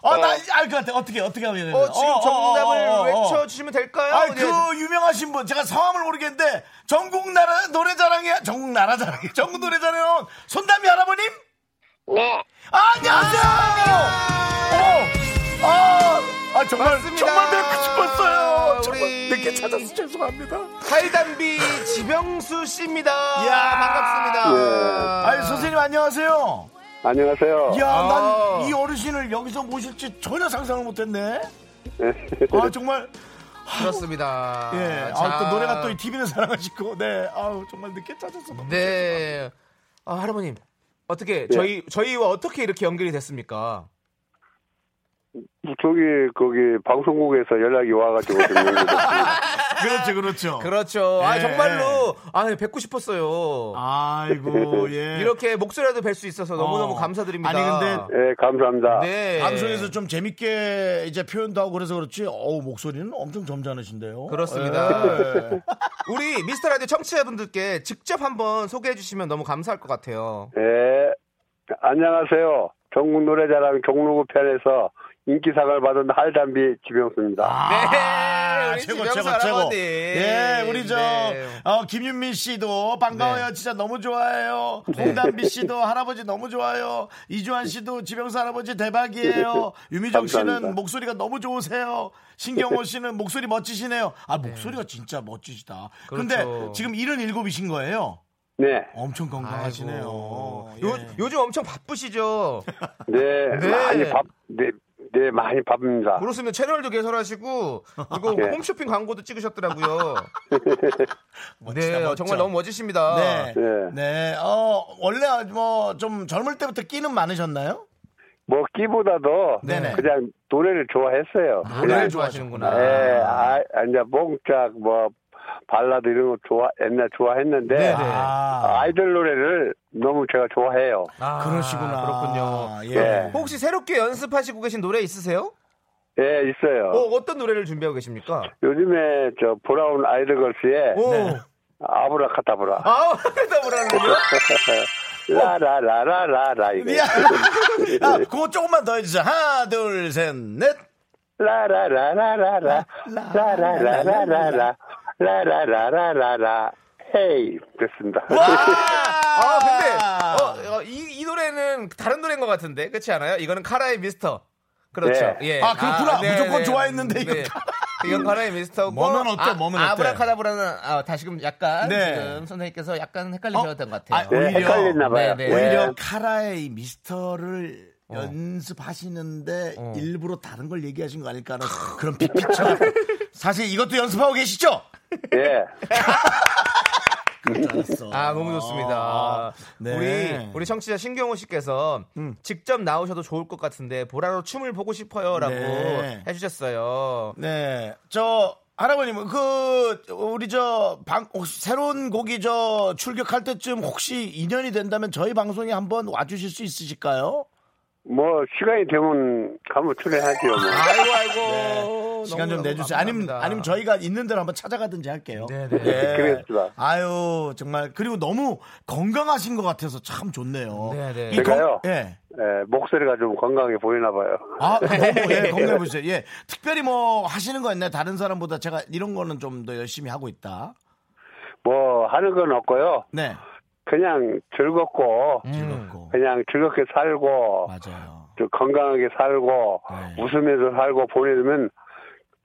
Speaker 1: 어, 나 알 것 같아. 어떻게, 네. 어떻게 하면 되나?
Speaker 2: 어, 지금 정답을
Speaker 1: 어, 어, 어, 어.
Speaker 2: 외쳐주시면 될까요?
Speaker 1: 아니,
Speaker 2: 네.
Speaker 1: 그 유명하신 분, 제가 성함을 모르겠는데, 전국 나라, 노래자랑에, 전국 나라자랑에, 전국 노래자랑에 온 손담비 할아버님? 아,
Speaker 14: 네.
Speaker 1: 안녕하세요! 아, 어, 아, 아, 정말, 정말 뵙고 싶었어요. 정말 늦게 찾아서 죄송합니다.
Speaker 2: 칼담비 지명수 씨입니다. 예.
Speaker 1: 이야,
Speaker 2: 반갑습니다.
Speaker 1: 아니, 선생님 안녕하세요.
Speaker 15: 안녕하세요.
Speaker 1: 이야,
Speaker 2: 아.
Speaker 1: 난 이 어르신을 여기서 모실지 전혀 상상을 못했네. 아, 정말.
Speaker 2: 그렇습니다.
Speaker 1: 예, 아,
Speaker 2: 자.
Speaker 1: 또 노래가 또이 TV는 사랑하시고, 네, 아우 정말 늦게 찾아서 너무
Speaker 2: 네. 아, 할아버님. 어떻게
Speaker 15: 네.
Speaker 2: 저희 저희와 어떻게 이렇게 연결이 됐습니까?
Speaker 15: 뭐, 저기 거기 방송국에서 연락이 와가지고 좀 연결이 됐습니다.
Speaker 1: 그렇죠, 그렇죠.
Speaker 2: 그렇죠. 아,
Speaker 15: 예,
Speaker 2: 정말로 아, 뵙고 싶었어요.
Speaker 1: 아이고, 아, 예.
Speaker 2: 이렇게 목소리라도 뵐 수 있어서 너무너무
Speaker 1: 어.
Speaker 2: 감사드립니다.
Speaker 1: 아니, 근데-
Speaker 15: 네, 감사합니다.
Speaker 2: 네.
Speaker 1: 방송에서 좀 재밌게 이제 표현도 하고 그래서 그렇지, 어우 목소리는 엄청 점잖으신데요. 예.
Speaker 2: 그렇습니다. *laughs* 우리 미스터 라디오 청취자분들께 직접 한번 소개해 주시면 너무 감사할 것 같아요.
Speaker 15: 예. 안녕하세요. 전국 노래자랑 종로구 편에서 인기상을 받은 할담비 지명수입니다.
Speaker 1: 아, 최고, 최고, 최고. 예, 우리 저, 어, 김윤민 씨도 반가워요. 진짜 너무 좋아해요.
Speaker 15: 네.
Speaker 1: 홍담비 씨도 할아버지 너무 좋아요. 이주환 씨도 지명수 할아버지 대박이에요. 유미정 씨는
Speaker 15: 감사합니다.
Speaker 1: 목소리가 너무 좋으세요. 신경호 씨는 목소리 멋지시네요. 아, 목소리가 진짜 멋지시다. 근데
Speaker 2: 그렇죠.
Speaker 1: 지금 77이신 거예요?
Speaker 15: 네.
Speaker 1: 엄청 건강하시네요. 예.
Speaker 2: 요, 요즘 엄청 바쁘시죠?
Speaker 15: 네,
Speaker 2: 네.
Speaker 15: 많이 밥, 네, 네, 많이 밥입니다.
Speaker 2: 그렇습니다. 채널도 개설하시고 그리고
Speaker 15: 네.
Speaker 2: 홈쇼핑 광고도 *laughs* 찍으셨더라고요.
Speaker 1: 멋지다,
Speaker 2: 네,
Speaker 1: 멋져.
Speaker 2: 정말 너무 멋지십니다.
Speaker 1: 네. 네. 어, 원래 뭐 좀 젊을 때부터 끼는 많으셨나요?
Speaker 15: 뭐 끼보다도
Speaker 1: 네네.
Speaker 15: 그냥 노래를 좋아했어요.
Speaker 2: 노래를
Speaker 15: 그냥-
Speaker 2: 좋아하시는구나.
Speaker 15: 네, 아, 아, 이제 몽짝 뭐 발라드 이런 거 좋아 옛날 좋아했는데
Speaker 2: 네네.
Speaker 15: 아. 이들 노래를 너무 제가 좋아해요.
Speaker 2: 아,
Speaker 1: 그러시구나.
Speaker 2: 그렇군요.
Speaker 1: 어,
Speaker 15: 예.
Speaker 2: 혹시 새롭게 연습하시고 계신 노래 있으세요?
Speaker 15: 예, 있어요.
Speaker 2: 어, 어떤 노래를 준비하고 계십니까?
Speaker 15: 요즘에 저 브라운 아이드걸스의
Speaker 2: 네.
Speaker 15: 아브라카타브라.
Speaker 2: 아, *laughs* 그래서 뭐라는요?
Speaker 15: 라라라라라라 이거.
Speaker 1: *laughs* 아, 그거 조금만 더 해주세요. 하나, 둘, 셋, 넷.
Speaker 15: 라라라라라라 라라라라라라 라라라라라라 헤이 됐습니다.
Speaker 2: 아, 근데 어, 어, 이, 이 노래는 다른 노래인 것 같은데 그렇지 않아요? 이거는 카라의 미스터. 그렇죠.
Speaker 15: 네.
Speaker 2: 예.
Speaker 1: 아, 그렇구나. 무조건 좋아했는데 이거
Speaker 2: 네. *laughs* 이건 카라의 미스터고
Speaker 1: 뭐면 어때,
Speaker 2: 아,
Speaker 1: 뭐면 어때?
Speaker 2: 아브라카다브라는 아, 다시 금 약간
Speaker 1: 네. 어?
Speaker 2: 지금 선생님께서 약간 헷갈리셨던 것 같아요.
Speaker 15: 네, 헷갈렸나 봐요.
Speaker 2: 네, 네.
Speaker 1: 오히려 카라의 이 미스터를 연습하시는데 일부러 다른 걸 얘기하신 거 아닐까라는 그런 *laughs* 빅피처. 사실 이것도 연습하고 계시죠?
Speaker 15: 예.
Speaker 2: 아 너무 좋습니다.
Speaker 1: 네. 음.
Speaker 2: 우리 우리 청취자 신경호 씨께서 직접 나오셔도 좋을 것 같은데 보라로 춤을 보고 싶어요라고
Speaker 1: 네.
Speaker 2: 해주셨어요.
Speaker 1: 네. 저, 할아버님, 그, 우리 저, 방, 혹시 새로운 곡이 저 출격할 때쯤 혹시 인연이 된다면 저희 방송에 한번 와주실 수 있으실까요?
Speaker 15: 뭐 시간이 되면 한번 출연할게요. 뭐.
Speaker 2: 아이고 아이고
Speaker 1: 네. 시간 좀
Speaker 2: 네. 어, 너무너무
Speaker 1: 내주세요. 아니면,
Speaker 2: 감사합니다.
Speaker 1: 아니면 저희가 있는 데로 한번 찾아가든지 할게요.
Speaker 2: 네.
Speaker 1: 예.
Speaker 15: 그랬습니다.
Speaker 1: 아유, 정말. 그리고 너무 건강하신 것 같아서 참 좋네요. 이
Speaker 15: 제가요.
Speaker 1: 건- 예.
Speaker 15: 예, 목소리가 좀 건강해 보이나 봐요.
Speaker 1: 아, 너무,
Speaker 15: 네.
Speaker 1: 예, 건강해 보세요. 예. 특별히 뭐 하시는 거 있나요? 다른 사람보다 제가 이런 거는 좀 더 열심히 하고 있다.
Speaker 15: 뭐 하는 건 없고요.
Speaker 1: 네.
Speaker 15: 그냥 즐겁고
Speaker 1: 음.
Speaker 15: 그냥 즐겁게 살고 좀그 건강하게 살고
Speaker 1: 네.
Speaker 15: 웃으면서 살고 보내면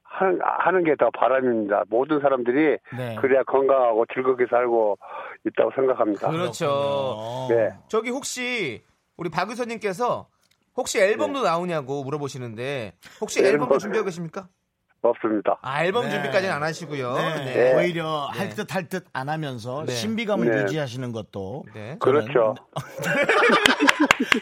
Speaker 15: 하는, 하는 게 더 바람입니다. 모든 사람들이
Speaker 1: 네.
Speaker 15: 그래야 건강하고 즐겁게 살고
Speaker 1: 그렇죠.
Speaker 15: 있다고 생각합니다.
Speaker 1: 어.
Speaker 2: 그렇죠.
Speaker 15: 네.
Speaker 2: 저기 혹시 우리 박유선님께서 혹시 앨범도 나오냐고 물어보시는데 혹시
Speaker 15: 네,
Speaker 2: 앨범도
Speaker 15: 뭐-
Speaker 2: 준비하고 계십니까?
Speaker 15: 없습니다.
Speaker 2: 아, 앨범
Speaker 1: 네.
Speaker 2: 준비까지는 안 하시고요.
Speaker 1: 네.
Speaker 2: 네.
Speaker 1: 오히려
Speaker 2: 네.
Speaker 1: 할 듯 할 듯 안 하면서
Speaker 2: 네.
Speaker 1: 신비감을
Speaker 2: 네.
Speaker 1: 유지하시는 것도
Speaker 2: 네.
Speaker 15: 그렇죠.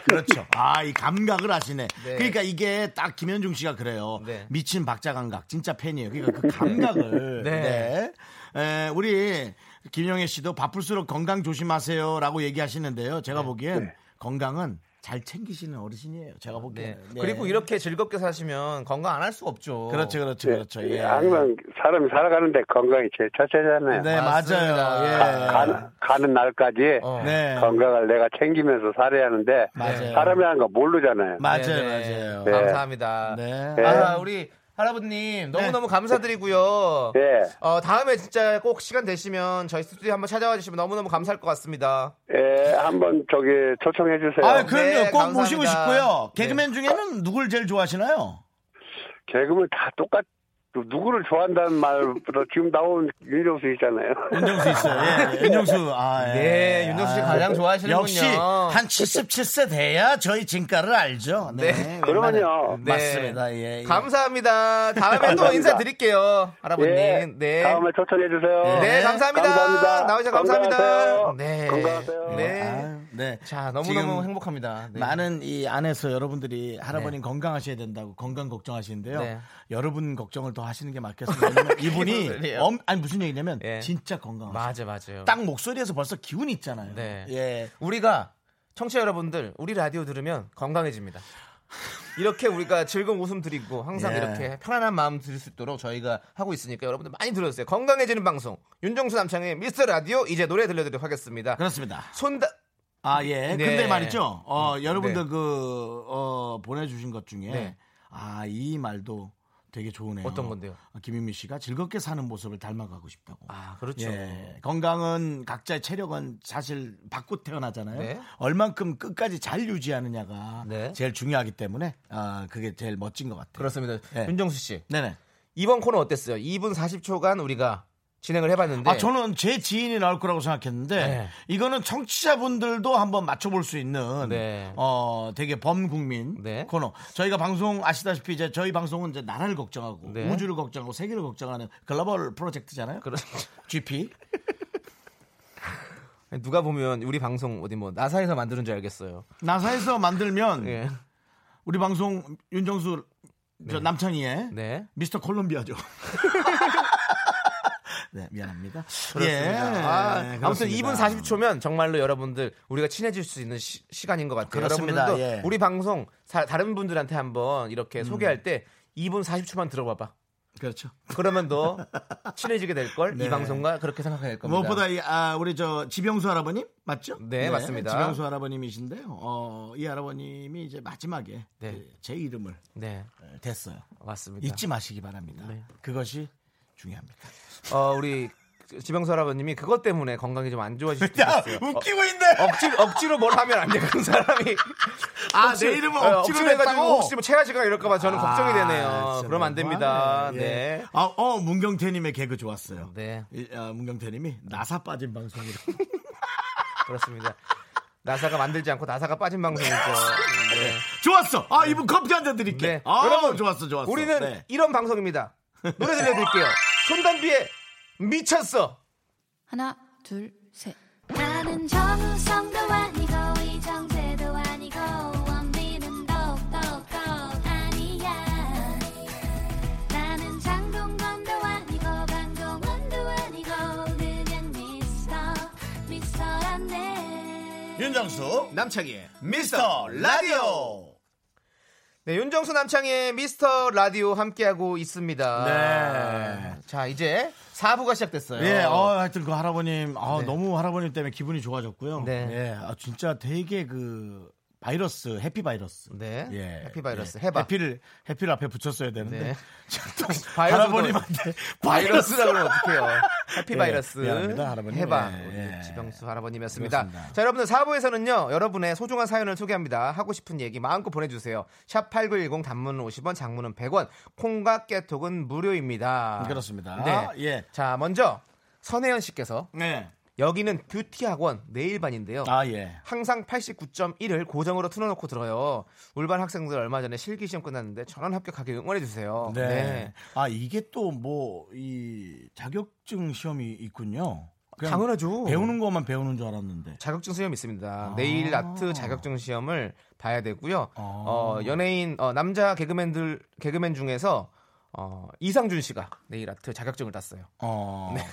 Speaker 1: 그렇죠. 아, 이 감각을 아시네.
Speaker 2: 네.
Speaker 1: 그러니까 이게 딱 김현중 씨가 그래요.
Speaker 2: 네.
Speaker 1: 미친 박자 감각. 진짜 팬이에요. 그러니까 그 감각을.
Speaker 2: *laughs* 네.
Speaker 1: 네. 에, 우리 김영애 씨도 바쁠수록 건강 조심하세요라고 얘기하시는데요. 제가
Speaker 2: 네.
Speaker 1: 보기엔 건강은 잘 챙기시는 어르신이에요. 제가 보기엔. 네.
Speaker 2: 그리고 이렇게 즐겁게 사시면 건강 안 할 수가 없죠.
Speaker 1: 그렇죠, 그렇죠, 그렇죠. 예.
Speaker 15: 항상 사람이 살아가는데 건강이 제일 첫째잖아요.
Speaker 1: 네, 맞아요. 예.
Speaker 15: 가, 가는 날까지
Speaker 1: 네.
Speaker 15: 건강을 내가 챙기면서 살아야 하는데
Speaker 1: 맞아요.
Speaker 15: 사람이라는 거 모르잖아요.
Speaker 2: 맞아요,
Speaker 15: 네.
Speaker 2: 감사합니다.
Speaker 15: 네.
Speaker 2: 아, 우리 할아버님 너무너무 감사드리고요.
Speaker 15: 예.
Speaker 2: 어, 다음에 진짜 꼭 시간 되시면 저희 스튜디오 한번 찾아와 주시면 너무너무 감사할 것 같습니다.
Speaker 15: 예, 한번 저기 초청해 주세요.
Speaker 1: 아, 그럼요. 꼭
Speaker 2: 네, 감사합니다. 네.
Speaker 1: 모시고 싶고요. 개그맨 중에는 누굴 제일 좋아하시나요?
Speaker 15: 개그맨 다 똑같. 누구를 좋아한다는 말보다 지금 나온 윤정수 있잖아요.
Speaker 1: 윤정수 있어요. 예, *laughs* 윤정수. 아, 예.
Speaker 2: 네, 윤정수 씨 가장 좋아하시는군요.
Speaker 1: 역시 한 77세 돼야 저희 진가를 알죠. 네.
Speaker 2: 네.
Speaker 1: 웬만한-
Speaker 2: 네.
Speaker 1: 맞습니다. 예. 예.
Speaker 2: 감사합니다. 다음에 또
Speaker 1: 감사합니다.
Speaker 2: 인사드릴게요. 할아버님.
Speaker 1: 예,
Speaker 2: 네.
Speaker 15: 다음에 초청해 주세요.
Speaker 2: 네, 감사합니다.
Speaker 15: 감사합니다.
Speaker 2: 나오셔서 감사합니다.
Speaker 15: 건강하세요.
Speaker 2: 네.
Speaker 15: 건강하세요.
Speaker 2: 네.
Speaker 1: 네.
Speaker 2: 자, 너무너무
Speaker 1: 지금
Speaker 2: 행복합니다. 네.
Speaker 1: 많은 이 안에서 여러분들이 할아버님 건강하셔야 된다고 건강 걱정하시는데요.
Speaker 2: 네.
Speaker 1: 여러분 걱정을 더 하시는 게 맞겠습니다.
Speaker 2: *laughs*
Speaker 1: 왜냐면 이분이
Speaker 2: 그래요.
Speaker 1: 엄, 아니 무슨 얘기냐면
Speaker 2: 예.
Speaker 1: 진짜 건강하세요.
Speaker 2: 맞아, 맞아요.
Speaker 1: 딱 목소리에서 벌써 기운이 있잖아요.
Speaker 2: 네.
Speaker 1: 예.
Speaker 2: 우리가 청취자 여러분들 우리 라디오 들으면 건강해집니다. 이렇게 우리가 즐거운 웃음 드리고 항상
Speaker 1: 예.
Speaker 2: 이렇게 편안한 마음 드릴 수 있도록 저희가 하고 있으니까 여러분들 많이 들어주세요. 건강해지는 방송 윤정수 남창의 미스터 라디오 이제 노래 들려드리도록 하겠습니다.
Speaker 1: 그렇습니다.
Speaker 2: 손다
Speaker 1: 아, 예.
Speaker 2: 네.
Speaker 1: 근데 말이죠. 어,
Speaker 2: 음,
Speaker 1: 여러분들
Speaker 2: 네.
Speaker 1: 그, 어, 보내주신 것 중에,
Speaker 2: 네.
Speaker 1: 아, 이 말도 되게 좋으네요.
Speaker 2: 어떤 건데요?
Speaker 1: 아, 김윤미 씨가 즐겁게 사는 모습을 닮아가고 싶다고.
Speaker 2: 아 그렇죠.
Speaker 1: 예. 건강은 각자의 체력은 사실 받고 태어나잖아요.
Speaker 2: 네.
Speaker 1: 얼만큼 끝까지 잘 유지하느냐가
Speaker 2: 네.
Speaker 1: 제일 중요하기 때문에, 아, 그게 제일 멋진 것 같아요.
Speaker 2: 그렇습니다.
Speaker 1: 네.
Speaker 2: 윤정수 씨
Speaker 1: 네네.
Speaker 2: 이번 코너 어땠어요? 2분 40초간 우리가 진행을 해봤는데
Speaker 1: 아, 저는 제 지인이 나올 거라고 생각했는데,
Speaker 2: 네.
Speaker 1: 이거는 청취자분들도 한번 맞춰볼 수 있는,
Speaker 2: 네.
Speaker 1: 어, 되게 범국민
Speaker 2: 네.
Speaker 1: 코너. 저희가 방송 아시다시피 이제 저희 방송은 이제 나라를 걱정하고,
Speaker 2: 네.
Speaker 1: 우주를 걱정하고, 세계를 걱정하는 글로벌 프로젝트잖아요.
Speaker 2: 그렇죠.
Speaker 1: GP.
Speaker 2: 누가 보면 우리 방송 어디 뭐 나사에서 만드는 줄 알겠어요.
Speaker 1: 나사에서 만들면,
Speaker 2: 예.
Speaker 1: 우리 방송 윤정수 저 남창희의
Speaker 2: 네.
Speaker 1: 미스터
Speaker 2: *laughs*
Speaker 1: 콜롬비아죠. 네, 미안합니다.
Speaker 2: 그렇습니다. 아, 아무튼
Speaker 1: 예. 그렇습니다.
Speaker 2: 2분 40초면 정말로 여러분들 우리가 친해질 수 있는 시, 간인것 같아요.
Speaker 1: 그렇습니다.
Speaker 2: 여러분들도
Speaker 1: 예. 음.
Speaker 2: 우리 방송 사- 다른 분들한테 한번 이렇게 소개할 때 2분 40초만 들어봐봐.
Speaker 1: 그렇죠.
Speaker 2: 그러면 너
Speaker 1: *laughs*
Speaker 2: 친해지게 될 걸 이
Speaker 1: 네.
Speaker 2: 방송과 그렇게 생각해야 될 겁니다.
Speaker 1: 무엇보다 이, 아, 우리 저 지병수 할아버님 맞죠?
Speaker 2: 네, 맞습니다.
Speaker 1: 지병수 할아버님이신데요. 어, 이 할아버님이 이제 마지막에
Speaker 2: 네.
Speaker 1: 그제 이름을 예,
Speaker 2: 네
Speaker 1: 댔어요.
Speaker 2: 맞습니다. 네.
Speaker 1: 잊지 마시기 바랍니다. 그것이 중요합니다.
Speaker 2: 어, 우리 지병수 할아버님이 그것 때문에 건강이 좀 안 좋아지실 수도
Speaker 1: 야,
Speaker 2: 있어요.
Speaker 1: 웃기고 있네.
Speaker 2: 억지로, 억지로 뭘 하면 안 돼, 그
Speaker 1: *laughs*
Speaker 2: 사람이.
Speaker 1: 아,
Speaker 2: 혹시-
Speaker 1: 내 이름을
Speaker 2: 네,
Speaker 1: 억지로
Speaker 2: 해가지고
Speaker 1: 냈다고?
Speaker 2: 혹시 뭐 체하지가 이럴까봐 저는 걱정이 되네요.
Speaker 1: 진짜
Speaker 2: 그럼 안 됩니다.
Speaker 1: 너무하네.
Speaker 2: 네.
Speaker 1: 예. 아, 어, 문경태님의 개그 좋았어요.
Speaker 2: 네,
Speaker 1: 이, 아, 문경태님이 나사 빠진 방송이라고. *laughs*
Speaker 2: 그렇습니다. 나사가 만들지 않고 나사가
Speaker 1: *laughs*
Speaker 2: 빠진 방송이죠. 네.
Speaker 1: 좋았어. 아, 이분 커피 한 잔 드릴게.
Speaker 2: 네.
Speaker 1: 아,
Speaker 2: 여러분,
Speaker 1: 좋았어, 좋았어.
Speaker 2: 우리는
Speaker 1: 네.
Speaker 2: 이런 방송입니다. 노래
Speaker 1: *laughs*
Speaker 2: 들려드릴게요. 손담비의 미쳤어.
Speaker 4: 하나, 둘, 셋.
Speaker 5: 나는 정우성도 아니고 이정재도 아니고 원빈은 더욱더 아니야 나는 장동건도 아니고 강동원도 아니고 그냥 미스터 미스터란데
Speaker 1: 윤정수, 남창희의 미스터 라디오.
Speaker 2: 네, 윤정수 남창의 미스터 라디오 함께하고 있습니다.
Speaker 1: 네.
Speaker 2: 자, 이제 4부가 시작됐어요.
Speaker 1: 예, 어, 하여튼 그 할아버님, 아,
Speaker 2: 네.
Speaker 1: 너무 할아버님 때문에 기분이 좋아졌고요.
Speaker 2: 네.
Speaker 1: 예, 아, 진짜 되게 그 바이러스, 해피 바이러스.
Speaker 2: 네.
Speaker 1: 예,
Speaker 2: 해피 바이러스.
Speaker 1: 예.
Speaker 2: 해봐.
Speaker 1: 해피를 해피를 앞에 붙였어야 되는데
Speaker 2: 네.
Speaker 1: *laughs* 자, 또
Speaker 2: 바이러스도-
Speaker 1: 할아버님한테
Speaker 2: *laughs* 바이러스라 그러면
Speaker 1: *laughs*
Speaker 2: 어떡해요. 해피
Speaker 1: 예,
Speaker 2: 바이러스.
Speaker 1: 미안합니다, 할아버님.
Speaker 2: 해봐.
Speaker 1: 예,
Speaker 2: 우리
Speaker 1: 예.
Speaker 2: 지병수 할아버님이었습니다.
Speaker 1: 그렇습니다.
Speaker 2: 자, 여러분들 4부에서는요. 여러분의 소중한 사연을 소개합니다. 하고 싶은 얘기 마음껏 보내주세요. 샵 8910 단문은 50원, 장문은 100원. 콩과 깨톡은 무료입니다.
Speaker 1: 그렇습니다.
Speaker 2: 네.
Speaker 1: 예.
Speaker 2: 자, 먼저 선혜연 씨께서
Speaker 1: 네.
Speaker 2: 여기는 뷰티 학원 내일반인데요.
Speaker 1: 아, 예.
Speaker 2: 항상 89.1을 고정으로 틀어놓고 들어요. 울반 학생들 얼마 전에 실기 시험 끝났는데 전원 합격하게 응원해 주세요.
Speaker 1: 네. 아 이게 또 뭐 이 자격증 시험이 있군요. 그냥
Speaker 2: 당연하죠. 네.
Speaker 1: 배우는 것만 배우는 줄 알았는데.
Speaker 2: 자격증 시험 있습니다. 내일 아트 자격증 시험을 봐야 되고요.
Speaker 1: 아.
Speaker 2: 어, 연예인 어, 남자 개그맨들 개그맨 중에서 어, 이상준 씨가 내일 아트 자격증을 땄어요.
Speaker 1: 어.
Speaker 2: *laughs*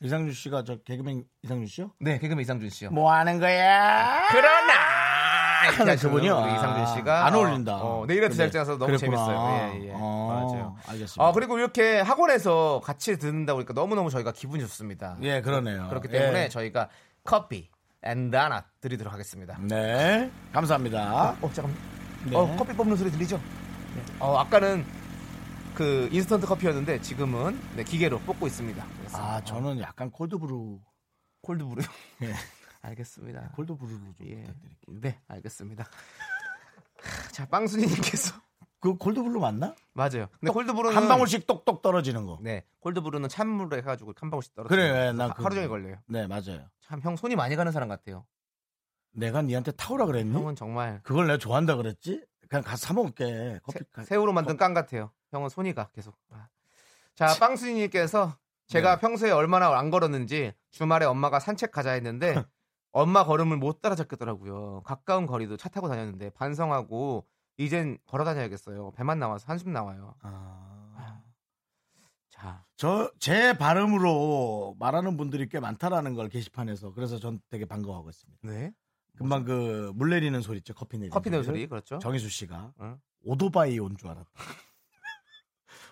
Speaker 1: 이상준 씨가 저 개그맨 이상준 씨요? 아.
Speaker 2: 네, 개그맨 이상준 씨요.
Speaker 1: 뭐 하는 거야?
Speaker 2: 아, 그러나
Speaker 1: 하는 그분이요. 아,
Speaker 2: 우리 이상준 씨가
Speaker 1: 안 어울린다.
Speaker 2: 어, 어, 내일
Speaker 1: 근데
Speaker 2: 아트 자격증에서 너무
Speaker 1: 그랬구나.
Speaker 2: 재밌어요. 예, 예.
Speaker 1: 어,
Speaker 2: 맞아요.
Speaker 1: 알겠습니다.
Speaker 2: 아 그리고 이렇게 학원에서 같이 듣는다 보니까 너무너무 저희가 기분이 좋습니다.
Speaker 1: 예, 그러네요.
Speaker 2: 그렇기 때문에
Speaker 1: 예.
Speaker 2: 저희가 커피 앤 다나 드리도록 하겠습니다.
Speaker 1: 네, 감사합니다.
Speaker 2: 어, 잠깐만.
Speaker 1: 네.
Speaker 2: 어, 커피 뽑는 소리 들리죠? 네. 어, 아까는 그 인스턴트 커피였는데 지금은 네, 기계로 뽑고 있습니다.
Speaker 1: 아, 저는 약간 콜드브루.
Speaker 2: 콜드브루. 네. *laughs* 알겠습니다.
Speaker 1: 콜드브루로 좀
Speaker 2: 부탁드릴게요. 네, 알겠습니다. *laughs* 자, 빵순이님께서 *laughs*
Speaker 1: 그 콜드브루 맞나?
Speaker 2: 맞아요. 근데
Speaker 1: 똑-
Speaker 2: 콜드브루는
Speaker 1: 어, 한 방울씩 똑똑 떨어지는 거.
Speaker 2: 음. 네, 콜드브루는 찬물로 해가지고 한 방울씩 떨어뜨려.
Speaker 1: 아, 그래, 난
Speaker 2: 하루 종일 걸려요.
Speaker 1: 네, 맞아요.
Speaker 2: 참 형 손이 많이 가는 사람 같아요.
Speaker 1: 내가 니한테 타오라 그랬니?
Speaker 2: 형은 정말
Speaker 1: 그걸 내가 좋아한다 그랬지? 그냥 가서 사 먹을게. 커피 가-
Speaker 2: 새우로 만든 깡 같아요. 형은 손이 가 계속. 아. 자, 빵순이님께서 제가 평소에 얼마나 안 걸었는지 주말에 엄마가 산책 가자 *laughs* 했는데 엄마 걸음을 못 따라잡겠더라고요. 가까운 거리도 차 타고 다녔는데 반성하고 이젠 걸어 다녀야겠어요. 배만 나와서 한숨 나와요. 아. 자,
Speaker 1: 저 제 발음으로 말하는 분들이 꽤 많다라는 걸 게시판에서 그래서 전 되게 반가워하고 있습니다.
Speaker 2: 네.
Speaker 1: 금방 그 물 내리는 소리 있죠 커피 내리는
Speaker 2: 커피 내는
Speaker 1: 소리를
Speaker 2: 소리, 그렇죠.
Speaker 1: 정희수 씨가
Speaker 2: 응.
Speaker 1: 오토바이 온 줄 알았다. *laughs*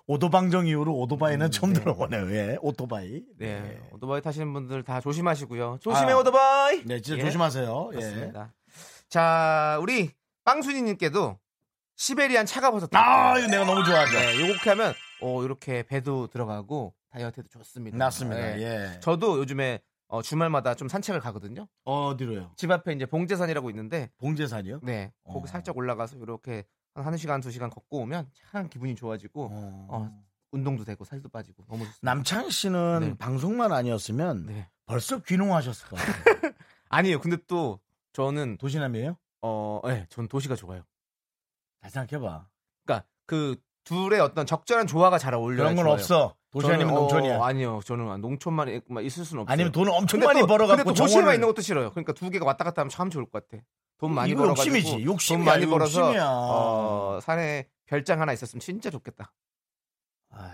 Speaker 1: 오토방정 이후로 오토바이는 처음 들어보네요. 예, 오토바이.
Speaker 2: 네. 오토바이 타시는 분들 다 조심하시고요. 조심해
Speaker 1: 아,
Speaker 2: 오토바이.
Speaker 1: 네, 진짜 조심하세요. 예.
Speaker 2: 그렇습니다. 자, 우리 빵순이님께도 시베리안 차가버섯.
Speaker 1: 아, 이거 내가 너무 좋아하죠.
Speaker 2: 네, 요렇게 하면 어, 이렇게 배도 들어가고 다이어트에도 좋습니다. 네.
Speaker 1: 맞습니다. 예.
Speaker 2: 저도 요즘에 어, 주말마다 좀 산책을 가거든요.
Speaker 1: 어디로요?
Speaker 2: 집 앞에 이제 봉제산이라고 있는데
Speaker 1: 봉제산이요?
Speaker 2: 네.
Speaker 1: 어.
Speaker 2: 거기 살짝 올라가서 이렇게 한 1시간, 2시간 걷고 오면 참 기분이 좋아지고 어. 운동도 되고 살도 빠지고 너무 좋습니다.
Speaker 1: 남창 씨는
Speaker 2: 네.
Speaker 1: 방송만 아니었으면 벌써 귀농하셨을 것 같아요.
Speaker 2: 아니에요. 근데 또 저는
Speaker 1: 도시남이에요?
Speaker 2: 어, 네, 전 도시가 좋아요.
Speaker 1: 잘 생각해봐.
Speaker 2: 그러니까 그 둘의 어떤 적절한 조화가 잘 어울려요.
Speaker 1: 그런 건 없어. 도시 아니면 농촌이야.
Speaker 2: 아니요, 저는 농촌만 있- 만 있을 수는 없어요.
Speaker 1: 아니면 돈을 엄청
Speaker 2: 근데
Speaker 1: 많이
Speaker 2: 또-
Speaker 1: 벌어갖고
Speaker 2: 근데 또 도시에만
Speaker 1: 정원을-
Speaker 2: 있는 것도 싫어요. 그러니까 두 개가 왔다 갔다 하면 참 좋을 것 같아. 돈 많이
Speaker 1: 이거
Speaker 2: 벌어 가지고
Speaker 1: 욕심이지. 욕심이야,
Speaker 2: 돈 많이
Speaker 1: 이거
Speaker 2: 벌어서
Speaker 1: 욕심이야.
Speaker 2: 어, 산에 별장 하나 있었으면 진짜 좋겠다.
Speaker 1: 아이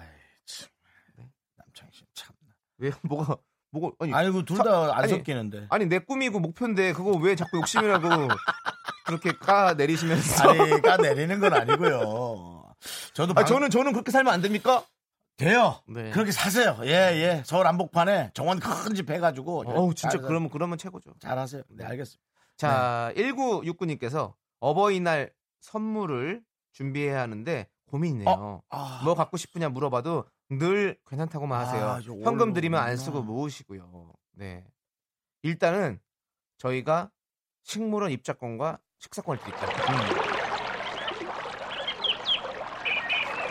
Speaker 1: 참
Speaker 2: 네?
Speaker 1: 남창희 씨 참.
Speaker 2: 왜 *laughs* 뭐가 뭐가 아니
Speaker 1: 아니, 그거 둘다안
Speaker 2: 아니,
Speaker 1: 섞이는데.
Speaker 2: 아니 내 꿈이고 목표인데 그거 왜 자꾸 욕심이라고
Speaker 1: *laughs*
Speaker 2: 그렇게 까 내리시면서
Speaker 1: 아니 까내리는 건 아니고요. 저도
Speaker 2: 아, 저는- 저는 그렇게 살면 안 됩니까?
Speaker 1: 돼요.
Speaker 2: 네.
Speaker 1: 그렇게 사세요. 예 예. 서울 안복판에 정원 큰 집 해가지고. 네.
Speaker 2: 어우, 진짜
Speaker 1: 잘-
Speaker 2: 그러면 그러면 최고죠.
Speaker 1: 잘하세요. 네 알겠습니다.
Speaker 2: 자, 1969님께서 어버이날 선물을 준비해야 하는데 고민이네요.
Speaker 1: 어?
Speaker 2: 뭐 갖고 싶으냐 물어봐도 늘 괜찮다고만 하세요.
Speaker 1: 아, 저
Speaker 2: 현금 드리면 안
Speaker 1: 어려운구나.
Speaker 2: 쓰고 모으시고요. 네. 일단은 저희가 식물원 입장권과 식사권을 드릴게요. 네.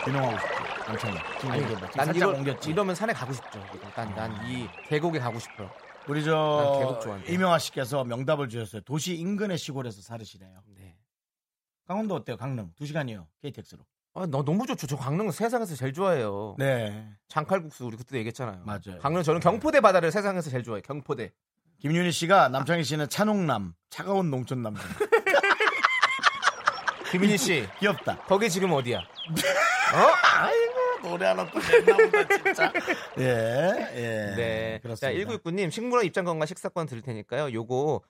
Speaker 1: 귀농하고 싶죠. 남창희. 지금
Speaker 2: 아니,
Speaker 1: 얘기해봐. 지금
Speaker 2: 난
Speaker 1: 살짝
Speaker 2: 이러,
Speaker 1: 옮겼지.
Speaker 2: 이러면 산에 가고 싶죠. 난 이 계곡에 가고 싶어요.
Speaker 1: 우리
Speaker 2: 난
Speaker 1: 저
Speaker 2: 계곡 좋아한다.
Speaker 1: 이명아 씨께서 명답을 주셨어요. 도시 인근의 시골에서 살으시네요.
Speaker 2: 네.
Speaker 1: 강원도 어때요? 강릉 두 시간이요. KTX로.
Speaker 2: 아, 너 너무 좋죠. 저 강릉 세상에서 제일 좋아해요.
Speaker 1: 네.
Speaker 2: 장칼국수 우리 그때 얘기했잖아요.
Speaker 1: 맞아요.
Speaker 2: 강릉 저는 경포대 바다를 세상에서 제일 좋아해요. 경포대.
Speaker 1: 김윤희 씨가 남창희 씨는 찬홍남, 차가운 농촌 남자.
Speaker 2: 김윤희 씨.
Speaker 1: 귀엽다.
Speaker 2: 거기 지금 *laughs* 어디야?
Speaker 1: 아이고 노래 하나 또 냈나 보다 진짜. *laughs* 예, 예.
Speaker 2: 네. 자,
Speaker 1: 그렇습니다.
Speaker 2: 1969님 식물원 입장권과 식사권 드릴 테니까요. 요거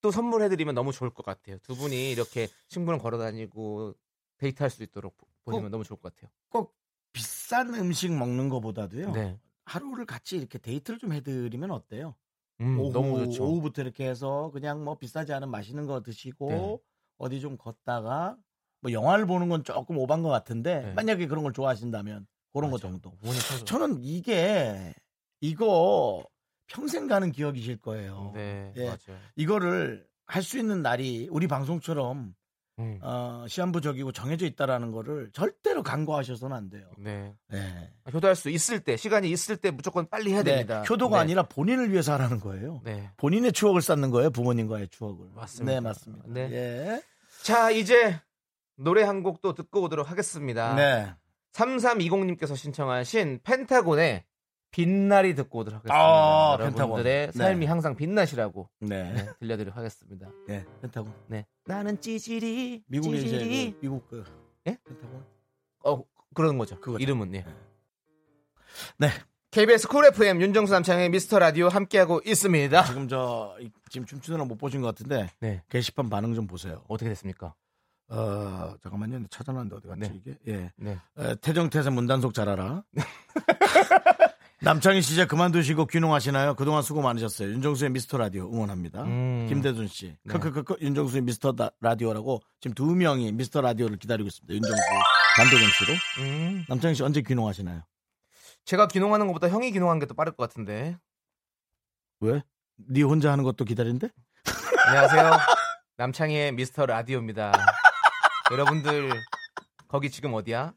Speaker 2: 또 선물해드리면 너무 좋을 것 같아요. 두 분이 이렇게 식물원 걸어다니고 데이트할 수 있도록 보- 보내면 너무 좋을 것 같아요.
Speaker 1: 꼭 비싼 음식 먹는 것보다도요.
Speaker 2: 네.
Speaker 1: 하루를 같이 이렇게 데이트를 좀 해드리면 어때요?
Speaker 2: 음,
Speaker 1: 오후,
Speaker 2: 너무 좋죠.
Speaker 1: 오후부터 이렇게 해서 그냥 뭐 비싸지 않은 맛있는 거 드시고
Speaker 2: 네.
Speaker 1: 어디 좀 걷다가 뭐 영화를 보는 건 조금 오반 것 같은데 만약에 그런 걸 좋아하신다면 그런 거 정도.
Speaker 2: 네.
Speaker 1: 저는 이게 이거 평생 가는 기억이실 거예요.
Speaker 2: 네,
Speaker 1: 예.
Speaker 2: 맞아요.
Speaker 1: 이거를 할 수 있는 날이 우리 방송처럼
Speaker 2: 음,
Speaker 1: 어, 시한부적이고 정해져 있다라는 거를 절대로 간과하셔서는 안 돼요.
Speaker 2: 네.
Speaker 1: 네.
Speaker 2: 효도할 수 있을 때 시간이 있을 때 무조건 빨리 해야
Speaker 1: 네,
Speaker 2: 됩니다.
Speaker 1: 효도가
Speaker 2: 네.
Speaker 1: 아니라 본인을 위해서 하라는 거예요.
Speaker 2: 네.
Speaker 1: 본인의 추억을 쌓는 거예요. 부모님과의 추억을.
Speaker 2: 맞습니다.
Speaker 1: 네, 맞습니다.
Speaker 2: 네.
Speaker 1: 예.
Speaker 2: 자, 이제 노래 한 곡 또 듣고 오도록 하겠습니다.
Speaker 1: 네.
Speaker 2: 3320님께서 신청하신 펜타곤의 빛날이 듣고 오도록 하겠습니다.
Speaker 1: 아,
Speaker 2: 여러분들의
Speaker 1: 펜타곤.
Speaker 2: 삶이
Speaker 1: 네.
Speaker 2: 항상 빛나시라고
Speaker 1: 네.
Speaker 2: 들려드리도록 하겠습니다.
Speaker 1: 네, 펜타곤.
Speaker 2: 네.
Speaker 1: 나는 찌질이. 미국의 이제
Speaker 2: 찌질이.
Speaker 1: 그 미국 그
Speaker 2: 예?
Speaker 1: 펜타곤.
Speaker 2: 어, 그런 거죠.
Speaker 1: 그거죠.
Speaker 2: 이름은 예.
Speaker 1: 네.
Speaker 2: KBS 쿨 FM 윤정수 남창의 미스터 라디오 함께하고 있습니다.
Speaker 1: 아, 지금 저 이- 지금 춤추느라 못 보신 것 같은데
Speaker 2: 네.
Speaker 1: 게시판 반응 좀 보세요.
Speaker 2: 어떻게 됐습니까?
Speaker 1: 어 잠깐만요. 찾아놨는데 어디 갔지 이게? 예.
Speaker 2: 네.
Speaker 1: 에, 태정태세 문단속 잘하라. *laughs* 남창희 씨 이제 그만두시고 귀농하시나요? 그동안 수고 많으셨어요. 윤정수의 미스터 라디오 응원합니다.
Speaker 2: 음.
Speaker 1: 김대준 씨.
Speaker 2: 네.
Speaker 1: 크크크크 윤정수의 미스터 다- 라디오라고 지금 두 명이 미스터 라디오를 기다리고 있습니다. 윤정수, 남도경 씨로.
Speaker 2: 음.
Speaker 1: 남창희 씨 언제 귀농하시나요?
Speaker 2: 제가 귀농하는 것보다 형이 귀농하는 게 더 빠를 것 같은데.
Speaker 1: 왜? 네 혼자 하는 것도 기다린대? *laughs*
Speaker 2: 안녕하세요. 남창희의 미스터 라디오입니다. 여러분들 거기 지금 어디야?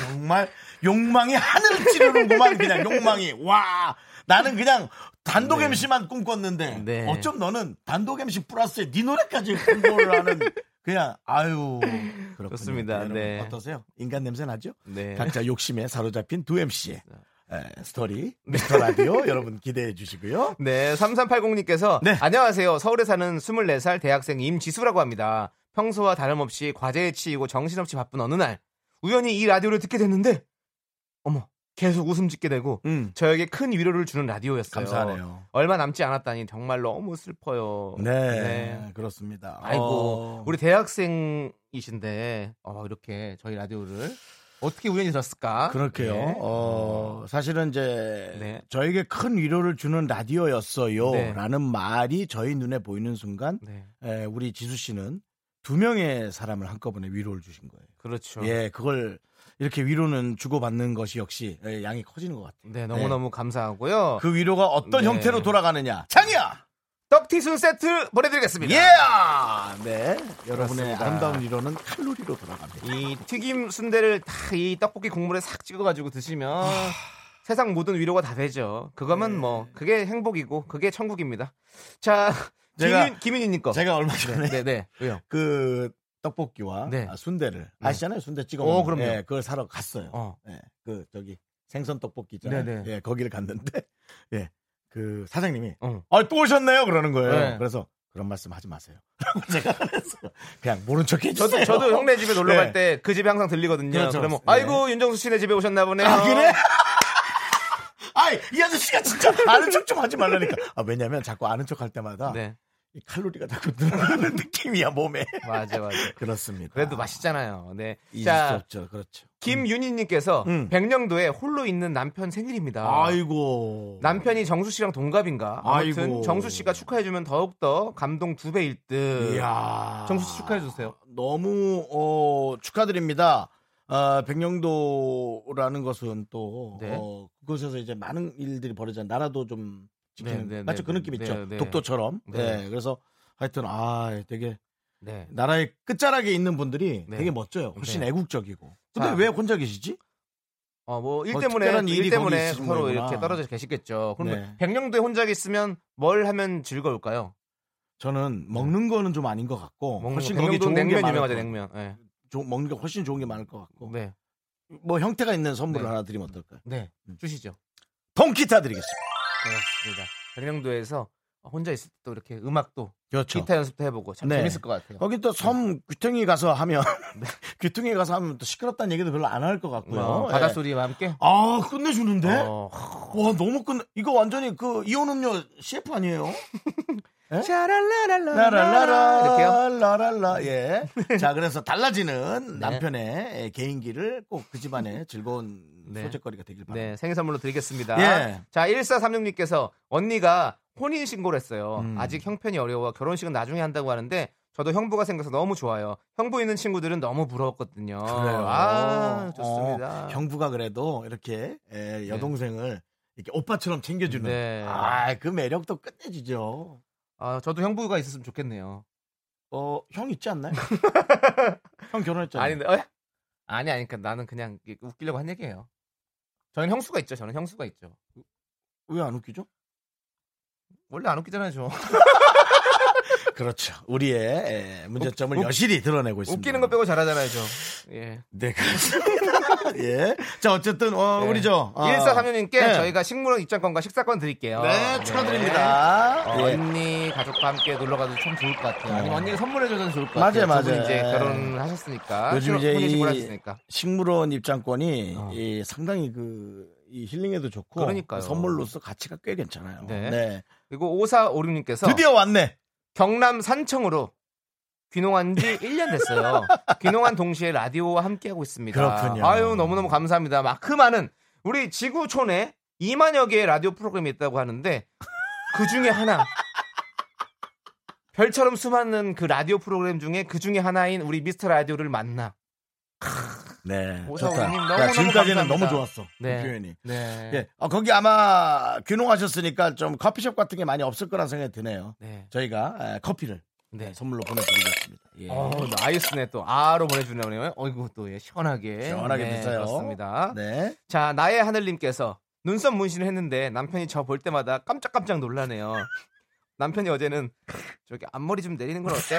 Speaker 1: 정말 욕망이 하늘을
Speaker 2: *laughs*
Speaker 1: 찌르는구만 그냥 욕망이 와 나는 그냥 단독 MC만 꿈꿨는데
Speaker 2: 네.
Speaker 1: 어쩜 너는 단독 MC 플러스에 네 노래까지 공부를 하는 그냥 아유 그렇군요.
Speaker 2: 좋습니다.
Speaker 1: 여러분
Speaker 2: 네.
Speaker 1: 어떠세요? 인간 냄새 나죠?
Speaker 2: 네.
Speaker 1: 각자 욕심에 사로잡힌 두 MC의 스토리 미스터 라디오 여러분 기대해 주시고요.
Speaker 2: 네, 3380님께서
Speaker 1: 네.
Speaker 2: 안녕하세요. 서울에 사는 24살 대학생 임지수라고 합니다. 평소와 다름없이 과제에 치이고 정신없이 바쁜 어느 날 우연히 이 라디오를 듣게 됐는데 어머 계속 웃음 짓게 되고 저에게 큰 위로를 주는 라디오였어요.
Speaker 1: 감사하네요.
Speaker 2: 얼마 남지 않았다니 정말 너무 슬퍼요.
Speaker 1: 네, 그렇습니다.
Speaker 2: 아이고
Speaker 1: 어.
Speaker 2: 우리 대학생이신데 어, 이렇게 저희 라디오를 어떻게 우연히 들었을까?
Speaker 1: 그렇게요.
Speaker 2: 네.
Speaker 1: 어, 사실은 이제 저에게 큰 위로를 주는 라디오였어요.
Speaker 2: 네.
Speaker 1: 라는 말이 저희 눈에 보이는 순간
Speaker 2: 네.
Speaker 1: 에, 우리 지수 씨는 두 명의 사람을 한꺼번에 위로를 주신 거예요.
Speaker 2: 그렇죠.
Speaker 1: 예, 그걸 이렇게 위로는 주고받는 것이 역시 예, 양이 커지는 것 같아요.
Speaker 2: 네, 너무너무 감사하고요.
Speaker 1: 그 위로가 어떤
Speaker 2: 네.
Speaker 1: 형태로 돌아가느냐. 창이야!
Speaker 2: 떡티순 세트 보내드리겠습니다.
Speaker 1: 예! 네. 여러분의
Speaker 2: 그렇습니다.
Speaker 1: 아름다운 위로는 칼로리로 돌아갑니다.
Speaker 2: 이 튀김 순대를 다 이 떡볶이 국물에 싹 찍어가지고 드시면
Speaker 1: 아.
Speaker 2: 세상 모든 위로가 다 되죠. 그거면
Speaker 1: 네.
Speaker 2: 뭐 그게 행복이고 그게 천국입니다. 자,
Speaker 1: 제가-
Speaker 2: 김윤 김윤희님 거.
Speaker 1: 제가 얼마 전에
Speaker 2: 네, 네. 왜요?
Speaker 1: 그 떡볶이와
Speaker 2: 네.
Speaker 1: 아, 순대를 아시잖아요 순대 찍어
Speaker 2: 어,
Speaker 1: 먹는 거.
Speaker 2: 그럼요.
Speaker 1: 예, 그걸 사러 갔어요 예, 그 저기 생선 떡볶이 있잖아요
Speaker 2: 네네.
Speaker 1: 예, 거기를 갔는데 *laughs* 예, 그 사장님이
Speaker 2: 어.
Speaker 1: 아, 또 오셨네요 그러는 거예요
Speaker 2: 네.
Speaker 1: 그래서 그런 말씀 하지 마세요 *laughs* 라고 제가 그래서 그냥 모른 척
Speaker 2: 저도
Speaker 1: 해주세요
Speaker 2: 저도
Speaker 1: *laughs*
Speaker 2: 형네 집에 놀러
Speaker 1: 네.
Speaker 2: 갈때 그 집에 항상 들리거든요.
Speaker 1: 그렇죠.
Speaker 2: 그러면
Speaker 1: 네.
Speaker 2: 아이고 윤정수 씨네 집에 오셨나 보네요.
Speaker 1: 아, 그래? *laughs* 아이 이 아저씨가
Speaker 2: *laughs*
Speaker 1: 진짜 아는 척 좀 하지 말라니까 아, 왜냐면 자꾸 아는 척 할 때마다
Speaker 2: 네.
Speaker 1: 이 칼로리가 자꾸 늘어나는 *laughs* 느낌이야 몸에
Speaker 2: 맞아 맞아.
Speaker 1: 그렇습니다
Speaker 2: 그래도 맛있잖아요. 네.
Speaker 1: 잊을 수
Speaker 2: 자,
Speaker 1: 없죠 그렇죠
Speaker 2: 김윤희님께서
Speaker 1: 음.
Speaker 2: 백령도에 홀로 있는 남편 생일입니다.
Speaker 1: 아이고
Speaker 2: 남편이 정수 씨랑 동갑인가? 아무튼
Speaker 1: 아이고.
Speaker 2: 정수 씨가 축하해주면 더욱더 감동 두 배일 듯.
Speaker 1: 이야.
Speaker 2: 그 정수 씨 축하해주세요.
Speaker 1: 너무 어, 축하드립니다. 아, 백령도라는 것은 또
Speaker 2: 네.
Speaker 1: 어, 그곳에서 이제 많은 일들이 벌어지는 나라도 좀 지키는
Speaker 2: 네, 네,
Speaker 1: 맞죠
Speaker 2: 네,
Speaker 1: 그
Speaker 2: 네,
Speaker 1: 느낌
Speaker 2: 네,
Speaker 1: 있죠
Speaker 2: 네.
Speaker 1: 독도처럼
Speaker 2: 네.
Speaker 1: 네. 그래서 하여튼 아 되게
Speaker 2: 네.
Speaker 1: 나라의 끝자락에 있는 분들이
Speaker 2: 네.
Speaker 1: 되게 멋져요 훨씬
Speaker 2: 네.
Speaker 1: 애국적이고 근데
Speaker 2: 자.
Speaker 1: 왜 혼자 계시지
Speaker 2: 어, 뭐, 일
Speaker 1: 어,
Speaker 2: 때문에,
Speaker 1: 특별한 일이
Speaker 2: 일 때문에
Speaker 1: 거기 있으신
Speaker 2: 서로
Speaker 1: 거구나.
Speaker 2: 이렇게 떨어져 계시겠죠. 그러면
Speaker 1: 네.
Speaker 2: 백령도에 혼자 있으면 뭘 하면 즐거울까요?
Speaker 1: 저는 먹는 거는 좀 아닌 것 같고
Speaker 2: 먹는
Speaker 1: 어, 훨씬
Speaker 2: 거.
Speaker 1: 거기 좋은
Speaker 2: 백령도는
Speaker 1: 게
Speaker 2: 냉면
Speaker 1: 많을
Speaker 2: 유명하죠,
Speaker 1: 것
Speaker 2: 냉면. 네.
Speaker 1: 조- 먹는 게 훨씬 좋은 게 많을 것 같고
Speaker 2: 네.
Speaker 1: 뭐 형태가 있는 선물을
Speaker 2: 네.
Speaker 1: 하나 드리면 어떨까요
Speaker 2: 네.
Speaker 1: 음.
Speaker 2: 주시죠.
Speaker 1: 통기타 드리겠습니다
Speaker 2: 그렇습니다. 백령도에서 혼자 있을 때 또 이렇게 음악도
Speaker 1: 그렇죠.
Speaker 2: 기타 연습도 해보고 참
Speaker 1: 네.
Speaker 2: 재밌을 것 같아요. 네.
Speaker 1: 거기 또 섬 귀퉁이 가서 하면 *laughs* 네. 귀퉁이 가서 하면 또 시끄럽다는 얘기도 별로 안 할 것 같고요. 네. 예.
Speaker 2: 어, 바다 소리와 함께.
Speaker 1: 아 끝내주는데?
Speaker 2: 어.
Speaker 1: 와 너무 끝내. 이거 완전히 그 이온 음료 CF 아니에요? 라라라라
Speaker 2: 이렇게요? 네.
Speaker 1: 라라라 예. 자 그래서 달라지는 남편의 개인기를 꼭 그 집안에 즐거운
Speaker 2: 네.
Speaker 1: 소재거리가 되길 바랍니다.
Speaker 2: 네, 생일 선물로 드리겠습니다.
Speaker 1: 예.
Speaker 2: 자, 1436님께서 언니가 혼인 신고를 했어요.
Speaker 1: 음.
Speaker 2: 아직 형편이 어려워 결혼식은 나중에 한다고 하는데 저도 형부가 생겨서 너무 좋아요. 형부 있는 친구들은 너무 부러웠거든요.
Speaker 1: 그래요.
Speaker 2: 아, 좋습니다.
Speaker 1: 어, 형부가 그래도 이렇게 예, 여동생을 이렇게 오빠처럼 챙겨주는
Speaker 2: 네.
Speaker 1: 아 그 매력도 끝내주죠.
Speaker 2: 아, 저도 형부가 있었으면 좋겠네요.
Speaker 1: 어, 형 있지
Speaker 2: *laughs*
Speaker 1: 않나요? 형 결혼했잖아요.
Speaker 2: 아닌데, 어? 아니, 아니까 나는 그냥 웃기려고 한 얘기예요. 저는 형수가 있죠. 저는 형수가 있죠.
Speaker 1: 왜 안 웃기죠?
Speaker 2: 원래 안 웃기잖아요, 저.
Speaker 1: 그렇죠. 우리의 예, 문제점을 여실히 드러내고 있습니다.
Speaker 2: 웃기는 거 빼고 잘하잖아요, 저. 예.
Speaker 1: 네, 그렇습니다. *laughs* 예. 자, 어쨌든, 어,
Speaker 2: 네.
Speaker 1: 우리 저. 아,
Speaker 2: 1436님께
Speaker 1: 네.
Speaker 2: 저희가 식물원 입장권과 식사권 드릴게요.
Speaker 1: 네, 축하드립니다.
Speaker 2: 아, 네. 어,
Speaker 1: 예. 네.
Speaker 2: 언니 가족과 함께 놀러 가도 참 좋을 것 같아요. 아니면 언니가 선물해줘도 좋을 것
Speaker 1: 맞아요,
Speaker 2: 같아요.
Speaker 1: 맞아요. 네.
Speaker 2: 두 분이 이제 결혼하셨으니까.
Speaker 1: 요즘 이제 이
Speaker 2: 혼인신고를 하셨으니까.
Speaker 1: 식물원 입장권이 이 상당히 그, 이 힐링에도 좋고.
Speaker 2: 아. 그러니까요.
Speaker 1: 선물로서 가치가 꽤 괜찮아요.
Speaker 2: 네.
Speaker 1: 네.
Speaker 2: 그리고 5456님께서
Speaker 1: 드디어 왔네.
Speaker 2: 경남 산청으로 귀농한 지 1년
Speaker 1: *laughs*
Speaker 2: 됐어요. 귀농한 동시에 라디오와 함께하고 있습니다.
Speaker 1: 그렇군요.
Speaker 2: 아유, 너무너무 감사합니다. 마크 많은 우리 지구촌에 2만여 개의 라디오 프로그램이 있다고 하는데 그 중에 하나 별처럼 수많은 그 라디오 프로그램 중에 그 중에 하나인 우리 미스터 라디오를 만나.
Speaker 1: 네.
Speaker 2: 오사오님
Speaker 1: 좋다.
Speaker 2: 너무너무
Speaker 1: 야, 지금까지는
Speaker 2: 감사합니다.
Speaker 1: 너무 좋았어.
Speaker 2: 네.
Speaker 1: 그 표현이.
Speaker 2: 네.
Speaker 1: 예. 어, 거기 아마 귀농하셨으니까 좀 커피숍 같은 게 많이 없을 거란 생각이 드네요.
Speaker 2: 네.
Speaker 1: 저희가 에, 커피를 네, 선물로 보내드리겠습니다. 예.
Speaker 2: 어, 나이스네 또 아로 보내주네요. 어이구 또 예, 시원하게
Speaker 1: 시원하게
Speaker 2: 네,
Speaker 1: 드세요.
Speaker 2: 그렇습니다.
Speaker 1: 네.
Speaker 2: 자 나의 하늘님께서 눈썹 문신을 했는데 남편이 저 볼 때마다 깜짝깜짝 놀라네요. 남편이 어제는 저기 앞머리 좀 내리는 건 어때?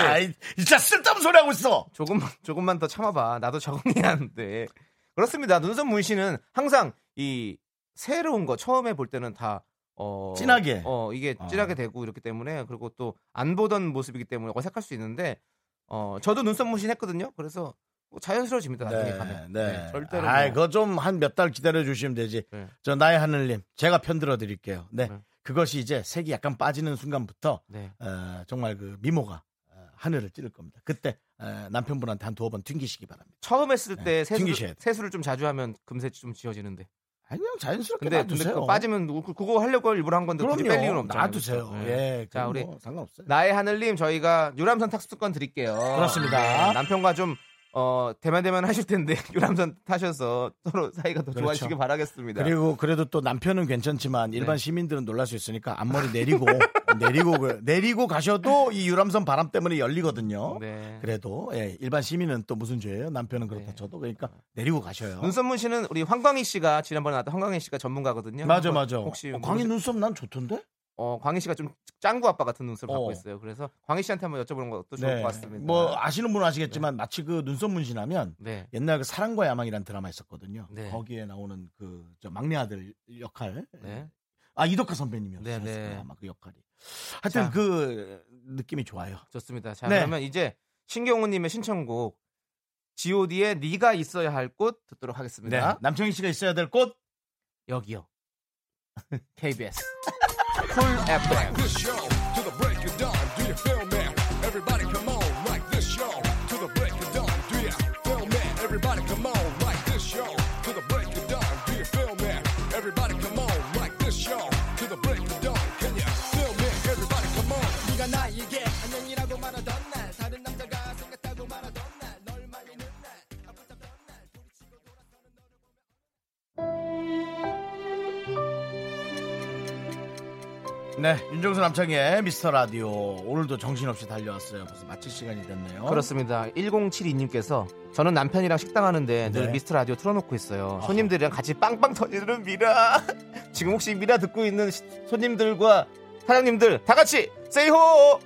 Speaker 1: *laughs* 아이, 진짜 쓸데없는 소리 하고 있어.
Speaker 2: 조금만 조금만 더 참아봐. 나도 적응이 하는데 그렇습니다. 눈썹 문신은 항상 이 새로운 거 처음에 볼 때는 다 어,
Speaker 1: 진하게. 아.
Speaker 2: 어 이게 진하게 되고 이렇기 때문에 그리고 또 안 보던 모습이기 때문에 어색할 수 있는데 어 저도 눈썹 문신 했거든요. 그래서 뭐 자연스러워집니다. 나중에
Speaker 1: 네, 그
Speaker 2: 가면.
Speaker 1: 네.
Speaker 2: 네, 절대로
Speaker 1: 아,
Speaker 2: 뭐-
Speaker 1: 그거 좀 한 몇 달 기다려 주시면 되지.
Speaker 2: 네.
Speaker 1: 저 나의 하늘님, 제가 편들어 드릴게요. 네. 그것이 이제 색이 약간 빠지는 순간부터
Speaker 2: 네.
Speaker 1: 어, 정말 그 미모가 어, 하늘을 찌를 겁니다. 그때 어, 남편분한테 한 두어 번 튕기시기 바랍니다.
Speaker 2: 처음 했을 때
Speaker 1: 네, 튕기셔야 돼.
Speaker 2: 세수를, 세수를 좀 자주 하면 금세 좀 지워지는데.
Speaker 1: 아니 그냥 자연스럽게
Speaker 2: 근데, 근데
Speaker 1: 놔두세요.
Speaker 2: 그거 빠지면 누- 그거 하려고 일부러 한 건데 굳이
Speaker 1: 그럼요.
Speaker 2: 뺄 이유는 없잖아요.
Speaker 1: 놔두세요.
Speaker 2: 그렇죠? 네.
Speaker 1: 예.
Speaker 2: 자 우리
Speaker 1: 뭐 상관없어요.
Speaker 2: 나의 하늘님 저희가 유람선 탑승권 드릴게요. 네,
Speaker 1: 그렇습니다.
Speaker 2: 남편과 좀 어, 대면대면 하실 텐데 *laughs* 유람선 타셔서 서로 사이가 더
Speaker 1: 그렇죠.
Speaker 2: 좋아지길 바라겠습니다.
Speaker 1: 그리고 그래도 또 남편은 괜찮지만 일반
Speaker 2: 네.
Speaker 1: 시민들은 놀랄 수 있으니까 앞머리 내리고 *laughs* 내리고 그- 내리고 가셔도 이 유람선 바람 때문에 열리거든요.
Speaker 2: 네.
Speaker 1: 그래도 예, 일반 시민은 또 무슨 죄예요? 남편은 그렇다 쳐도 그러니까 내리고 가셔요.
Speaker 2: 눈썹 문신은 우리 황광희 씨가 지난번에 나왔던 황광희 씨가 전문가거든요.
Speaker 1: 맞아
Speaker 2: 한번
Speaker 1: 맞아.
Speaker 2: 혹시
Speaker 1: 어, 광희
Speaker 2: 모르시-
Speaker 1: 눈썹 난 좋던데?
Speaker 2: 어, 광희 씨가 좀 짱구 아빠 같은 눈썹을
Speaker 1: 어.
Speaker 2: 갖고 있어요. 그래서 광희 씨한테 한번 여쭤보는 것도 좋을 것 같습니다.
Speaker 1: 뭐 아시는 분은 아시겠지만 마치 그 눈썹 문신하면
Speaker 2: 네.
Speaker 1: 옛날 그 사랑과 야망이라는 드라마 있었거든요.
Speaker 2: 네.
Speaker 1: 거기에 나오는 그 저 막내 아들 역할.
Speaker 2: 네.
Speaker 1: 아 이덕화 선배님이었어요.
Speaker 2: 네, 네.
Speaker 1: 아마 그 역할이. 하여튼
Speaker 2: 자.
Speaker 1: 그 느낌이 좋아요.
Speaker 2: 좋습니다. 자
Speaker 1: 네.
Speaker 2: 그러면 이제 신경훈님의 신청곡 G.O.D의 의 네가 있어야 할 꽃 듣도록 하겠습니다.
Speaker 1: 네. 남청희 씨가 있어야 될 꽃.
Speaker 2: 여기요. *laughs* KBS 쿨 FM.
Speaker 16: This show to the break of dawn. Do you feel me? Everybody come on, like this show to the break of dawn. Do you feel me? Everybody come on, like this show to the break of dawn. Do you feel me? Everybody come on, like this show to the break of dawn. Can you feel me? Everybody come on.
Speaker 17: 네가 나에게 안녕이라고 말하던 날 다른 남자가 생겼다고 말하던 날널 말리는 날
Speaker 1: 네, 윤정수 남창희의 미스터 라디오 오늘도 정신없이 달려왔어요. 벌써 마칠 시간이 됐네요.
Speaker 2: 어? 그렇습니다. 1072님께서 저는 남편이랑 식당 하는데 늘
Speaker 1: 네.
Speaker 2: 미스트 라디오 틀어놓고 있어요. 손님들이랑 같이 빵빵 터지는 미라. *laughs* 지금 혹시 미라 듣고 있는 시- 손님들과 사장님들 다 같이 세이호.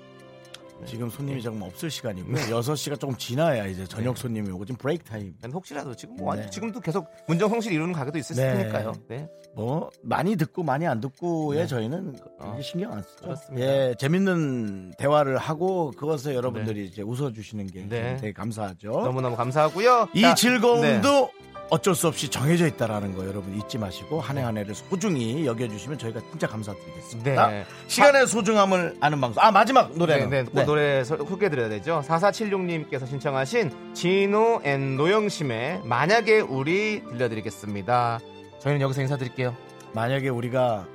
Speaker 1: 지금
Speaker 2: 네.
Speaker 1: 손님이 조금 없을 시간이고요. 6시가 조금 지나야 이제 저녁 손님이 오고 지금 브레이크 타임.
Speaker 2: 혹시라도 지금 뭐 아니- 지금도 계속 문정 성실 이루는 가게도 있을
Speaker 1: 네.
Speaker 2: 테니까요. 네.
Speaker 1: 뭐 많이 듣고 많이 안 듣고에
Speaker 2: 네.
Speaker 1: 저희는 이게 신경 안 쓰죠.
Speaker 2: 그렇습니다.
Speaker 1: 예, 재밌는 대화를 하고 그것에 여러분들이 이제 웃어주시는 게
Speaker 2: 네.
Speaker 1: 되게 감사하죠.
Speaker 2: 너무너무 감사하고요.
Speaker 1: 어? 이
Speaker 2: 자, 네.
Speaker 1: 즐거움도 어쩔 수 없이 정해져 있다라는 거 여러분 잊지 마시고 한 해 한 해를 소중히 여겨주시면 저희가 진짜 감사드리겠습니다.
Speaker 2: 네.
Speaker 1: 시간의 소중함을 아는 방송. 아 마지막 노래는
Speaker 2: 네, 네, 그
Speaker 1: 네.
Speaker 2: 노래 소- 소개해드려야 되죠. 4476님께서 신청하신 진호 앤 노영심의 만약에 우리 들려드리겠습니다. 저희는 여기서 인사드릴게요.
Speaker 1: 만약에 우리가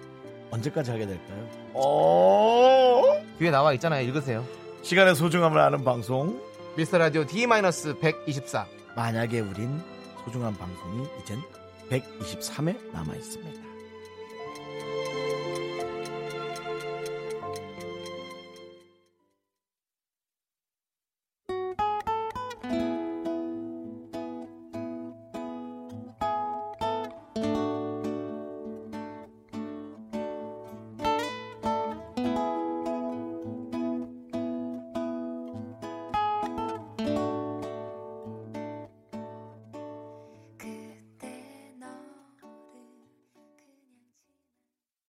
Speaker 1: 언제까지 하게 될까요? 어?
Speaker 2: 뒤에 나와 있잖아요. 읽으세요.
Speaker 1: 시간의 소중함을 아는 방송.
Speaker 2: 미스터 라디오 D-124.
Speaker 1: 만약에 우린 소중한 방송이 이젠 123회 남아 있습니다.